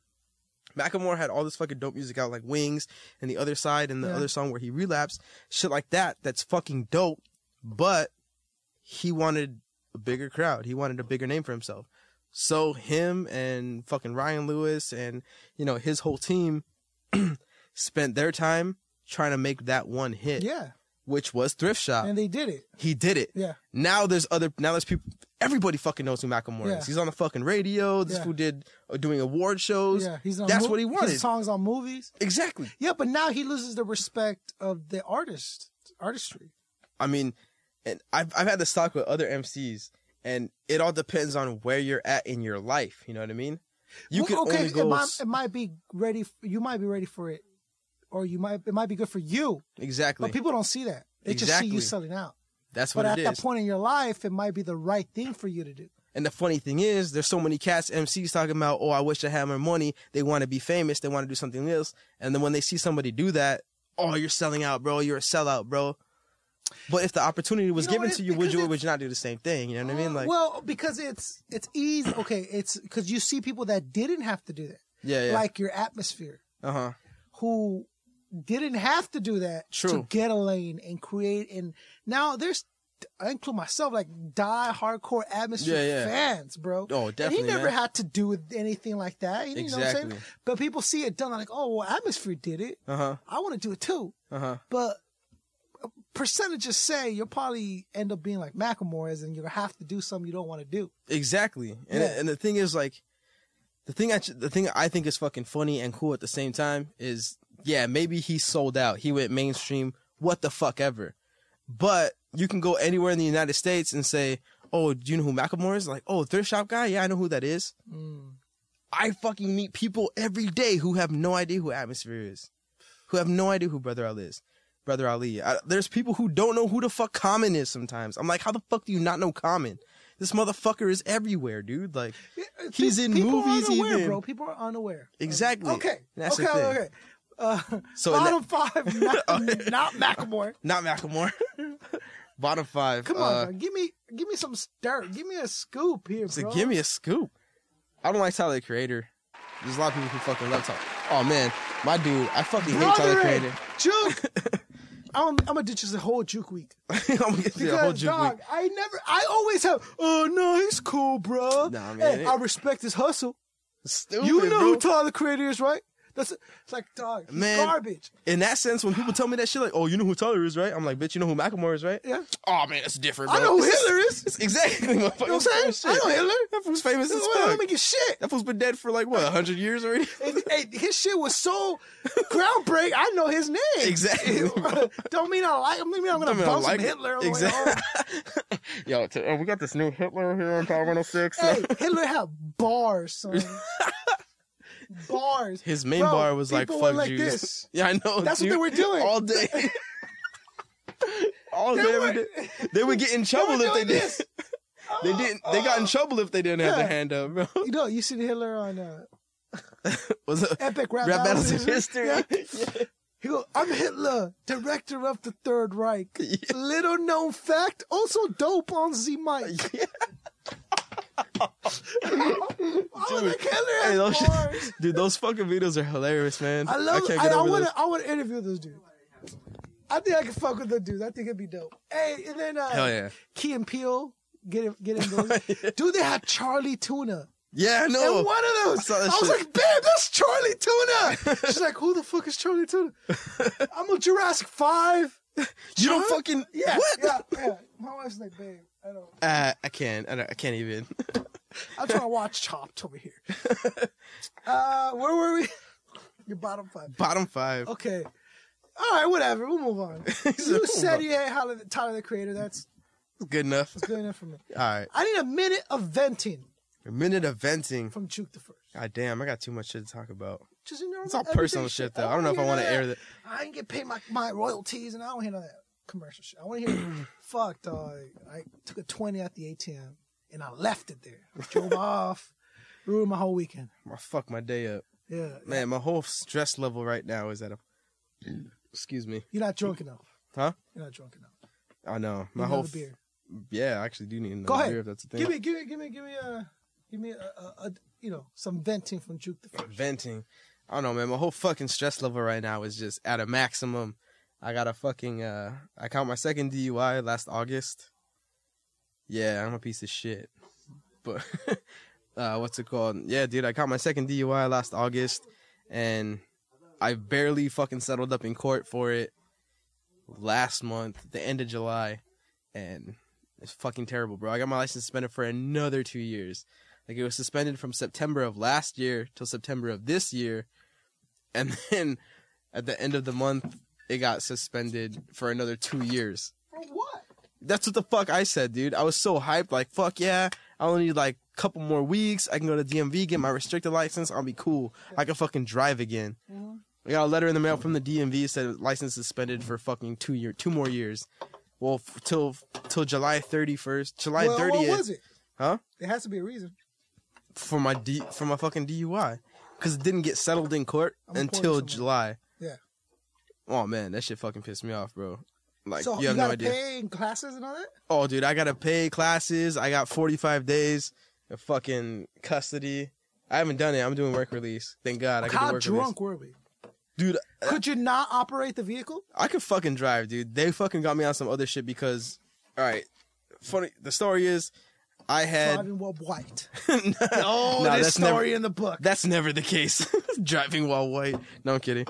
[SPEAKER 3] Macklemore had all this fucking dope music out, like Wings and the other side and the
[SPEAKER 2] Yeah.
[SPEAKER 3] other song where he relapsed, shit like that. That's fucking dope. But he wanted a bigger crowd. He wanted a bigger name for himself. So him and fucking Ryan Lewis and you know his whole team [CLEARS THROAT] spent their time trying to make that one hit,
[SPEAKER 2] Yeah,
[SPEAKER 3] which was Thrift Shop.
[SPEAKER 2] and they did it.
[SPEAKER 3] he did it.
[SPEAKER 2] Yeah.
[SPEAKER 3] Now there's other. Now there's people. Everybody fucking knows who Macklemore
[SPEAKER 2] Yeah.
[SPEAKER 3] is. He's on the fucking radio. This
[SPEAKER 2] Yeah.
[SPEAKER 3] fool did uh, doing award shows.
[SPEAKER 2] Yeah, he's on
[SPEAKER 3] That's
[SPEAKER 2] mo-
[SPEAKER 3] what he wanted.
[SPEAKER 2] His songs on movies.
[SPEAKER 3] exactly.
[SPEAKER 2] Yeah, but now he loses the respect of the artist artistry.
[SPEAKER 3] I mean, and I've I've had this talk with other MCs, and it all depends on where you're at in your life. You know what I mean? You
[SPEAKER 2] Well,
[SPEAKER 3] can only
[SPEAKER 2] it
[SPEAKER 3] go
[SPEAKER 2] might,
[SPEAKER 3] s-
[SPEAKER 2] it might be ready. f you might be ready for it, or you might it might be good for you.
[SPEAKER 3] exactly.
[SPEAKER 2] But people don't see that. They just see you
[SPEAKER 3] Exactly.
[SPEAKER 2] selling out.
[SPEAKER 3] That's
[SPEAKER 2] But
[SPEAKER 3] what
[SPEAKER 2] at
[SPEAKER 3] it
[SPEAKER 2] that
[SPEAKER 3] is.
[SPEAKER 2] point in your life, it might be the right thing for you to do.
[SPEAKER 3] And the funny thing is, there's so many cats, MCs talking about, oh, I wish I had more money. They want to be famous. They want to do something else. And then when they see somebody do that, oh, you're selling out, bro. You're a sellout, bro. But if the opportunity was
[SPEAKER 2] You know
[SPEAKER 3] given
[SPEAKER 2] what?
[SPEAKER 3] to you, would
[SPEAKER 2] Because
[SPEAKER 3] you or
[SPEAKER 2] it's-
[SPEAKER 3] would you not do the same thing? You know what I mean? Like,
[SPEAKER 2] well, because it's it's easy. Okay, it's because you see people that didn't have to do that,
[SPEAKER 3] yeah, yeah.
[SPEAKER 2] like your atmosphere,
[SPEAKER 3] uh huh.
[SPEAKER 2] who didn't have to do that to
[SPEAKER 3] True.
[SPEAKER 2] get a lane and create. And now there's, I include myself, like die hardcore atmosphere
[SPEAKER 3] Yeah, yeah.
[SPEAKER 2] fans, bro.
[SPEAKER 3] Oh, definitely,
[SPEAKER 2] And he never
[SPEAKER 3] man.
[SPEAKER 2] had to do anything like that. You know what I'm saying?
[SPEAKER 3] Exactly.
[SPEAKER 2] But people see it done, like, oh, well, atmosphere did it.
[SPEAKER 3] Uh huh.
[SPEAKER 2] I want to do it too.
[SPEAKER 3] Uh huh.
[SPEAKER 2] but uh, percentages say you'll probably end up being like Macklemore is, and you'll have to do something you don't want to do.
[SPEAKER 3] Exactly. And
[SPEAKER 2] Yeah.
[SPEAKER 3] and the thing is like the thing I the thing I think is fucking funny and cool at the same time is yeah, maybe he sold out. He went mainstream, what the fuck ever. But you can go anywhere in the United States and say, "Oh, do you know who Macklemore is?" Like, "Oh, thrift shop guy? Yeah, I know who that is." I fucking meet people every day who have no idea who Atmosphere is. Who have no idea who Brother Ali is. Brother Ali. I, there's people who don't know who the fuck Common is sometimes. I'm like, "How the fuck do you not know Common?" This motherfucker is everywhere, dude. Like, He's in
[SPEAKER 2] people
[SPEAKER 3] movies
[SPEAKER 2] Are unaware,
[SPEAKER 3] even.
[SPEAKER 2] bro. People are unaware.
[SPEAKER 3] Exactly.
[SPEAKER 2] Okay.
[SPEAKER 3] That's
[SPEAKER 2] okay.
[SPEAKER 3] the thing.
[SPEAKER 2] Okay. Uh,
[SPEAKER 3] [LAUGHS] So in
[SPEAKER 2] bottom five,
[SPEAKER 3] [LAUGHS]
[SPEAKER 2] not, not Macklemore.
[SPEAKER 3] Not Macklemore. [LAUGHS] Bottom five.
[SPEAKER 2] Come on,
[SPEAKER 3] uh,
[SPEAKER 2] bro. give me give me some dirt. Give me a scoop here,
[SPEAKER 3] So
[SPEAKER 2] bro.
[SPEAKER 3] give me a scoop. I don't like Tyler the Creator. There's a lot of people who fucking love Tyler. Oh man, my dude, I fucking hate Tyler the
[SPEAKER 2] brother.
[SPEAKER 3] Creator. [LAUGHS]
[SPEAKER 2] Juke. I'm, I'm gonna ditch this whole juke week.
[SPEAKER 3] I'm gonna get the
[SPEAKER 2] Because
[SPEAKER 3] whole juke
[SPEAKER 2] dog,
[SPEAKER 3] week.
[SPEAKER 2] I never, I always have. Oh no, he's cool, bro.
[SPEAKER 3] Nah, man,
[SPEAKER 2] Hey,
[SPEAKER 3] it-
[SPEAKER 2] I respect his hustle.
[SPEAKER 3] Stupid,
[SPEAKER 2] You know who
[SPEAKER 3] bro.
[SPEAKER 2] Tyler the Creator is, right? That's it's like dog, he's
[SPEAKER 3] Man.
[SPEAKER 2] garbage.
[SPEAKER 3] In that sense, when people tell me that shit, like, oh, you know who Tyler is, right? I'm like, bitch, you know who Macklemore is, right?
[SPEAKER 2] Yeah.
[SPEAKER 3] Oh man, that's different. Bro.
[SPEAKER 2] I know who Hitler is.
[SPEAKER 3] It's exactly. [LAUGHS] You know what
[SPEAKER 2] I'm saying? I know Hitler.
[SPEAKER 3] That fool's famous
[SPEAKER 2] I
[SPEAKER 3] as
[SPEAKER 2] don't
[SPEAKER 3] fuck.
[SPEAKER 2] make a shit.
[SPEAKER 3] That fool's been dead for like what, hundred years already? [LAUGHS]
[SPEAKER 2] And, and his shit was so groundbreaking. I know his name.
[SPEAKER 3] Exactly, bro.
[SPEAKER 2] [LAUGHS] don't mean I like. Don't mean I'm gonna
[SPEAKER 3] Don't mean I
[SPEAKER 2] bounce like
[SPEAKER 3] like it.
[SPEAKER 2] Hitler. on the way
[SPEAKER 3] Exact-
[SPEAKER 2] home.
[SPEAKER 3] [LAUGHS] Yo, t- uh, we got this new Hitler here on Power 106. [LAUGHS]
[SPEAKER 2] Hey, Hitler had bars, son. bars.
[SPEAKER 3] His main
[SPEAKER 2] Bro,
[SPEAKER 3] bar was like
[SPEAKER 2] people
[SPEAKER 3] fuck
[SPEAKER 2] went like
[SPEAKER 3] Jews.
[SPEAKER 2] this.
[SPEAKER 3] [LAUGHS] Yeah, I know.
[SPEAKER 2] That's what
[SPEAKER 3] dude.
[SPEAKER 2] they were doing. [LAUGHS]
[SPEAKER 3] all day. all day.
[SPEAKER 2] They
[SPEAKER 3] every
[SPEAKER 2] were-
[SPEAKER 3] day. They
[SPEAKER 2] [LAUGHS]
[SPEAKER 3] would get in trouble
[SPEAKER 2] were
[SPEAKER 3] if they
[SPEAKER 2] doing
[SPEAKER 3] did.
[SPEAKER 2] this.
[SPEAKER 3] [LAUGHS]
[SPEAKER 2] Uh,
[SPEAKER 3] They didn't. They got in trouble if they didn't have
[SPEAKER 2] Yeah.
[SPEAKER 3] their hand up, bro. [LAUGHS]
[SPEAKER 2] You know, you see Hitler on uh,
[SPEAKER 3] Was it
[SPEAKER 2] Epic Rap,
[SPEAKER 3] rap
[SPEAKER 2] Battles
[SPEAKER 3] battles in history?
[SPEAKER 2] Yeah. He go, I'm Hitler, director of the Third
[SPEAKER 3] [LAUGHS]
[SPEAKER 2] Reich. Little known fact, also dope on Z Mike.
[SPEAKER 3] [LAUGHS]
[SPEAKER 2] [LAUGHS] I was like, Oh, Hitler
[SPEAKER 3] Hey,
[SPEAKER 2] has
[SPEAKER 3] those shit-
[SPEAKER 2] bars.
[SPEAKER 3] [LAUGHS] dude, those fucking videos are hilarious, man.
[SPEAKER 2] I love.
[SPEAKER 3] can't
[SPEAKER 2] I,
[SPEAKER 3] get
[SPEAKER 2] I
[SPEAKER 3] over
[SPEAKER 2] want
[SPEAKER 3] those.
[SPEAKER 2] to. I want to interview this dude. I think I can fuck with the dude. I think it'd be dope. Hey, and then uh,
[SPEAKER 3] Hell yeah.
[SPEAKER 2] Key and Peele, get him, get
[SPEAKER 3] [LAUGHS]
[SPEAKER 2] him. Those. Dude, they had Charlie Tuna.
[SPEAKER 3] Yeah, I know.
[SPEAKER 2] and one of
[SPEAKER 3] Oh, I
[SPEAKER 2] those.
[SPEAKER 3] saw
[SPEAKER 2] I,
[SPEAKER 3] that
[SPEAKER 2] was
[SPEAKER 3] shit.
[SPEAKER 2] like, babe, that's Charlie Tuna. She's like, who the fuck is Charlie
[SPEAKER 3] [LAUGHS]
[SPEAKER 2] Tuna? I'm a Jurassic Five.
[SPEAKER 3] you don't
[SPEAKER 2] Huh?
[SPEAKER 3] fucking
[SPEAKER 2] Yeah,
[SPEAKER 3] what?
[SPEAKER 2] yeah, yeah. My wife's like, babe, I don't.
[SPEAKER 3] Uh, I can't. I, don't, I can't even. [LAUGHS]
[SPEAKER 2] I'm trying to watch Chopped over here. Uh, where were we? Your bottom five.
[SPEAKER 3] Bottom five.
[SPEAKER 2] Okay, All right, whatever. We'll move on.
[SPEAKER 3] [LAUGHS] He's
[SPEAKER 2] You
[SPEAKER 3] like,
[SPEAKER 2] said
[SPEAKER 3] "Oh,
[SPEAKER 2] you hate Tyler, Tyler the Creator. That's
[SPEAKER 3] good enough.
[SPEAKER 2] good enough for me.
[SPEAKER 3] All right,
[SPEAKER 2] I need a minute of venting
[SPEAKER 3] a minute of venting.
[SPEAKER 2] from Juke the First.
[SPEAKER 3] God damn, I got too much shit to talk about.
[SPEAKER 2] Just in
[SPEAKER 3] It's all personal shit, though. I don't know if I want to air that.
[SPEAKER 2] I didn't get paid my, my royalties, and I don't hear none of that commercial shit. I want to
[SPEAKER 3] [CLEARS THROAT]
[SPEAKER 2] hear, fuck, dog. I took a 20 at the ATM, and I left it there. I
[SPEAKER 3] [LAUGHS]
[SPEAKER 2] drove off, ruined my whole weekend.
[SPEAKER 3] I fuck my day up,
[SPEAKER 2] Yeah.
[SPEAKER 3] man. My whole stress level right now is at a. Excuse me.
[SPEAKER 2] You're not drunk enough.
[SPEAKER 3] Huh?
[SPEAKER 2] You're not drunk enough.
[SPEAKER 3] I know
[SPEAKER 2] You
[SPEAKER 3] my
[SPEAKER 2] need
[SPEAKER 3] whole.
[SPEAKER 2] another beer.
[SPEAKER 3] Yeah, I actually do need another
[SPEAKER 2] Go ahead.
[SPEAKER 3] beer if that's a thing.
[SPEAKER 2] Give me, give me, give me, give me, uh, give me, a, a, a you know, some venting from Juke the First.
[SPEAKER 3] venting. I don't know, man. My whole fucking stress level right now is just at a maximum. I got a fucking uh I caught my second DUI last August. Yeah, I'm a piece of shit. But [LAUGHS] uh what's it called? Yeah, dude, I caught my second DUI last August and I barely fucking settled up in court for it last month, the end of July, and it's fucking terrible, bro. I got my license suspended for another 2 years. Like it was suspended from September of last year till September of this year, and [LAUGHS] then at the end of the month it got suspended for another two years.
[SPEAKER 2] For what?
[SPEAKER 3] That's what the fuck I said, dude. I was so hyped, like fuck yeah. I only need like a couple more weeks. I can go to DMV, get my restricted license. I'll be cool. I can fucking drive again. I got a letter in the mail from the DMV that said license suspended for fucking two year, two more years. Well, f- till till July thirty first, July
[SPEAKER 2] Well,
[SPEAKER 3] thirtieth
[SPEAKER 2] what was it?
[SPEAKER 3] Huh?
[SPEAKER 2] There has to be a reason.
[SPEAKER 3] for my D for my fucking DUI because it didn't get settled in court
[SPEAKER 2] I'm gonna pour you
[SPEAKER 3] until
[SPEAKER 2] some.
[SPEAKER 3] July.
[SPEAKER 2] Yeah.
[SPEAKER 3] Oh man, that shit fucking pissed me off, bro. Like
[SPEAKER 2] so
[SPEAKER 3] you have no
[SPEAKER 2] gotta
[SPEAKER 3] idea.
[SPEAKER 2] pay in classes and all that.
[SPEAKER 3] Oh, dude, I gotta pay classes. I got forty five days of fucking custody. I haven't done it. I'm doing work release. Thank God I can
[SPEAKER 2] How
[SPEAKER 3] do work
[SPEAKER 2] drunk were we?
[SPEAKER 3] release. Dude,
[SPEAKER 2] Could you not operate the vehicle?
[SPEAKER 3] I could fucking drive, dude. They fucking got me on some other shit because, all right, funny. The story is, I [LAUGHS] had.
[SPEAKER 2] Driving while white.
[SPEAKER 3] oh,
[SPEAKER 2] Oh, this story in the book.
[SPEAKER 3] That's never the case. [LAUGHS] Driving while white. No, I'm kidding.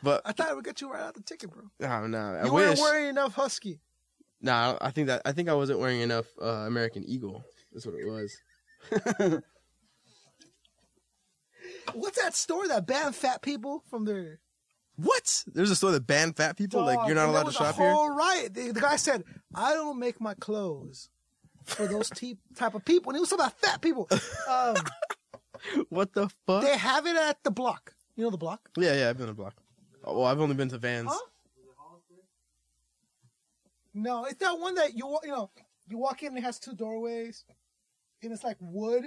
[SPEAKER 3] but
[SPEAKER 2] I thought it would get you right out the ticket, bro.
[SPEAKER 3] oh, no, I
[SPEAKER 2] You
[SPEAKER 3] wish.
[SPEAKER 2] weren't wearing enough husky.
[SPEAKER 3] Nah, I think that I think I wasn't wearing enough uh, American Eagle. That's what it was.
[SPEAKER 2] What's that store that banned fat people from their?
[SPEAKER 3] What? There's a store that banned fat people. like
[SPEAKER 2] Dog,
[SPEAKER 3] you're not
[SPEAKER 2] and there
[SPEAKER 3] allowed
[SPEAKER 2] was
[SPEAKER 3] to shop
[SPEAKER 2] a whole riot. The, the guy said, "I don't make my clothes for those te- type of people," and it was about fat
[SPEAKER 3] [LAUGHS]
[SPEAKER 2] people. Um,
[SPEAKER 3] here. What the fuck?
[SPEAKER 2] they have it at the block. You know the block.
[SPEAKER 3] Yeah, yeah, I've been to Block. Oh, well, I've only been to Vans.
[SPEAKER 2] Huh? No, it's that one that you wa- you know you walk in and it has two doorways, and it's like wood.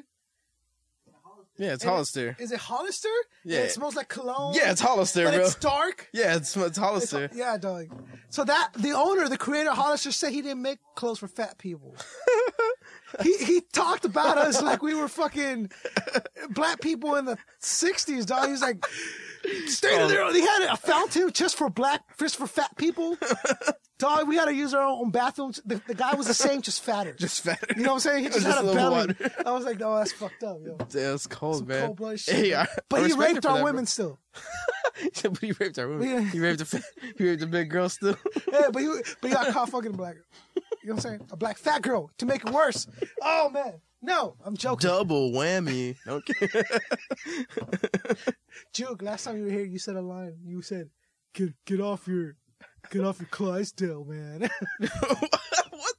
[SPEAKER 3] Yeah, it's
[SPEAKER 2] And it-
[SPEAKER 3] Hollister.
[SPEAKER 2] Is it Hollister? And
[SPEAKER 3] Yeah.
[SPEAKER 2] it smells like cologne.
[SPEAKER 3] yeah, it's Hollister,
[SPEAKER 2] but
[SPEAKER 3] bro.
[SPEAKER 2] it's dark.
[SPEAKER 3] [LAUGHS] yeah, it's, it's
[SPEAKER 2] It's-
[SPEAKER 3] Hollister.
[SPEAKER 2] yeah, dog. So that the owner, the creator of Hollister, said he didn't make clothes for fat
[SPEAKER 3] [LAUGHS]
[SPEAKER 2] people. he he talked about us like we were fucking black people in the '60s, dog. He was like, stay to
[SPEAKER 3] Oh.
[SPEAKER 2] their own. He had a fountain just for black, just for fat
[SPEAKER 3] [LAUGHS]
[SPEAKER 2] people. dog, we had to use our own bathrooms. The, the guy was the same, just fatter.
[SPEAKER 3] [LAUGHS] Just fatter.
[SPEAKER 2] you know what I'm saying? He just,
[SPEAKER 3] Just
[SPEAKER 2] had
[SPEAKER 3] a
[SPEAKER 2] a
[SPEAKER 3] little
[SPEAKER 2] belly.
[SPEAKER 3] wider.
[SPEAKER 2] I was like, no, that's fucked up, yo.
[SPEAKER 3] Damn, it's cold, man.
[SPEAKER 2] Cold
[SPEAKER 3] [LAUGHS]
[SPEAKER 2] blooded shit.
[SPEAKER 3] Hey,
[SPEAKER 2] man.
[SPEAKER 3] I- I
[SPEAKER 2] but he
[SPEAKER 3] respect you
[SPEAKER 2] raped
[SPEAKER 3] for
[SPEAKER 2] our
[SPEAKER 3] that, bro.
[SPEAKER 2] women still.
[SPEAKER 3] [LAUGHS] Yeah, but he raped our women.
[SPEAKER 2] Yeah.
[SPEAKER 3] He raped the fa- he raped the big girl still. [LAUGHS]
[SPEAKER 2] Yeah, but he but he got caught fucking a black. girl. You know what I'm saying? A black fat girl to make it worse. Oh man, no, I'm joking.
[SPEAKER 3] Double whammy. [LAUGHS] Okay.
[SPEAKER 2] Juke, last time you were here, you said a line. You said, "Get get off your, get off your Clydesdale, man." [LAUGHS]
[SPEAKER 3] what?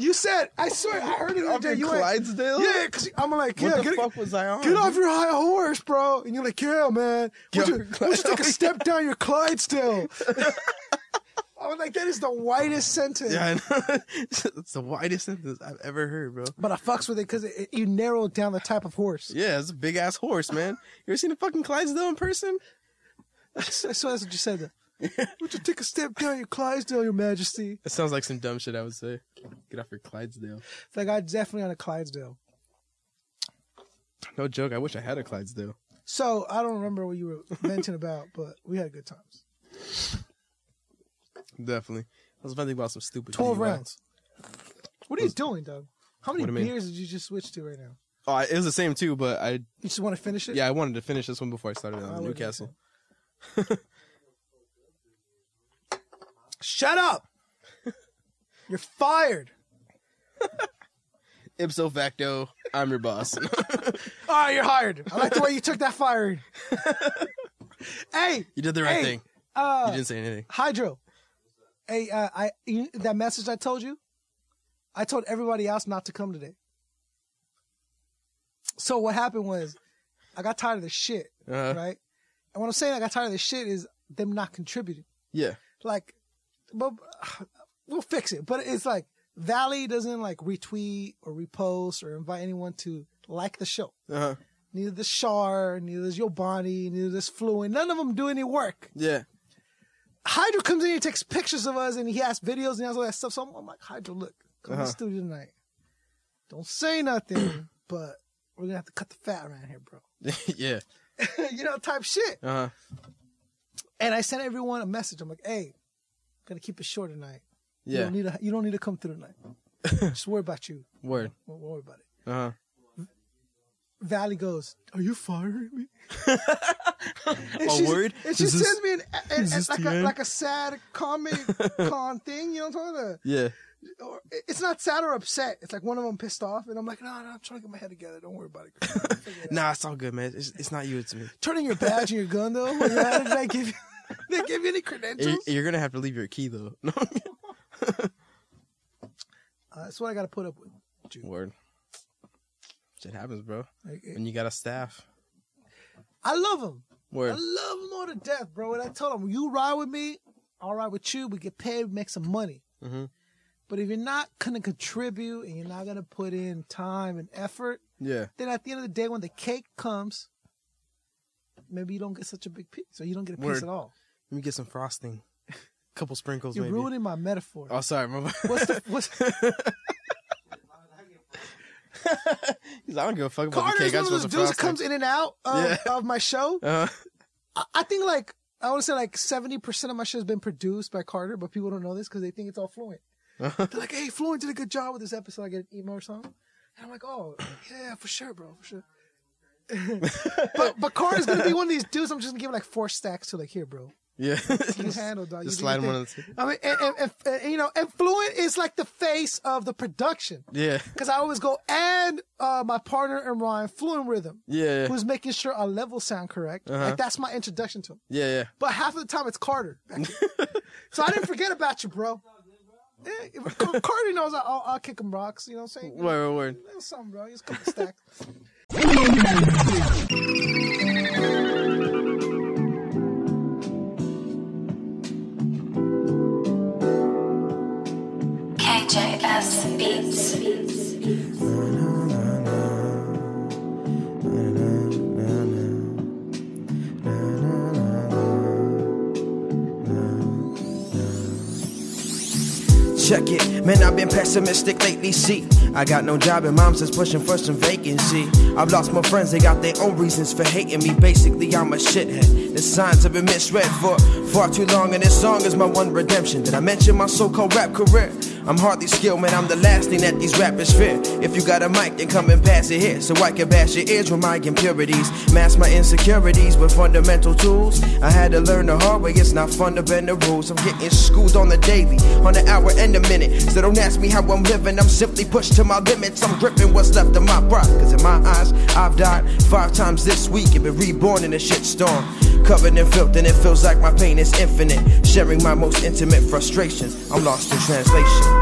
[SPEAKER 2] you said, I swear, I heard it the
[SPEAKER 3] Off
[SPEAKER 2] other
[SPEAKER 3] your
[SPEAKER 2] day. You went,
[SPEAKER 3] Clydesdale?
[SPEAKER 2] yeah, because I'm like,
[SPEAKER 3] What
[SPEAKER 2] yeah,
[SPEAKER 3] the
[SPEAKER 2] get,
[SPEAKER 3] fuck was I on?
[SPEAKER 2] get off your high horse, bro. And you're like, yeah, man. Why don't
[SPEAKER 3] Get off
[SPEAKER 2] you,
[SPEAKER 3] your
[SPEAKER 2] why don't you take a
[SPEAKER 3] Clydesdale."
[SPEAKER 2] step down your Clydesdale? [LAUGHS] I was like, that is the whitest sentence.
[SPEAKER 3] Yeah, I know. [LAUGHS] it's the widest sentence I've ever heard, bro.
[SPEAKER 2] But I fucks with it because it, it- you narrowed down the type of horse.
[SPEAKER 3] Yeah, it's a big ass horse, man. You ever seen a fucking Clydesdale in person?
[SPEAKER 2] So so that's what you
[SPEAKER 3] [LAUGHS]
[SPEAKER 2] said. Though. Would you take a step down your Clydesdale, Your Majesty?
[SPEAKER 3] That sounds like some dumb shit I would say. Get off your Clydesdale.
[SPEAKER 2] It's like I definitely on a Clydesdale.
[SPEAKER 3] No joke. I wish I had a Clydesdale.
[SPEAKER 2] So I don't remember what you
[SPEAKER 3] [LAUGHS]
[SPEAKER 2] were venting about, but we had good times.
[SPEAKER 3] Definitely. I was venting about some stupid.
[SPEAKER 2] Twelve
[SPEAKER 3] DUI.
[SPEAKER 2] rounds. What are you doing, Doug? How many
[SPEAKER 3] What do you mean?
[SPEAKER 2] beers did you just switch to right now?
[SPEAKER 3] Oh, I- it was the same too, but I
[SPEAKER 2] You just want to finish it?
[SPEAKER 3] yeah I wanted to finish this one before I started
[SPEAKER 2] I
[SPEAKER 3] on
[SPEAKER 2] wouldn't do
[SPEAKER 3] Newcastle.
[SPEAKER 2] Shut
[SPEAKER 3] [LAUGHS]
[SPEAKER 2] up. You're fired.
[SPEAKER 3] Ipso facto, I'm your boss. [LAUGHS] [LAUGHS]
[SPEAKER 2] All right, you're hired. I like the way you took that firing. hey,
[SPEAKER 3] you did the right
[SPEAKER 2] hey,
[SPEAKER 3] thing. You
[SPEAKER 2] Uh,
[SPEAKER 3] didn't say anything.
[SPEAKER 2] Hydro. Hey, uh, I you- that message I told you. I told everybody else not to come today. So what happened was, I got tired of the shit,
[SPEAKER 3] Uh,
[SPEAKER 2] right? And what I'm saying I got tired of the shit is them not contributing.
[SPEAKER 3] Yeah.
[SPEAKER 2] Like, but [SIGHS] we'll fix it. But it's like Valley doesn't like retweet or repost or invite anyone to like the show.
[SPEAKER 3] Uh-huh.
[SPEAKER 2] Neither does Shar, neither does Yobani, neither does Fluent. None of them do any work.
[SPEAKER 3] Yeah. [LAUGHS]
[SPEAKER 2] Hydro comes in and takes pictures of us and he has videos and he has all that stuff. So I'm, I'm like, Hydro, look, come to
[SPEAKER 3] Uh-huh.
[SPEAKER 2] the studio tonight. Don't say nothing, [CLEARS THROAT] but we're gonna have to cut the fat around here, bro. [LAUGHS]
[SPEAKER 3] yeah.
[SPEAKER 2] you know, type shit.
[SPEAKER 3] Uh-huh.
[SPEAKER 2] And I sent everyone a message. I'm like, hey, gonna keep it short tonight. You
[SPEAKER 3] Yeah.
[SPEAKER 2] don't need to, you don't need to come through
[SPEAKER 3] [LAUGHS]
[SPEAKER 2] tonight. Just worry about you.
[SPEAKER 3] Word.
[SPEAKER 2] Don't worry about it.
[SPEAKER 3] Uh-huh.
[SPEAKER 2] Valley goes, "Are you firing
[SPEAKER 3] [LAUGHS]
[SPEAKER 2] me?" and
[SPEAKER 3] A word?
[SPEAKER 2] And she
[SPEAKER 3] Is this-
[SPEAKER 2] sends me an, an,
[SPEAKER 3] is
[SPEAKER 2] an-
[SPEAKER 3] this
[SPEAKER 2] like
[SPEAKER 3] the
[SPEAKER 2] a
[SPEAKER 3] end?
[SPEAKER 2] like a sad
[SPEAKER 3] [LAUGHS]
[SPEAKER 2] comic con thing. You know what I'm talking about?
[SPEAKER 3] Yeah.
[SPEAKER 2] Or, it- it's not sad or upset. It's like one of them pissed off, and I'm like, "No, no, I'm trying to get my head together. Don't worry about it." [LAUGHS] I'll figure it out."
[SPEAKER 3] Nah, it's all good, man. It's, it's not you, it's me.
[SPEAKER 2] Turn in your badge and your gun though. When you're at it, did I give you? [LAUGHS] They give you any
[SPEAKER 3] You're,
[SPEAKER 2] credentials?
[SPEAKER 3] you're gonna have to leave your key though. [LAUGHS]
[SPEAKER 2] Uh, that's what I got to put up with. Dude.
[SPEAKER 3] Word. Shit happens, bro.
[SPEAKER 2] Like, it-
[SPEAKER 3] When you got a staff.
[SPEAKER 2] I love them. I
[SPEAKER 3] Word.
[SPEAKER 2] love them all to death, bro. And I told them, you ride with me, I'll ride with you. We get paid, we make some money.
[SPEAKER 3] Mhm.
[SPEAKER 2] But if you're not gonna contribute and you're not gonna put in time and effort,
[SPEAKER 3] Yeah.
[SPEAKER 2] then at the end of the day, when the cake comes, maybe you don't get such a big piece, or you don't get a piece
[SPEAKER 3] Word.
[SPEAKER 2] at all.
[SPEAKER 3] Let me get some frosting. Couple sprinkles,
[SPEAKER 2] You're
[SPEAKER 3] maybe.
[SPEAKER 2] ruining my metaphor.
[SPEAKER 3] Oh, sorry, my bad. [LAUGHS]
[SPEAKER 2] What's the what's
[SPEAKER 3] He's like, I don't give a fuck about the
[SPEAKER 2] Carter's
[SPEAKER 3] cake. I
[SPEAKER 2] one
[SPEAKER 3] just
[SPEAKER 2] of
[SPEAKER 3] want
[SPEAKER 2] those
[SPEAKER 3] some
[SPEAKER 2] dudes that
[SPEAKER 3] frosting.
[SPEAKER 2] comes in and out of,
[SPEAKER 3] Yeah.
[SPEAKER 2] of my show.
[SPEAKER 3] uh,
[SPEAKER 2] I, I think like I want to say like seventy percent of my show has been produced by Carter, but people don't know this because they think it's all Fluent.
[SPEAKER 3] Uh-huh.
[SPEAKER 2] They're like, "Hey, Fluent did a good job with this episode." I get an email or something, and I'm like, "Oh, yeah, for sure, bro, for sure." [LAUGHS] but but Carter's gonna be one of these dudes. I'm just gonna give like four stacks to like here, bro.
[SPEAKER 3] Uh-huh. [LAUGHS] yeah.
[SPEAKER 2] You handle dog.
[SPEAKER 3] Just
[SPEAKER 2] you do your
[SPEAKER 3] slide him
[SPEAKER 2] thing."
[SPEAKER 3] one of the two.
[SPEAKER 2] I mean, and, and, and, and, you know, and Fluent is like the face of the production
[SPEAKER 3] Yeah.
[SPEAKER 2] because I always go and uh, my partner and Ryan Fluent Rhythm
[SPEAKER 3] Yeah.
[SPEAKER 2] who's making sure our levels sound correct.
[SPEAKER 3] Uh-huh.
[SPEAKER 2] Like that's my introduction to him.
[SPEAKER 3] Yeah. Yeah.
[SPEAKER 2] But half of the time it's
[SPEAKER 3] [LAUGHS]
[SPEAKER 2] Carter. back there. so I didn't forget about you, bro. Yeah, if- Car- Carter knows I- I'll, I'll kick him rocks. You know what I'm saying?
[SPEAKER 3] Word, word, word.
[SPEAKER 2] Little something, bro. Just a couple stacks.
[SPEAKER 5] KJS Beats.
[SPEAKER 1] Check it, man, I've been pessimistic lately. See, I got no job and mom's just pushing for some vacancy. I've lost my friends, they got their own reasons for hating me. Basically, I'm a shithead. The signs have been misread for far too long, and this song is my one redemption. Did I mention my so called rap career? I'm hardly skilled, man, I'm the last thing that these rappers fear. If you got a mic, then come and pass it here so I can bash your ears with my impurities. Mask my insecurities with fundamental tools. I had to learn the hard way, it's not fun to bend the rules. I'm getting schooled on the daily, on the hour and the minute. So don't ask me how I'm living, I'm simply pushed to my limits. I'm gripping what's left of my pride, cause in my eyes, I've died five times this week and been reborn in a shitstorm. Covered in filth, and it feels like my pain is infinite. Sharing my most intimate frustrations, I'm lost in translation.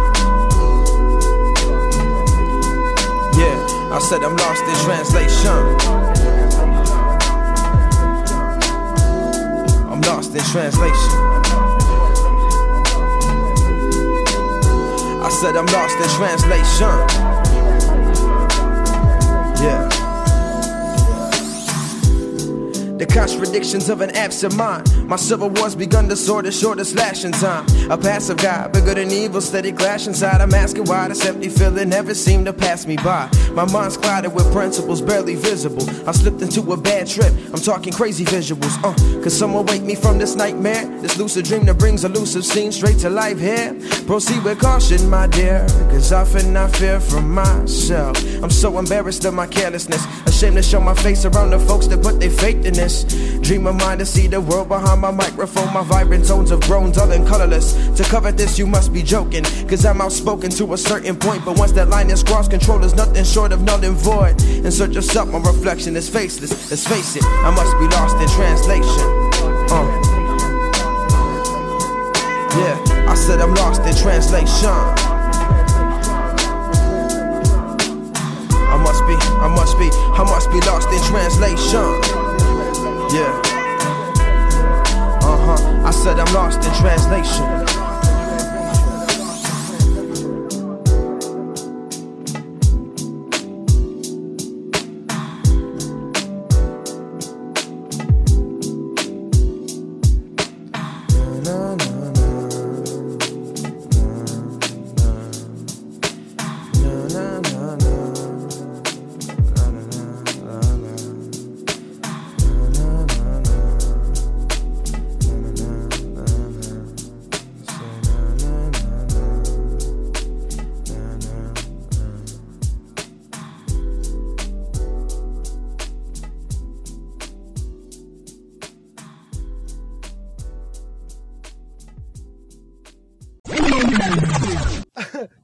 [SPEAKER 1] Yeah, I said I'm lost in translation. I'm lost in translation. I said I'm lost in translation. Yeah. The contradictions of an absent mind. My civil war's begun, disorder, shortest lashing time. A passive guy, bigger than evil, steady clash inside. I'm asking why this empty feeling never seemed to pass me by. My mind's clouded with principles barely visible. I slipped into a bad trip. I'm talking crazy visuals. Uh, could someone wake me from this nightmare? This lucid dream that brings elusive scenes straight to life here. Proceed with caution, my dear, cause often I fear for myself. I'm so embarrassed of my carelessness, ashamed to show my face around the folks that put their faith in this. Dream of mine to see the world behind my microphone, my vibrant tones have grown dull and colorless. To cover this, you must be joking, cause I'm outspoken to a certain point, but once that line is crossed, control is nothing short of null and void. In search of self, my reflection is faceless. Let's face it, I must be lost in translation. Uh. Yeah, I said I'm lost in translation. I must be, I must be, I must be lost in translation. Yeah. Uh huh.
[SPEAKER 3] Uh-huh.
[SPEAKER 1] I said I'm lost in translation.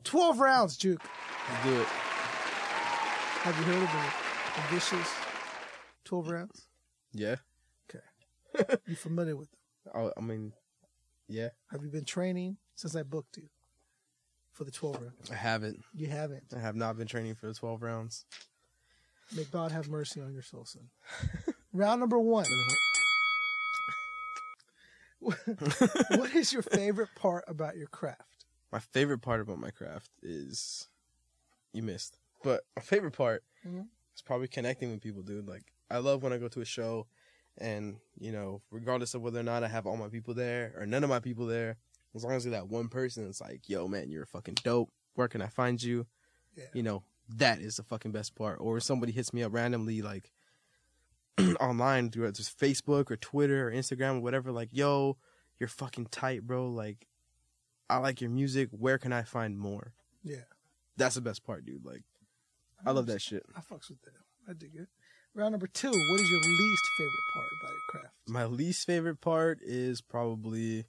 [SPEAKER 2] Twelve rounds, Juke.
[SPEAKER 3] Let's do it.
[SPEAKER 2] Have you heard of the ambitious twelve rounds?
[SPEAKER 3] Yeah.
[SPEAKER 2] You familiar with them?
[SPEAKER 3] I, Oh, I mean, yeah.
[SPEAKER 2] Have you been training since I booked you for the twelve rounds?
[SPEAKER 3] I haven't.
[SPEAKER 2] You haven't.
[SPEAKER 3] I have not been training for the 12 rounds.
[SPEAKER 2] May God have mercy on your soul, son. [LAUGHS] Round number one. [LAUGHS] what is your favorite part about your craft?
[SPEAKER 3] My favorite part about my craft is you missed. But my favorite part
[SPEAKER 2] Mhm.
[SPEAKER 3] is probably connecting with people, dude. Like I love when I go to a show and, you know, regardless of whether or not I have all my people there or none of my people there, as long as you're that one person it's like, yo man, you're fucking dope. Where can I find you?
[SPEAKER 2] Yeah.
[SPEAKER 3] You know, that is the fucking best part. Or if somebody hits me up randomly like [CLEARS THROAT] online through just Facebook or Twitter or Instagram or whatever, like, yo, you're fucking tight, bro. Like I like your music. Where can I find more?
[SPEAKER 2] Yeah.
[SPEAKER 3] That's the best part, dude. Like, I love that shit.
[SPEAKER 2] I fucks with that. I dig it. Round number two. What is your least favorite part about your craft?
[SPEAKER 3] My least favorite part is probably,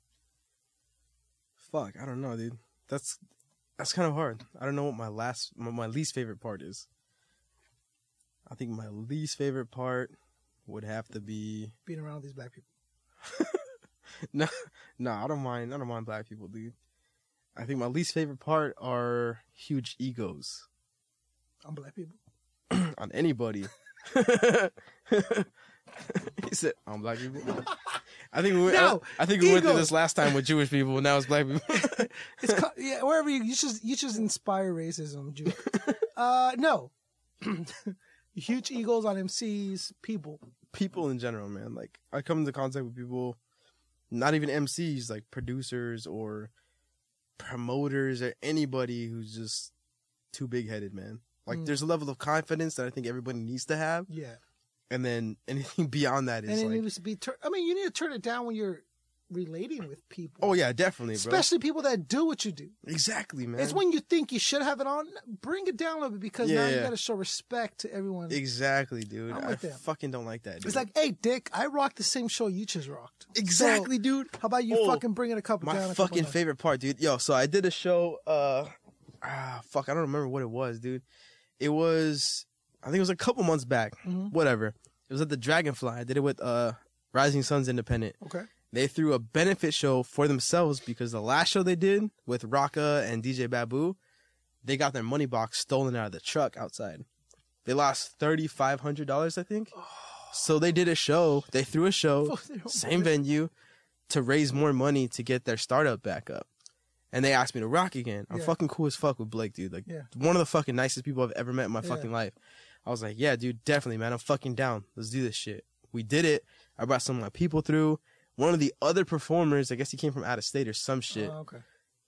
[SPEAKER 3] fuck, I don't know, dude. That's that's kind of hard. I don't know what my last, my, my least favorite part is. I think my least favorite part would have to be [LAUGHS]
[SPEAKER 2] Being around these black people.
[SPEAKER 3] no, no, I don't mind. I don't mind black people, dude. I think my least favorite part are huge egos
[SPEAKER 2] I'm black people.
[SPEAKER 3] on
[SPEAKER 2] [LAUGHS]
[SPEAKER 3] anybody. he said, "On black people." I think we.
[SPEAKER 2] No,
[SPEAKER 3] I, I think we went through
[SPEAKER 2] ego.
[SPEAKER 3] this last time with Jewish people. Now it's black
[SPEAKER 2] [LAUGHS]
[SPEAKER 3] people.
[SPEAKER 2] It's co- yeah, wherever you you just you just inspire racism, Juke. Uh, no. [CLEARS THROAT] Huge egos on MCs, people.
[SPEAKER 3] people in general, man. Like I come into contact with people, not even MCs, like producers or promoters or anybody who's just too big headed, man. Like
[SPEAKER 2] Mm.
[SPEAKER 3] there's a level of confidence that I think everybody needs to have,
[SPEAKER 2] Yeah.
[SPEAKER 3] and then anything [LAUGHS] beyond that
[SPEAKER 2] and
[SPEAKER 3] is
[SPEAKER 2] it
[SPEAKER 3] like,
[SPEAKER 2] needs to be. Tur- I mean, you need to turn it down when you're relating with people.
[SPEAKER 3] oh yeah, definitely, bro.
[SPEAKER 2] especially people that do what you do.
[SPEAKER 3] exactly, man.
[SPEAKER 2] It's when you think you should have it on. Bring it down a little bit because now
[SPEAKER 3] Yeah,
[SPEAKER 2] you
[SPEAKER 3] yeah.
[SPEAKER 2] got to show respect to everyone.
[SPEAKER 3] Exactly, dude.
[SPEAKER 2] I'm
[SPEAKER 3] I
[SPEAKER 2] with that.
[SPEAKER 3] fucking don't like that. Dude.
[SPEAKER 2] It's like, hey, Dick, I rocked the same show you just rocked.
[SPEAKER 3] exactly, dude.
[SPEAKER 2] How about you
[SPEAKER 3] Oh,
[SPEAKER 2] fucking bringing a couple
[SPEAKER 3] My
[SPEAKER 2] down? a couple
[SPEAKER 3] fucking
[SPEAKER 2] notches?
[SPEAKER 3] favorite part, dude. Yo, so I did a show. Uh, ah, fuck, I don't remember what it was, dude. It was, I think it was a couple months back.
[SPEAKER 2] Mhm.
[SPEAKER 3] Whatever. It was at the Dragonfly. I did it with uh Rising Suns Independent.
[SPEAKER 2] Okay.
[SPEAKER 3] They threw a benefit show for themselves because the last show they did with Rocka and DJ Babu, they got their money box stolen out of the truck outside. They lost thirty five hundred dollars, I think. So they did a show. They threw
[SPEAKER 2] [LAUGHS]
[SPEAKER 3] a show,
[SPEAKER 2] They don't
[SPEAKER 3] same venue, to raise more money to get their startup back up. And they asked me to rock again. I'm
[SPEAKER 2] Yeah.
[SPEAKER 3] fucking cool as fuck with Blake, dude. Like
[SPEAKER 2] Yeah.
[SPEAKER 3] one of the fucking nicest people I've ever met in my
[SPEAKER 2] Yeah.
[SPEAKER 3] fucking life. I was like, yeah, dude, definitely, man. I'm fucking down. Let's do this shit. We did it. I brought some of my people through. One of the other performers, I guess he came from out of state or some shit
[SPEAKER 2] Oh, okay.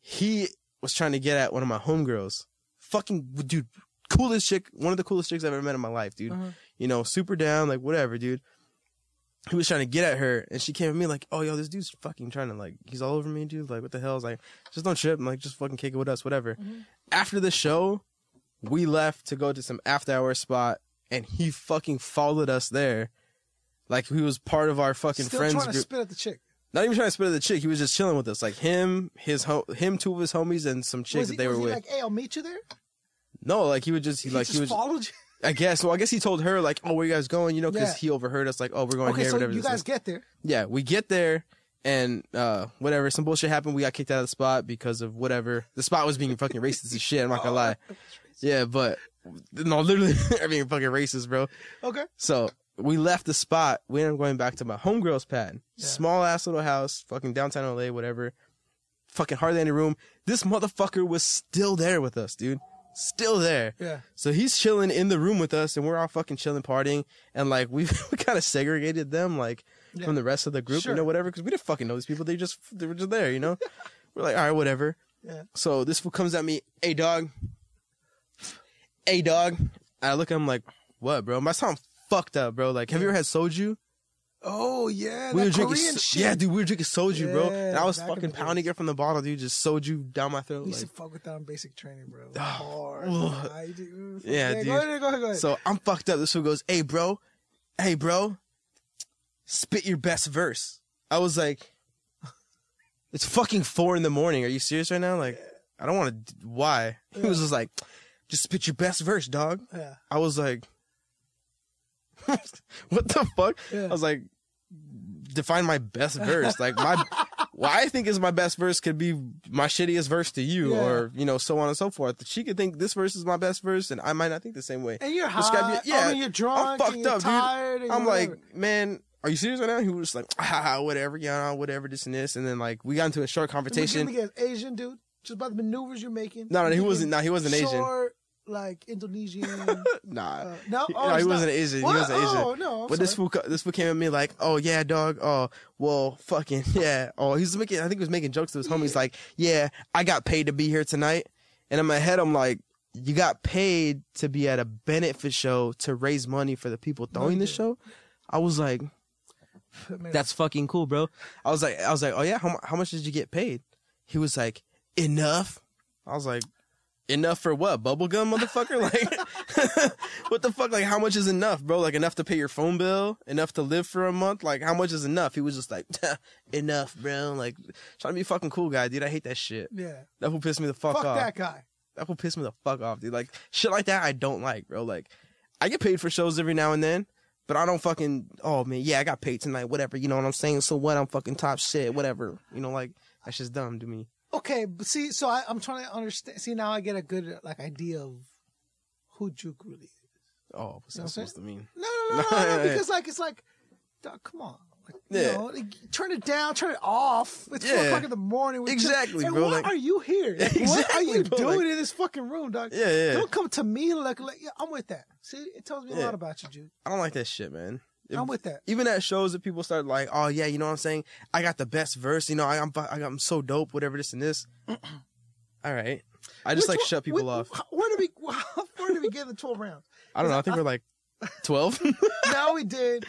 [SPEAKER 3] he was trying to get at one of my homegirls. Fucking dude, coolest chick, one of the coolest chicks I've ever met in my life, dude.
[SPEAKER 2] Uh-huh.
[SPEAKER 3] You know, super down, like whatever, dude. He was trying to get at her, and she came at me like, "Oh, yo, this dude's fucking trying to like, he's all over me, dude. Like, what the hell?" I was like, "Just don't trip. I'm like, just fucking kick it with us, whatever." After the show, we left to go to some after hour spot, and he fucking followed us there, like he was part of our fucking
[SPEAKER 2] Still
[SPEAKER 3] friends
[SPEAKER 2] trying to
[SPEAKER 3] group
[SPEAKER 2] spit at the chick.
[SPEAKER 3] not even trying to spit at the chick. He was just chilling with us, like him, his ho- him, two of his homies, and some chick
[SPEAKER 2] Was
[SPEAKER 3] that
[SPEAKER 2] he,
[SPEAKER 3] they
[SPEAKER 2] was he
[SPEAKER 3] were with.
[SPEAKER 2] like, hey, I'll meet you there?
[SPEAKER 3] no, like he would just he,
[SPEAKER 2] He
[SPEAKER 3] like
[SPEAKER 2] just
[SPEAKER 3] he was.
[SPEAKER 2] followed you.
[SPEAKER 3] I guess. Well, I guess he told her like, "Oh, where you guys going?" You know, because
[SPEAKER 2] Yeah.
[SPEAKER 3] he overheard us like, "Oh, we're going
[SPEAKER 2] Okay,
[SPEAKER 3] here."
[SPEAKER 2] so
[SPEAKER 3] whatever
[SPEAKER 2] you
[SPEAKER 3] this
[SPEAKER 2] guys
[SPEAKER 3] is.
[SPEAKER 2] get there.
[SPEAKER 3] yeah, we get there, and uh, whatever, some bullshit happened. We got kicked out of the spot because of whatever. The spot was being fucking racist as shit. I'm
[SPEAKER 2] [LAUGHS]
[SPEAKER 3] not gonna lie. Yeah, but no, literally, [LAUGHS] I mean, fucking racist, bro.
[SPEAKER 2] Okay.
[SPEAKER 3] So we left the spot. We ended up going back to my homegirl's pad.
[SPEAKER 2] Yeah.
[SPEAKER 3] Small ass little house, fucking downtown LA, whatever. Fucking hardly any room. This motherfucker was still there with us, dude. Still there.
[SPEAKER 2] Yeah.
[SPEAKER 3] So he's chilling in the room with us, and we're all fucking chilling, partying, and like we [LAUGHS] we kind of segregated them like
[SPEAKER 2] Yeah.
[SPEAKER 3] from the rest of the group,
[SPEAKER 2] Sure.
[SPEAKER 3] you know, whatever, because we didn't fucking know these people. They just they were just there, you
[SPEAKER 2] [LAUGHS]
[SPEAKER 3] know. we're like, all right, whatever.
[SPEAKER 2] Yeah.
[SPEAKER 3] So this fool comes at me, hey dog, hey dog. I look at him like, what, bro? My sound fucked up, bro. Like, have you ever had soju?
[SPEAKER 2] Oh yeah.
[SPEAKER 3] we
[SPEAKER 2] that
[SPEAKER 3] were drinking,
[SPEAKER 2] Korean
[SPEAKER 3] so-
[SPEAKER 2] shit.
[SPEAKER 3] yeah, dude. We were drinking soju, bro, and
[SPEAKER 2] Yeah,
[SPEAKER 3] I was
[SPEAKER 2] back in
[SPEAKER 3] fucking
[SPEAKER 2] the
[SPEAKER 3] pounding
[SPEAKER 2] days.
[SPEAKER 3] it from the bottle, dude. Just soju down my throat.
[SPEAKER 2] We used
[SPEAKER 3] Like,
[SPEAKER 2] to fuck with that on basic training, bro.
[SPEAKER 3] Ah,
[SPEAKER 2] Hard.
[SPEAKER 3] ugh.
[SPEAKER 2] I do.
[SPEAKER 3] Yeah, dude.
[SPEAKER 2] Go ahead, go ahead, go ahead.
[SPEAKER 3] So I'm fucked up. This fool goes, "Hey, bro, hey, bro, spit your best verse." I was like, "It's fucking four in the morning. Are you serious right now? Like, I don't want to. Why?" [LAUGHS] He was just like, "Just spit your best verse, dog."
[SPEAKER 2] yeah.
[SPEAKER 3] I was like, [LAUGHS] "What the fuck?"
[SPEAKER 2] Yeah.
[SPEAKER 3] I was like, "Define my best verse. Like
[SPEAKER 2] [LAUGHS]
[SPEAKER 3] my." What I think is my best verse could be my shittiest verse to you,
[SPEAKER 2] Yeah.
[SPEAKER 3] or you know, so on and so forth. She could think this verse is my best verse, and I might not think the same way.
[SPEAKER 2] And you're
[SPEAKER 3] Describe
[SPEAKER 2] high.
[SPEAKER 3] it- yeah,
[SPEAKER 2] I mean, you're drunk.
[SPEAKER 3] I'm fucked
[SPEAKER 2] and you're
[SPEAKER 3] up,
[SPEAKER 2] tired,
[SPEAKER 3] dude.
[SPEAKER 2] and
[SPEAKER 3] I'm
[SPEAKER 2] you're
[SPEAKER 3] like,
[SPEAKER 2] whatever.
[SPEAKER 3] man, are you serious right now? He was like, haha, whatever, yeah, whatever, this and this, and then like we got into a short
[SPEAKER 2] Let me- let me
[SPEAKER 3] conversation.
[SPEAKER 2] guess, Asian dude, just by the maneuvers you're making.
[SPEAKER 3] No, no, he
[SPEAKER 2] You're
[SPEAKER 3] wasn't. No, he wasn't
[SPEAKER 2] getting
[SPEAKER 3] Asian.
[SPEAKER 2] short, like
[SPEAKER 3] [LAUGHS]
[SPEAKER 2] Indonesian.
[SPEAKER 3] Nah.
[SPEAKER 2] uh, no,
[SPEAKER 3] He-
[SPEAKER 2] oh,
[SPEAKER 3] no, he
[SPEAKER 2] it's
[SPEAKER 3] wasn't
[SPEAKER 2] not.
[SPEAKER 3] Asian. He
[SPEAKER 2] What?
[SPEAKER 3] wasn't Asian.
[SPEAKER 2] Oh no, I'm
[SPEAKER 3] But this
[SPEAKER 2] sorry.
[SPEAKER 3] fool, co- this fool came at me like, "Oh yeah, dog. Oh well, fucking [LAUGHS] yeah. Oh, he's making. I think he was making jokes to his homies like, yeah, I got paid to be here tonight." And in my head, I'm like, "You got paid to be at a benefit show to raise money for the people throwing this show." I was like,
[SPEAKER 2] Man,
[SPEAKER 3] That's fucking cool, bro. I was like, I was like, oh yeah, how, mu- how much did you get paid? He was like, enough. I was like, enough for what? Bubblegum, motherfucker? [LAUGHS] like, [LAUGHS] what the fuck? Like, how much is enough, bro? Like, enough to pay your phone bill? Enough to live for a month? Like, how much is enough? He was just like, [LAUGHS] enough, bro. Like, trying to be a fucking cool guy, dude. I hate that shit.
[SPEAKER 2] yeah.
[SPEAKER 3] That will piss me the fuck,
[SPEAKER 2] Fuck
[SPEAKER 3] off
[SPEAKER 2] that guy.
[SPEAKER 3] that will piss me the fuck off, dude. Like shit like that, I don't like, bro. Like I get paid for shows every now and then, but I don't fucking. Oh man, yeah, I got paid tonight. Whatever, you know what I'm saying. So what? I'm fucking top shit. Whatever, you know, like that's just dumb to me.
[SPEAKER 2] Okay, but see, so I, I'm trying to understand. See, now I get a good like idea of who Juke really is.
[SPEAKER 3] Oh, what's
[SPEAKER 2] You know what
[SPEAKER 3] that
[SPEAKER 2] I'm
[SPEAKER 3] supposed to mean?
[SPEAKER 2] No,
[SPEAKER 3] [LAUGHS]
[SPEAKER 2] no, no, no,
[SPEAKER 3] Yeah,
[SPEAKER 2] no
[SPEAKER 3] yeah.
[SPEAKER 2] because like it's like, dog, come on. Like,
[SPEAKER 3] Yeah.
[SPEAKER 2] You know, like, turn it down, turn it off. It's four
[SPEAKER 3] Yeah.
[SPEAKER 2] o'clock in the morning. We just-
[SPEAKER 3] Exactly,
[SPEAKER 2] and
[SPEAKER 3] bro,
[SPEAKER 2] Why
[SPEAKER 3] like-
[SPEAKER 2] are you
[SPEAKER 3] [LAUGHS]
[SPEAKER 2] here? Like, What are
[SPEAKER 3] Exactly,
[SPEAKER 2] you
[SPEAKER 3] bro,
[SPEAKER 2] doing
[SPEAKER 3] like-
[SPEAKER 2] in this fucking room, dog?
[SPEAKER 3] Yeah, yeah.
[SPEAKER 2] Don't come to me like, like yeah, I'm with that. See, it tells me a
[SPEAKER 3] Yeah.
[SPEAKER 2] lot about you, dude.
[SPEAKER 3] I don't like that shit, man. If-
[SPEAKER 2] I'm with that.
[SPEAKER 3] even at shows that people start like, oh yeah, you know what I'm saying? I got the best verse. You know, I, I'm fu- I got, I'm so dope. Whatever this
[SPEAKER 2] [CLEARS THROAT]
[SPEAKER 3] and this. All right, I just
[SPEAKER 2] Which
[SPEAKER 3] like
[SPEAKER 2] one-
[SPEAKER 3] shut people
[SPEAKER 2] wh-
[SPEAKER 3] off.
[SPEAKER 2] wh- Where did we? [LAUGHS] Where did we get the twelve rounds?
[SPEAKER 3] I don't know. I
[SPEAKER 2] [LAUGHS]
[SPEAKER 3] think we're like twelve. [LAUGHS]
[SPEAKER 2] Now we did.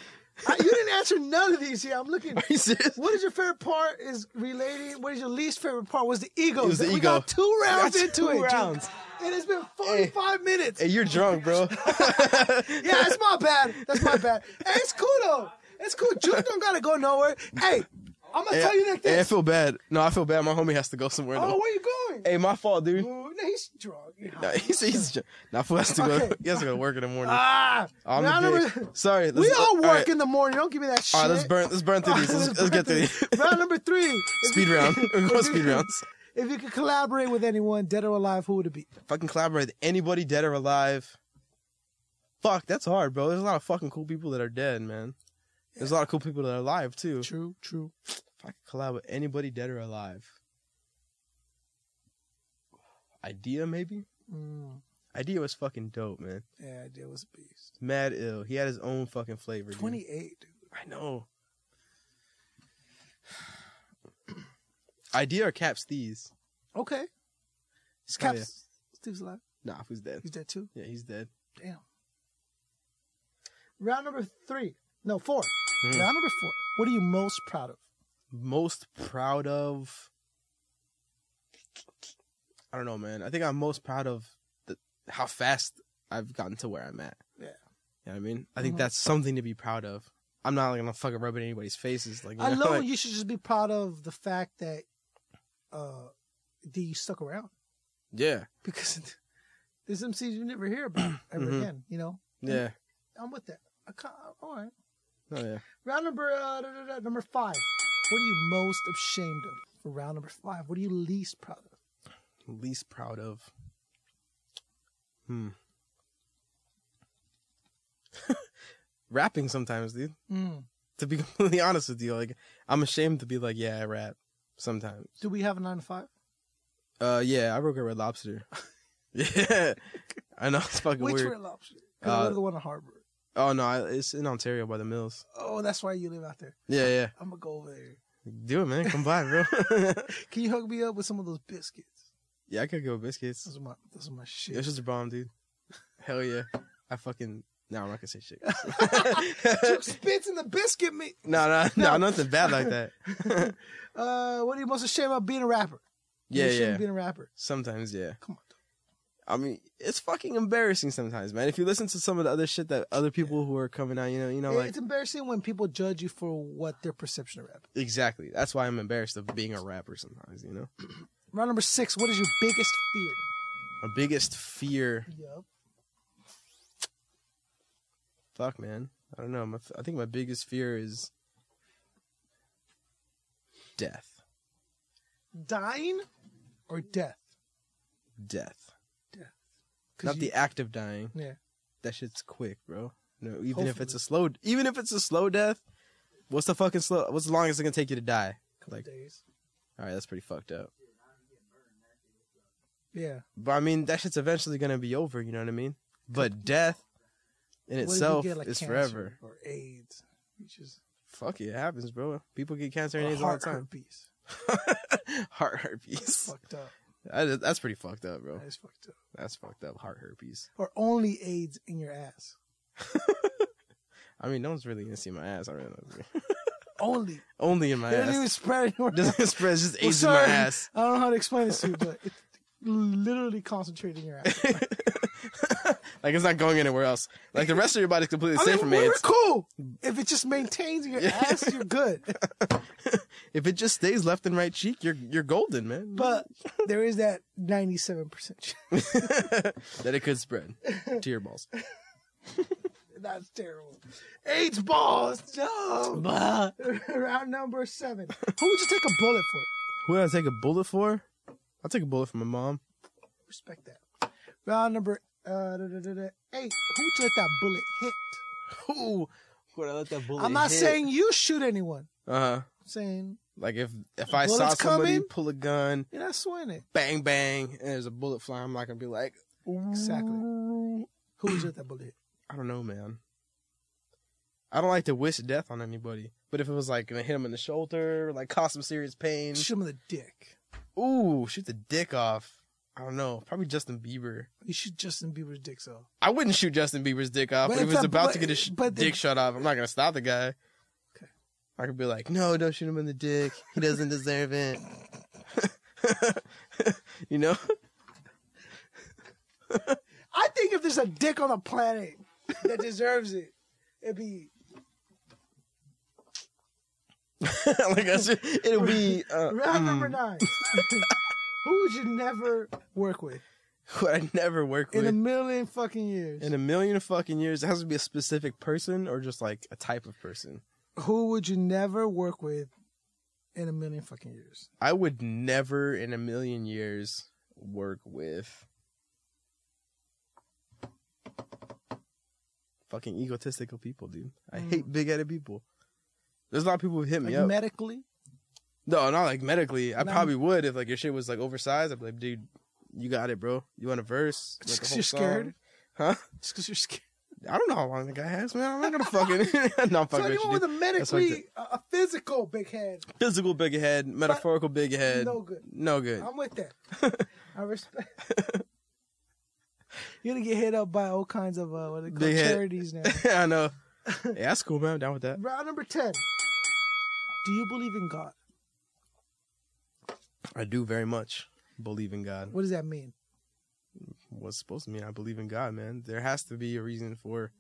[SPEAKER 2] I, you didn't answer none of these. Yeah, I'm looking.
[SPEAKER 3] [LAUGHS] Are you serious?
[SPEAKER 2] What is your favorite part? Is relating. What is your least favorite part? Was the ego?
[SPEAKER 3] It was the
[SPEAKER 2] we
[SPEAKER 3] ego.
[SPEAKER 2] got two
[SPEAKER 3] got
[SPEAKER 2] rounds
[SPEAKER 3] two
[SPEAKER 2] into it,
[SPEAKER 3] rounds.
[SPEAKER 2] rounds. and it's been 45 minutes.
[SPEAKER 3] Hey, you're drunk, bro.
[SPEAKER 2] [LAUGHS] Yeah, that's my bad. That's my bad. Hey, it's cool though. It's cool. Juke don't gotta go nowhere. Hey, I'm gonna tell you like
[SPEAKER 3] hey, I
[SPEAKER 2] this.
[SPEAKER 3] feel bad. No, I feel bad. My homie has to go somewhere.
[SPEAKER 2] oh,
[SPEAKER 3] though.
[SPEAKER 2] where you going?
[SPEAKER 3] Hey, my fault, dude.
[SPEAKER 2] Ooh, no, he's drunk. You're
[SPEAKER 3] [LAUGHS] Nah,
[SPEAKER 2] high.
[SPEAKER 3] he's, he's ju- nah, fool has to go.
[SPEAKER 2] Okay.
[SPEAKER 3] He has to go to work in the morning.
[SPEAKER 2] ah,
[SPEAKER 3] I'm
[SPEAKER 2] round
[SPEAKER 3] a dick.
[SPEAKER 2] number.
[SPEAKER 3] Sorry.
[SPEAKER 2] We
[SPEAKER 3] let's-
[SPEAKER 2] all work
[SPEAKER 3] alright,
[SPEAKER 2] in the morning. Don't give me that shit.
[SPEAKER 3] All right, let's burn. Let's burn through
[SPEAKER 2] [LAUGHS]
[SPEAKER 3] these.
[SPEAKER 2] Let's
[SPEAKER 3] Let's, let's
[SPEAKER 2] burn
[SPEAKER 3] get through these.
[SPEAKER 2] through it. round number three. If
[SPEAKER 3] [LAUGHS] speed
[SPEAKER 2] you-
[SPEAKER 3] round. We're going
[SPEAKER 2] if you
[SPEAKER 3] speed
[SPEAKER 2] could- [LAUGHS]
[SPEAKER 3] rounds.
[SPEAKER 2] If you could collaborate with anyone, dead or alive, who would it be?
[SPEAKER 3] Fucking collaborate with anybody dead or alive. Fuck, that's hard, bro. There's a lot of fucking cool people that are dead, man. There's a lot of cool people that are alive too.
[SPEAKER 2] True, true.
[SPEAKER 3] If I could collab with anybody dead or alive, idea maybe.
[SPEAKER 2] Mm,
[SPEAKER 3] Idea was fucking dope, man.
[SPEAKER 2] yeah, that was a beast.
[SPEAKER 3] mad ill. He had his own fucking flavor. dude.
[SPEAKER 2] 28, dude.
[SPEAKER 3] I know. [SIGHS] Idea or Cap Steez?
[SPEAKER 2] Okay. It's
[SPEAKER 3] Oh,
[SPEAKER 2] Cap.
[SPEAKER 3] yeah.
[SPEAKER 2] Steve's alive.
[SPEAKER 3] Nah, who's dead?
[SPEAKER 2] He's dead too.
[SPEAKER 3] Yeah, he's dead.
[SPEAKER 2] Damn. Round number three. No, 4
[SPEAKER 3] Hmm.
[SPEAKER 2] Round number four. What are you most proud of?
[SPEAKER 3] Most proud of. I don't know, man. I think I'm most proud of the, how fast I've gotten to where I'm at.
[SPEAKER 2] Yeah. Uh-huh.
[SPEAKER 3] You know what I mean? I think that's something to be proud of. I'm not like, gonna fucking rub it in anybody's faces. Like, you
[SPEAKER 2] I
[SPEAKER 3] know,
[SPEAKER 2] know
[SPEAKER 3] [LAUGHS] like-
[SPEAKER 2] you should just be proud of the fact that uh that you stuck around [LAUGHS]
[SPEAKER 3] Yeah.
[SPEAKER 2] because there's some seeds you never hear about
[SPEAKER 3] [CLEARS THROAT]
[SPEAKER 2] ever
[SPEAKER 3] Mhm.
[SPEAKER 2] again. You know,
[SPEAKER 3] Yeah.
[SPEAKER 2] I'm with that. I can't, all right.
[SPEAKER 3] Oh, yeah.
[SPEAKER 2] Round number uh, da, da, da, number five. What are you most ashamed of for round number five? What are you least proud of?
[SPEAKER 3] least proud of? Hmm. [LAUGHS] Rapping sometimes, dude.
[SPEAKER 2] Mm.
[SPEAKER 3] To be [LAUGHS] completely honest with you, like I'm ashamed to be like, yeah, I rap sometimes.
[SPEAKER 2] Do we have a nine to five?
[SPEAKER 3] Uh, yeah, I broke a Red Lobster. [LAUGHS] yeah, I know it's fucking
[SPEAKER 2] Which
[SPEAKER 3] weird.
[SPEAKER 2] Red Lobster? 'Cause I
[SPEAKER 3] Uh,
[SPEAKER 2] go to the one in Harbor.
[SPEAKER 3] Oh no, I, it's in Ontario by the Mills.
[SPEAKER 2] Oh, that's why you live out there.
[SPEAKER 3] Yeah, yeah.
[SPEAKER 2] I'm gonna go over there.
[SPEAKER 3] Do it, man. Come by, bro. [LAUGHS]
[SPEAKER 2] Can you hook me up with some of those biscuits?
[SPEAKER 3] yeah, I could go with biscuits.
[SPEAKER 2] Those are my, those are my shit.
[SPEAKER 3] It's just a bomb, dude. Hell yeah. I fucking. No, I'm not gonna say shit. [LAUGHS]
[SPEAKER 2] Took spits in the biscuit meat.
[SPEAKER 3] no, no, no, nothing bad like that.
[SPEAKER 2] [LAUGHS] Uh, what are you most ashamed about being a rapper? You're
[SPEAKER 3] Yeah,
[SPEAKER 2] ashamed of
[SPEAKER 3] yeah.
[SPEAKER 2] Being a rapper.
[SPEAKER 3] Sometimes, yeah.
[SPEAKER 2] Come on. dog.
[SPEAKER 3] I mean, it's fucking embarrassing sometimes, man. If you listen to some of the other shit that other people who are coming out, you know, you know,
[SPEAKER 2] It-
[SPEAKER 3] like
[SPEAKER 2] it's embarrassing when people judge you for what their perception of rap.
[SPEAKER 3] exactly. That's why I'm embarrassed of being a rapper sometimes, you know.
[SPEAKER 2] Round number six. What is your biggest fear?
[SPEAKER 3] My biggest fear,
[SPEAKER 2] Yup.
[SPEAKER 3] fuck, man. I don't know. My, I think my biggest fear is death.
[SPEAKER 2] Dying or death?
[SPEAKER 3] Death.
[SPEAKER 2] 'Cause
[SPEAKER 3] Not
[SPEAKER 2] you-
[SPEAKER 3] the act of dying.
[SPEAKER 2] Yeah.
[SPEAKER 3] That shit's quick, bro. No, even if it's
[SPEAKER 2] Hopefully.
[SPEAKER 3] a slow, even if it's a slow death, what's the fucking slow? What's the longest it gonna take you to die?
[SPEAKER 2] couple
[SPEAKER 3] like-
[SPEAKER 2] days.
[SPEAKER 3] All right, that's pretty fucked up.
[SPEAKER 2] Yeah.
[SPEAKER 3] But I mean, that shit's eventually gonna be over. You know what I mean? But death in
[SPEAKER 2] What if you
[SPEAKER 3] itself
[SPEAKER 2] get, like,
[SPEAKER 3] is
[SPEAKER 2] cancer
[SPEAKER 3] forever.
[SPEAKER 2] Or AIDS. You just
[SPEAKER 3] Fuck it, it happens, bro. People get cancer and
[SPEAKER 2] or
[SPEAKER 3] AIDS all
[SPEAKER 2] heart [LAUGHS]
[SPEAKER 3] the time.
[SPEAKER 2] herpes.
[SPEAKER 3] heart herpes.
[SPEAKER 2] fucked up.
[SPEAKER 3] That is, that's pretty fucked up, bro.
[SPEAKER 2] That is fucked up.
[SPEAKER 3] That's fucked up. Heart herpes.
[SPEAKER 2] Or only AIDS in your ass.
[SPEAKER 3] I mean, no one's really gonna see my ass. I really don't care. [LAUGHS]
[SPEAKER 2] Only.
[SPEAKER 3] Only in my
[SPEAKER 2] It doesn't
[SPEAKER 3] ass.
[SPEAKER 2] even spread anywhere.
[SPEAKER 3] [LAUGHS] Doesn't spread. it's Just
[SPEAKER 2] [LAUGHS] Well,
[SPEAKER 3] AIDS in my
[SPEAKER 2] sorry.
[SPEAKER 3] ass.
[SPEAKER 2] I don't know how to explain this to you, but it's literally concentrating your ass.
[SPEAKER 3] like it's not going anywhere else. Like the rest of your body's completely
[SPEAKER 2] I
[SPEAKER 3] safe
[SPEAKER 2] mean,
[SPEAKER 3] from
[SPEAKER 2] we're
[SPEAKER 3] AIDS.
[SPEAKER 2] cool. If it just maintains in your
[SPEAKER 3] Yeah.
[SPEAKER 2] ass, you're good.
[SPEAKER 3] [LAUGHS] If it just stays left and right cheek, you're you're golden, man.
[SPEAKER 2] But there is that 97% chance.
[SPEAKER 3] [LAUGHS]
[SPEAKER 2] [LAUGHS]
[SPEAKER 3] that it could spread to your balls.
[SPEAKER 2] That's terrible. AIDS balls. No. Round number seven. Who would you take a bullet for?
[SPEAKER 3] Who would I take a bullet for? I'll take a bullet for my mom.
[SPEAKER 2] Respect that. Round number uh, da, da, da, da, eight. Who would you let that bullet hit?
[SPEAKER 3] Who would I let that bullet?
[SPEAKER 2] I'm not saying you shoot anyone.
[SPEAKER 3] Uh huh.
[SPEAKER 2] I'm saying
[SPEAKER 3] Like if if I
[SPEAKER 2] Bullets
[SPEAKER 3] saw somebody
[SPEAKER 2] coming?
[SPEAKER 3] pull a gun,
[SPEAKER 2] you're not swinging it.
[SPEAKER 3] bang bang, and there's a bullet flying, I'm not gonna be like,
[SPEAKER 2] Exactly. Who would you let that bullet hit?
[SPEAKER 3] I don't know, man. I don't like to wish death on anybody. But if it was like gonna hit him in the shoulder, like cause some serious pain,
[SPEAKER 2] Shoot him in the dick.
[SPEAKER 3] ooh, shoot the dick off. I don't know. Probably Justin Bieber.
[SPEAKER 2] You shoot Justin Bieber's dick so.
[SPEAKER 3] I wouldn't shoot Justin Bieber's dick off,
[SPEAKER 2] But
[SPEAKER 3] but,
[SPEAKER 2] if
[SPEAKER 3] if he was
[SPEAKER 2] that
[SPEAKER 3] about
[SPEAKER 2] boy-
[SPEAKER 3] to get his sh-
[SPEAKER 2] but the-
[SPEAKER 3] dick shot off, I'm not gonna stop the guy.
[SPEAKER 2] Okay.
[SPEAKER 3] I could be like, no, don't shoot him in the dick. He doesn't deserve it. [LAUGHS] you know? [LAUGHS]
[SPEAKER 2] I think if there's a dick on the planet
[SPEAKER 3] [LAUGHS]
[SPEAKER 2] that deserves it, it'd be
[SPEAKER 3] like I said, it'll be uh,
[SPEAKER 2] round number
[SPEAKER 3] mm,
[SPEAKER 2] nine. [LAUGHS] Who would you never work with
[SPEAKER 3] who I never work
[SPEAKER 2] in
[SPEAKER 3] with
[SPEAKER 2] a million fucking years?
[SPEAKER 3] in a million fucking years. It has to be a specific person or just like a type of person.
[SPEAKER 2] Who would you never work with in a million fucking years?
[SPEAKER 3] I would never in a million years work with fucking egotistical people, dude. I hate big headed people. There's a lot of people who hit me
[SPEAKER 2] Mm. Like
[SPEAKER 3] up.
[SPEAKER 2] medically?
[SPEAKER 3] no, not like medically. I
[SPEAKER 2] Not-
[SPEAKER 3] probably would if like your shit was like oversized. I'd be like, dude, you got it, bro. You want a
[SPEAKER 2] [LAUGHS]
[SPEAKER 3] verse?
[SPEAKER 2] Just
[SPEAKER 3] Like, a
[SPEAKER 2] 'cause
[SPEAKER 3] whole
[SPEAKER 2] you're scared?
[SPEAKER 3] song?" Huh?
[SPEAKER 2] Just because you're scared.
[SPEAKER 3] I don't know how long the guy has, man. I'm not gonna fucking. [LAUGHS] no, I'm
[SPEAKER 2] So
[SPEAKER 3] fucking. with
[SPEAKER 2] anyone
[SPEAKER 3] you,
[SPEAKER 2] with a
[SPEAKER 3] dude. That's what I
[SPEAKER 2] medically, a a physical big head,
[SPEAKER 3] Physical big head, metaphorical big head.
[SPEAKER 2] no good.
[SPEAKER 3] No good.
[SPEAKER 2] I'm with that. I respect. [LAUGHS] You're gonna get hit up by all kinds of uh, what they call
[SPEAKER 3] Big head.
[SPEAKER 2] charities now. [LAUGHS]
[SPEAKER 3] [LAUGHS] I know. Yeah, that's cool, man. I'm down with that.
[SPEAKER 2] Round number ten. Do you believe in God?
[SPEAKER 3] I do very much believe in God.
[SPEAKER 2] What does that mean?
[SPEAKER 3] What's supposed to mean? I believe in God, man. There has to be a reason for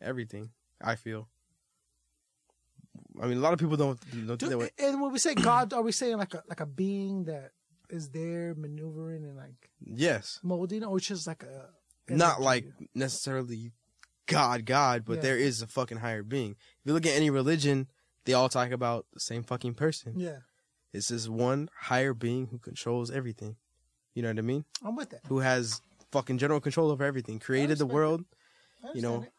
[SPEAKER 3] everything. I feel. I mean, a lot of people don't don't
[SPEAKER 2] Do,
[SPEAKER 3] think that way.
[SPEAKER 2] And when we say God, are we saying like a like a being that is there maneuvering and like
[SPEAKER 3] Yes,
[SPEAKER 2] molding, or it's just like a
[SPEAKER 3] not like
[SPEAKER 2] energy?
[SPEAKER 3] necessarily God, God, but
[SPEAKER 2] Yeah.
[SPEAKER 3] there is a fucking higher being. If you look at any religion, they all talk about the same fucking person.
[SPEAKER 2] Yeah,
[SPEAKER 3] It's this one higher being who controls everything. You know what I mean?
[SPEAKER 2] I'm with that.
[SPEAKER 3] Who has fucking general control over everything, created the
[SPEAKER 2] respect it.
[SPEAKER 3] world,
[SPEAKER 2] I
[SPEAKER 3] you know,
[SPEAKER 2] understand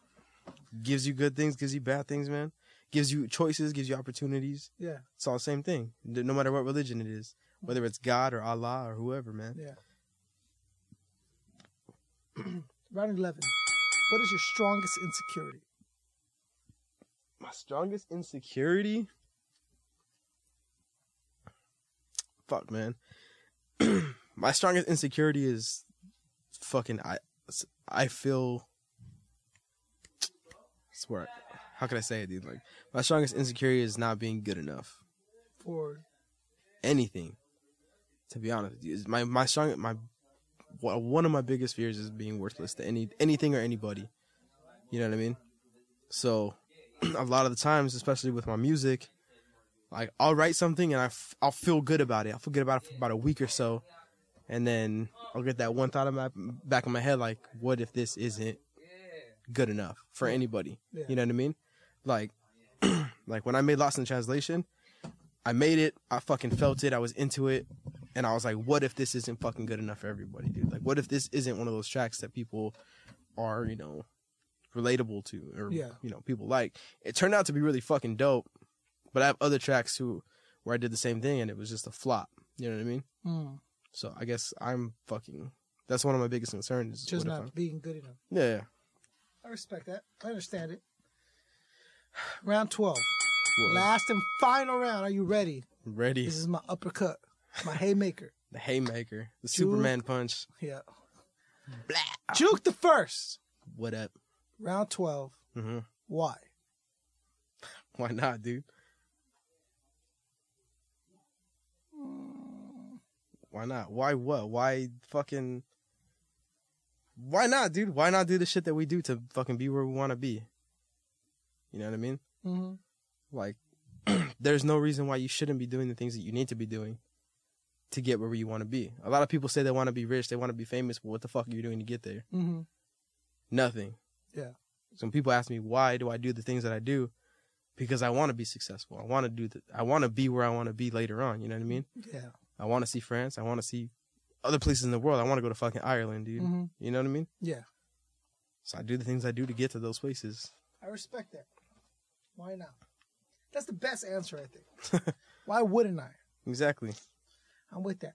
[SPEAKER 2] it.
[SPEAKER 3] gives you good things, gives you bad things, man. Gives you choices, gives you opportunities.
[SPEAKER 2] Yeah,
[SPEAKER 3] It's all the same thing, n- no matter what religion it is, whether it's God or Allah or whoever, man.
[SPEAKER 2] yeah. [CLEARS THROAT] Round eleven. What is your strongest insecurity?
[SPEAKER 3] my strongest insecurity fuck man [CLEARS THROAT] my strongest insecurity is fucking i i feel swear how could i say it dude like my strongest insecurity is not being good enough
[SPEAKER 2] For
[SPEAKER 3] anything to be honest with you It's my my strong my wha- one of my biggest fears is being worthless to any anything or anybody you know what i mean so a lot of the times especially with my music like i'll write something and I f- i'll feel good about it i'll feel good about it for about a week or so and then i'll get that one thought in my back of my head like what if this isn't good enough for anybody
[SPEAKER 2] Yeah.
[SPEAKER 3] you know what i mean like [CLEARS THROAT] like when i made lost in translation I made it. I fucking felt it. I was into it. And I was like, what if this isn't fucking good enough for everybody, dude? Like, what if this isn't one of those tracks that people are, you know, relatable to or,
[SPEAKER 2] Yeah.
[SPEAKER 3] you know, people like? It turned out to be really fucking dope. But I have other tracks who where I did the same thing and it was just a flop. You know what I mean?
[SPEAKER 2] mm,
[SPEAKER 3] So I guess I'm fucking. That's one of my biggest concerns. Is
[SPEAKER 2] just
[SPEAKER 3] what if
[SPEAKER 2] not
[SPEAKER 3] I'm-
[SPEAKER 2] being good enough.
[SPEAKER 3] yeah, yeah.
[SPEAKER 2] I respect that. I understand it. Round twelve.
[SPEAKER 3] Well,
[SPEAKER 2] Last and final round. Are you ready?
[SPEAKER 3] ready.
[SPEAKER 2] This is my uppercut, my haymaker.
[SPEAKER 3] The haymaker. The
[SPEAKER 2] Juke.
[SPEAKER 3] Superman punch.
[SPEAKER 2] Yeah. Juke the first.
[SPEAKER 3] What up? [LAUGHS]
[SPEAKER 2] Round 12.
[SPEAKER 3] Mhm.
[SPEAKER 2] Why?
[SPEAKER 3] Why not, dude? Why not? Why what? Why fucking Why not, dude? Why not do the shit that we do to fucking be where we want to be? You know what I mean?
[SPEAKER 2] Mm-hmm.
[SPEAKER 3] Like [CLEARS THROAT] there's no reason why you shouldn't be doing the things that you need to be doing to get where you want to be. A lot of people say they want to be rich, they want to be famous, but what the fuck are you doing to get there?
[SPEAKER 2] Mm-hmm.
[SPEAKER 3] Nothing.
[SPEAKER 2] Yeah.
[SPEAKER 3] So when people ask me why do I do the things that I do, because I want to be successful. I want to do the. I want to be where I want to be later on. You know what I mean?
[SPEAKER 2] Yeah.
[SPEAKER 3] I want to see France. I want to see other places in the world. I want to go to fucking Ireland, dude.
[SPEAKER 2] Mhm.
[SPEAKER 3] You know what I mean?
[SPEAKER 2] Yeah.
[SPEAKER 3] So I do the things I do to get to those places.
[SPEAKER 2] I respect that. Why not? That's the best answer, I think. Why wouldn't I?
[SPEAKER 3] Exactly.
[SPEAKER 2] I'm with that.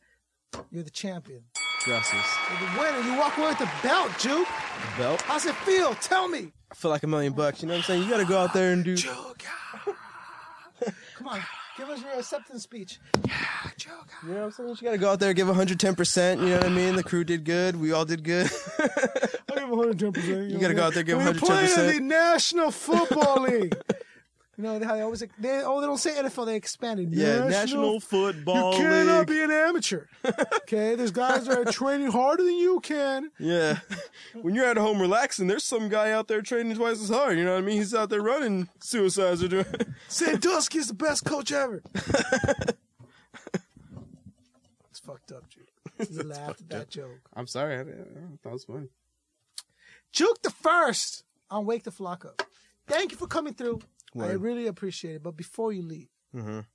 [SPEAKER 2] You're the champion.
[SPEAKER 3] Gracias.
[SPEAKER 2] You're the winner. You walk away with the belt, Juke.
[SPEAKER 3] Belt.
[SPEAKER 2] How's it feel? Tell me.
[SPEAKER 3] I feel like a million bucks. You know what I'm saying? You gotta go out there and do.
[SPEAKER 2] Juke. [LAUGHS] Come on. Give us your acceptance speech. Yeah, Juke.
[SPEAKER 3] You know what I'm saying? You gotta go out there and give 110. percent You know what I mean? The crew did good. We all did [LAUGHS] good.
[SPEAKER 2] I give 110%.
[SPEAKER 3] You gotta go out there, give
[SPEAKER 2] We're playing
[SPEAKER 3] 110%.
[SPEAKER 2] in the National Football
[SPEAKER 3] [LAUGHS]
[SPEAKER 2] League. you know how they always they oh they don't say NFL they expanded.
[SPEAKER 3] yeah. National football
[SPEAKER 2] You cannot
[SPEAKER 3] league.
[SPEAKER 2] be an
[SPEAKER 3] [LAUGHS]
[SPEAKER 2] amateur. Okay, there's guys that are training harder than you can.
[SPEAKER 3] Yeah. When you're at home relaxing, there's some guy out there training twice as hard. You know what I mean? He's out there running suicides or doing. [LAUGHS]
[SPEAKER 2] Sandusky is the best coach ever. it's fucked up, Juke. You laughed at that joke.
[SPEAKER 3] I'm sorry. I, I, that was funny.
[SPEAKER 2] Juke the first on Wake the Flock Up. Thank you for coming through. I
[SPEAKER 3] Word.
[SPEAKER 2] really appreciate it. But before you leave,
[SPEAKER 3] Mhm.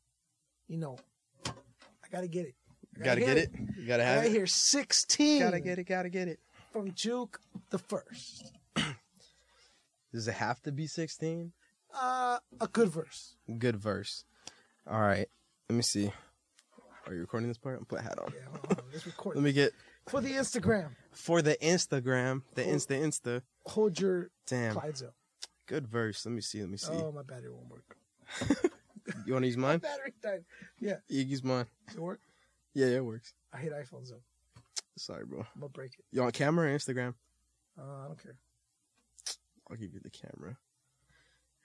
[SPEAKER 2] you know, I gotta get it. I
[SPEAKER 3] Gotta get it. You gotta have
[SPEAKER 2] Right
[SPEAKER 3] it.
[SPEAKER 2] here, 16
[SPEAKER 3] it. Gotta get it.
[SPEAKER 2] from Juke the first.
[SPEAKER 3] Does it have to be 16?
[SPEAKER 2] Uh, a good verse. [LAUGHS]
[SPEAKER 3] Good verse. All right. Let me see. Are you recording this part? I'm put a hat on.
[SPEAKER 2] Yeah, hold on, hold on, let's record
[SPEAKER 3] Let me get
[SPEAKER 2] for the Instagram.
[SPEAKER 3] for the Instagram. The Insta Insta.
[SPEAKER 2] Hold your
[SPEAKER 3] Damn.
[SPEAKER 2] Clydesdale.
[SPEAKER 3] Good verse. Let me see. Let me see.
[SPEAKER 2] Oh, my battery won't work. [LAUGHS]
[SPEAKER 3] You want to use mine?
[SPEAKER 2] Battery died. Yeah,
[SPEAKER 3] You can use mine.
[SPEAKER 2] does it work?
[SPEAKER 3] Yeah, it works.
[SPEAKER 2] I hate iPhones though.
[SPEAKER 3] Sorry, bro.
[SPEAKER 2] I'm gonna break it.
[SPEAKER 3] You on camera or Instagram?
[SPEAKER 2] Uh, I don't care.
[SPEAKER 3] I'll give you the camera.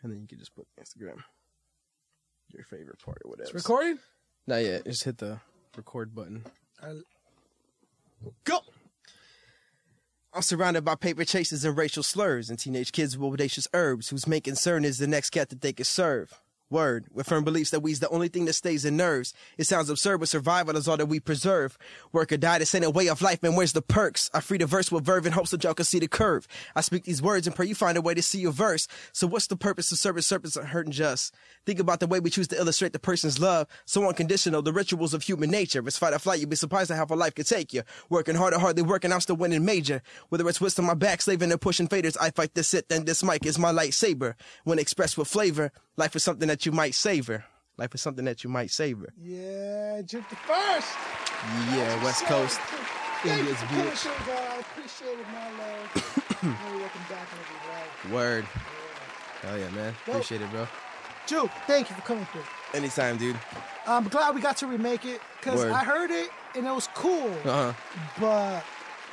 [SPEAKER 3] And then you can just put Instagram. Your favorite part or whatever.
[SPEAKER 2] It's recording.
[SPEAKER 3] Not yet. Just hit the record button.
[SPEAKER 2] I,
[SPEAKER 3] Go! I'm surrounded by paper chases and racial slurs and teenage kids with audacious herbs whose main concern is the next cat that they can serve.
[SPEAKER 1] Word, with firm beliefs that we's the only thing that stays in nerves. It sounds absurd, but survival is all that we preserve. Work or die, this ain't a way of life, man. Where's the perks? I free the verse with verve in hopes that y'all can see the curve. I speak these words and pray you find a way to see your verse. So what's the purpose of service, serpents and hurting just? Think about the way we choose to illustrate the person's love. So unconditional, the rituals of human nature. It's fight or flight, you'd be surprised at how far life could take you. Working hard or hardly working, I'm still winning major. Whether it's whistling my back, slaving or pushing faders, I fight this it, then this mic is my lightsaber. When expressed with flavor, life is something that you might savor. Life is something that you might savor.
[SPEAKER 2] Yeah, Juke the first.
[SPEAKER 1] Yeah, West
[SPEAKER 2] [LAUGHS]
[SPEAKER 1] Coast.
[SPEAKER 2] Thank you
[SPEAKER 1] Indians,
[SPEAKER 2] for
[SPEAKER 1] bitch.
[SPEAKER 2] coming, Sugar God. I appreciate it, my love. [COUGHS] You're welcome back and everything, right?
[SPEAKER 1] Word. Hell yeah, man. Appreciate it, bro.
[SPEAKER 2] Juke, thank you for coming through.
[SPEAKER 1] Anytime, dude.
[SPEAKER 2] I'm glad we got to remake it because
[SPEAKER 1] Word.
[SPEAKER 2] I heard it and it was cool,
[SPEAKER 1] Uh huh.
[SPEAKER 2] but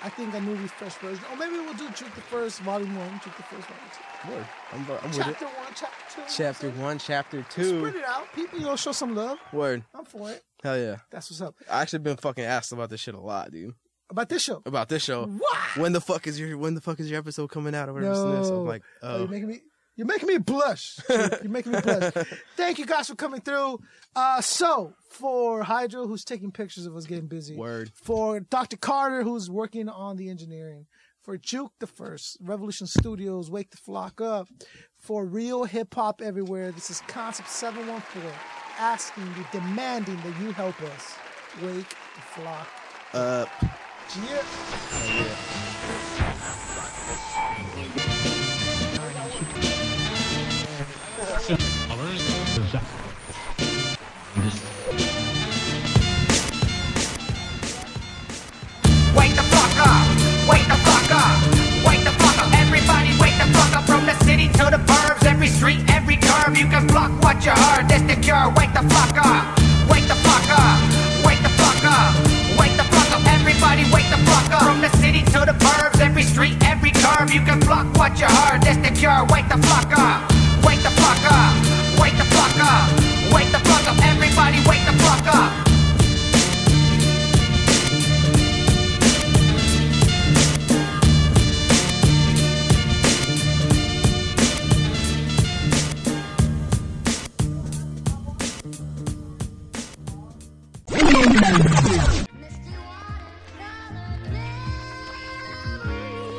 [SPEAKER 2] I think a new refresh version. Or maybe we'll do Juke the First Volume One, Juke the First Volume Two,
[SPEAKER 1] Word. I'm, I'm with it.
[SPEAKER 2] Chapter One, Chapter Two.
[SPEAKER 1] Chapter one, chapter
[SPEAKER 2] Spread
[SPEAKER 1] two.
[SPEAKER 2] it out. People, you know, show some love.
[SPEAKER 1] Word.
[SPEAKER 2] I'm for it.
[SPEAKER 1] Hell yeah.
[SPEAKER 2] That's what's up.
[SPEAKER 1] I actually been fucking asked about this shit a lot, dude.
[SPEAKER 2] About this show.
[SPEAKER 1] About this show.
[SPEAKER 2] What?
[SPEAKER 1] When the fuck is your when the fuck is your episode coming out or whatever it's this? I'm like,
[SPEAKER 2] Oh,
[SPEAKER 1] oh
[SPEAKER 2] you're making me. You're making me blush. [LAUGHS] You're making me
[SPEAKER 1] [LAUGHS]
[SPEAKER 2] blush. Thank you guys for coming through. Uh, so for Hydro, who's taking pictures of us getting busy.
[SPEAKER 1] Word.
[SPEAKER 2] For Dr. Carter, who's working on the engineering. For Juke the First, Revolution Studios, Wake the Flock Up. For Real Hip Hop Everywhere, this is Concept 714 asking you, demanding that you help us wake the flock
[SPEAKER 1] uh
[SPEAKER 2] Yeah.
[SPEAKER 4] Wake the fuck up! Wake the fuck up! Wake the fuck up! Everybody wake the fuck up! From the city to the burbs, every street, every curb, you can block what you heard. That's the cure. Wake the fuck up! Wake the fuck up! Wake the fuck up! Wake the fuck up! Everybody wake the fuck up! From the city to the burbs, every street, every curb, you can block what you heard. That's the cure. Wake the fuck up! Wake the fuck up! Wake the fuck up! Wake the fuck up! Everybody wake the fuck up!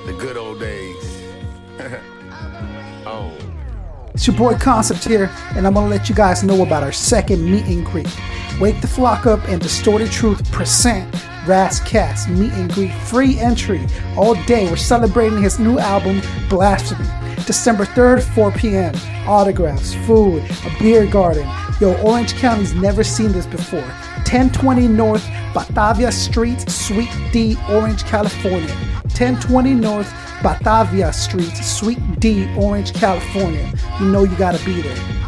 [SPEAKER 6] The good old days. oh.
[SPEAKER 7] It's your boy Concept here, and I'm gonna let you guys know about our second meet and greet. Wake the Flock Up and Distorted Truth present Raz Cast meet and greet free entry all day. We're celebrating his new album, Blasphemy. December 3rd, 4 p.m. Autographs, food, a beer garden. Yo, Orange County's never seen this before. 1020 North, Batavia Street, Suite D, Orange, California. 1020 North Batavia Street, Suite D, Orange, California. You know you gotta be there.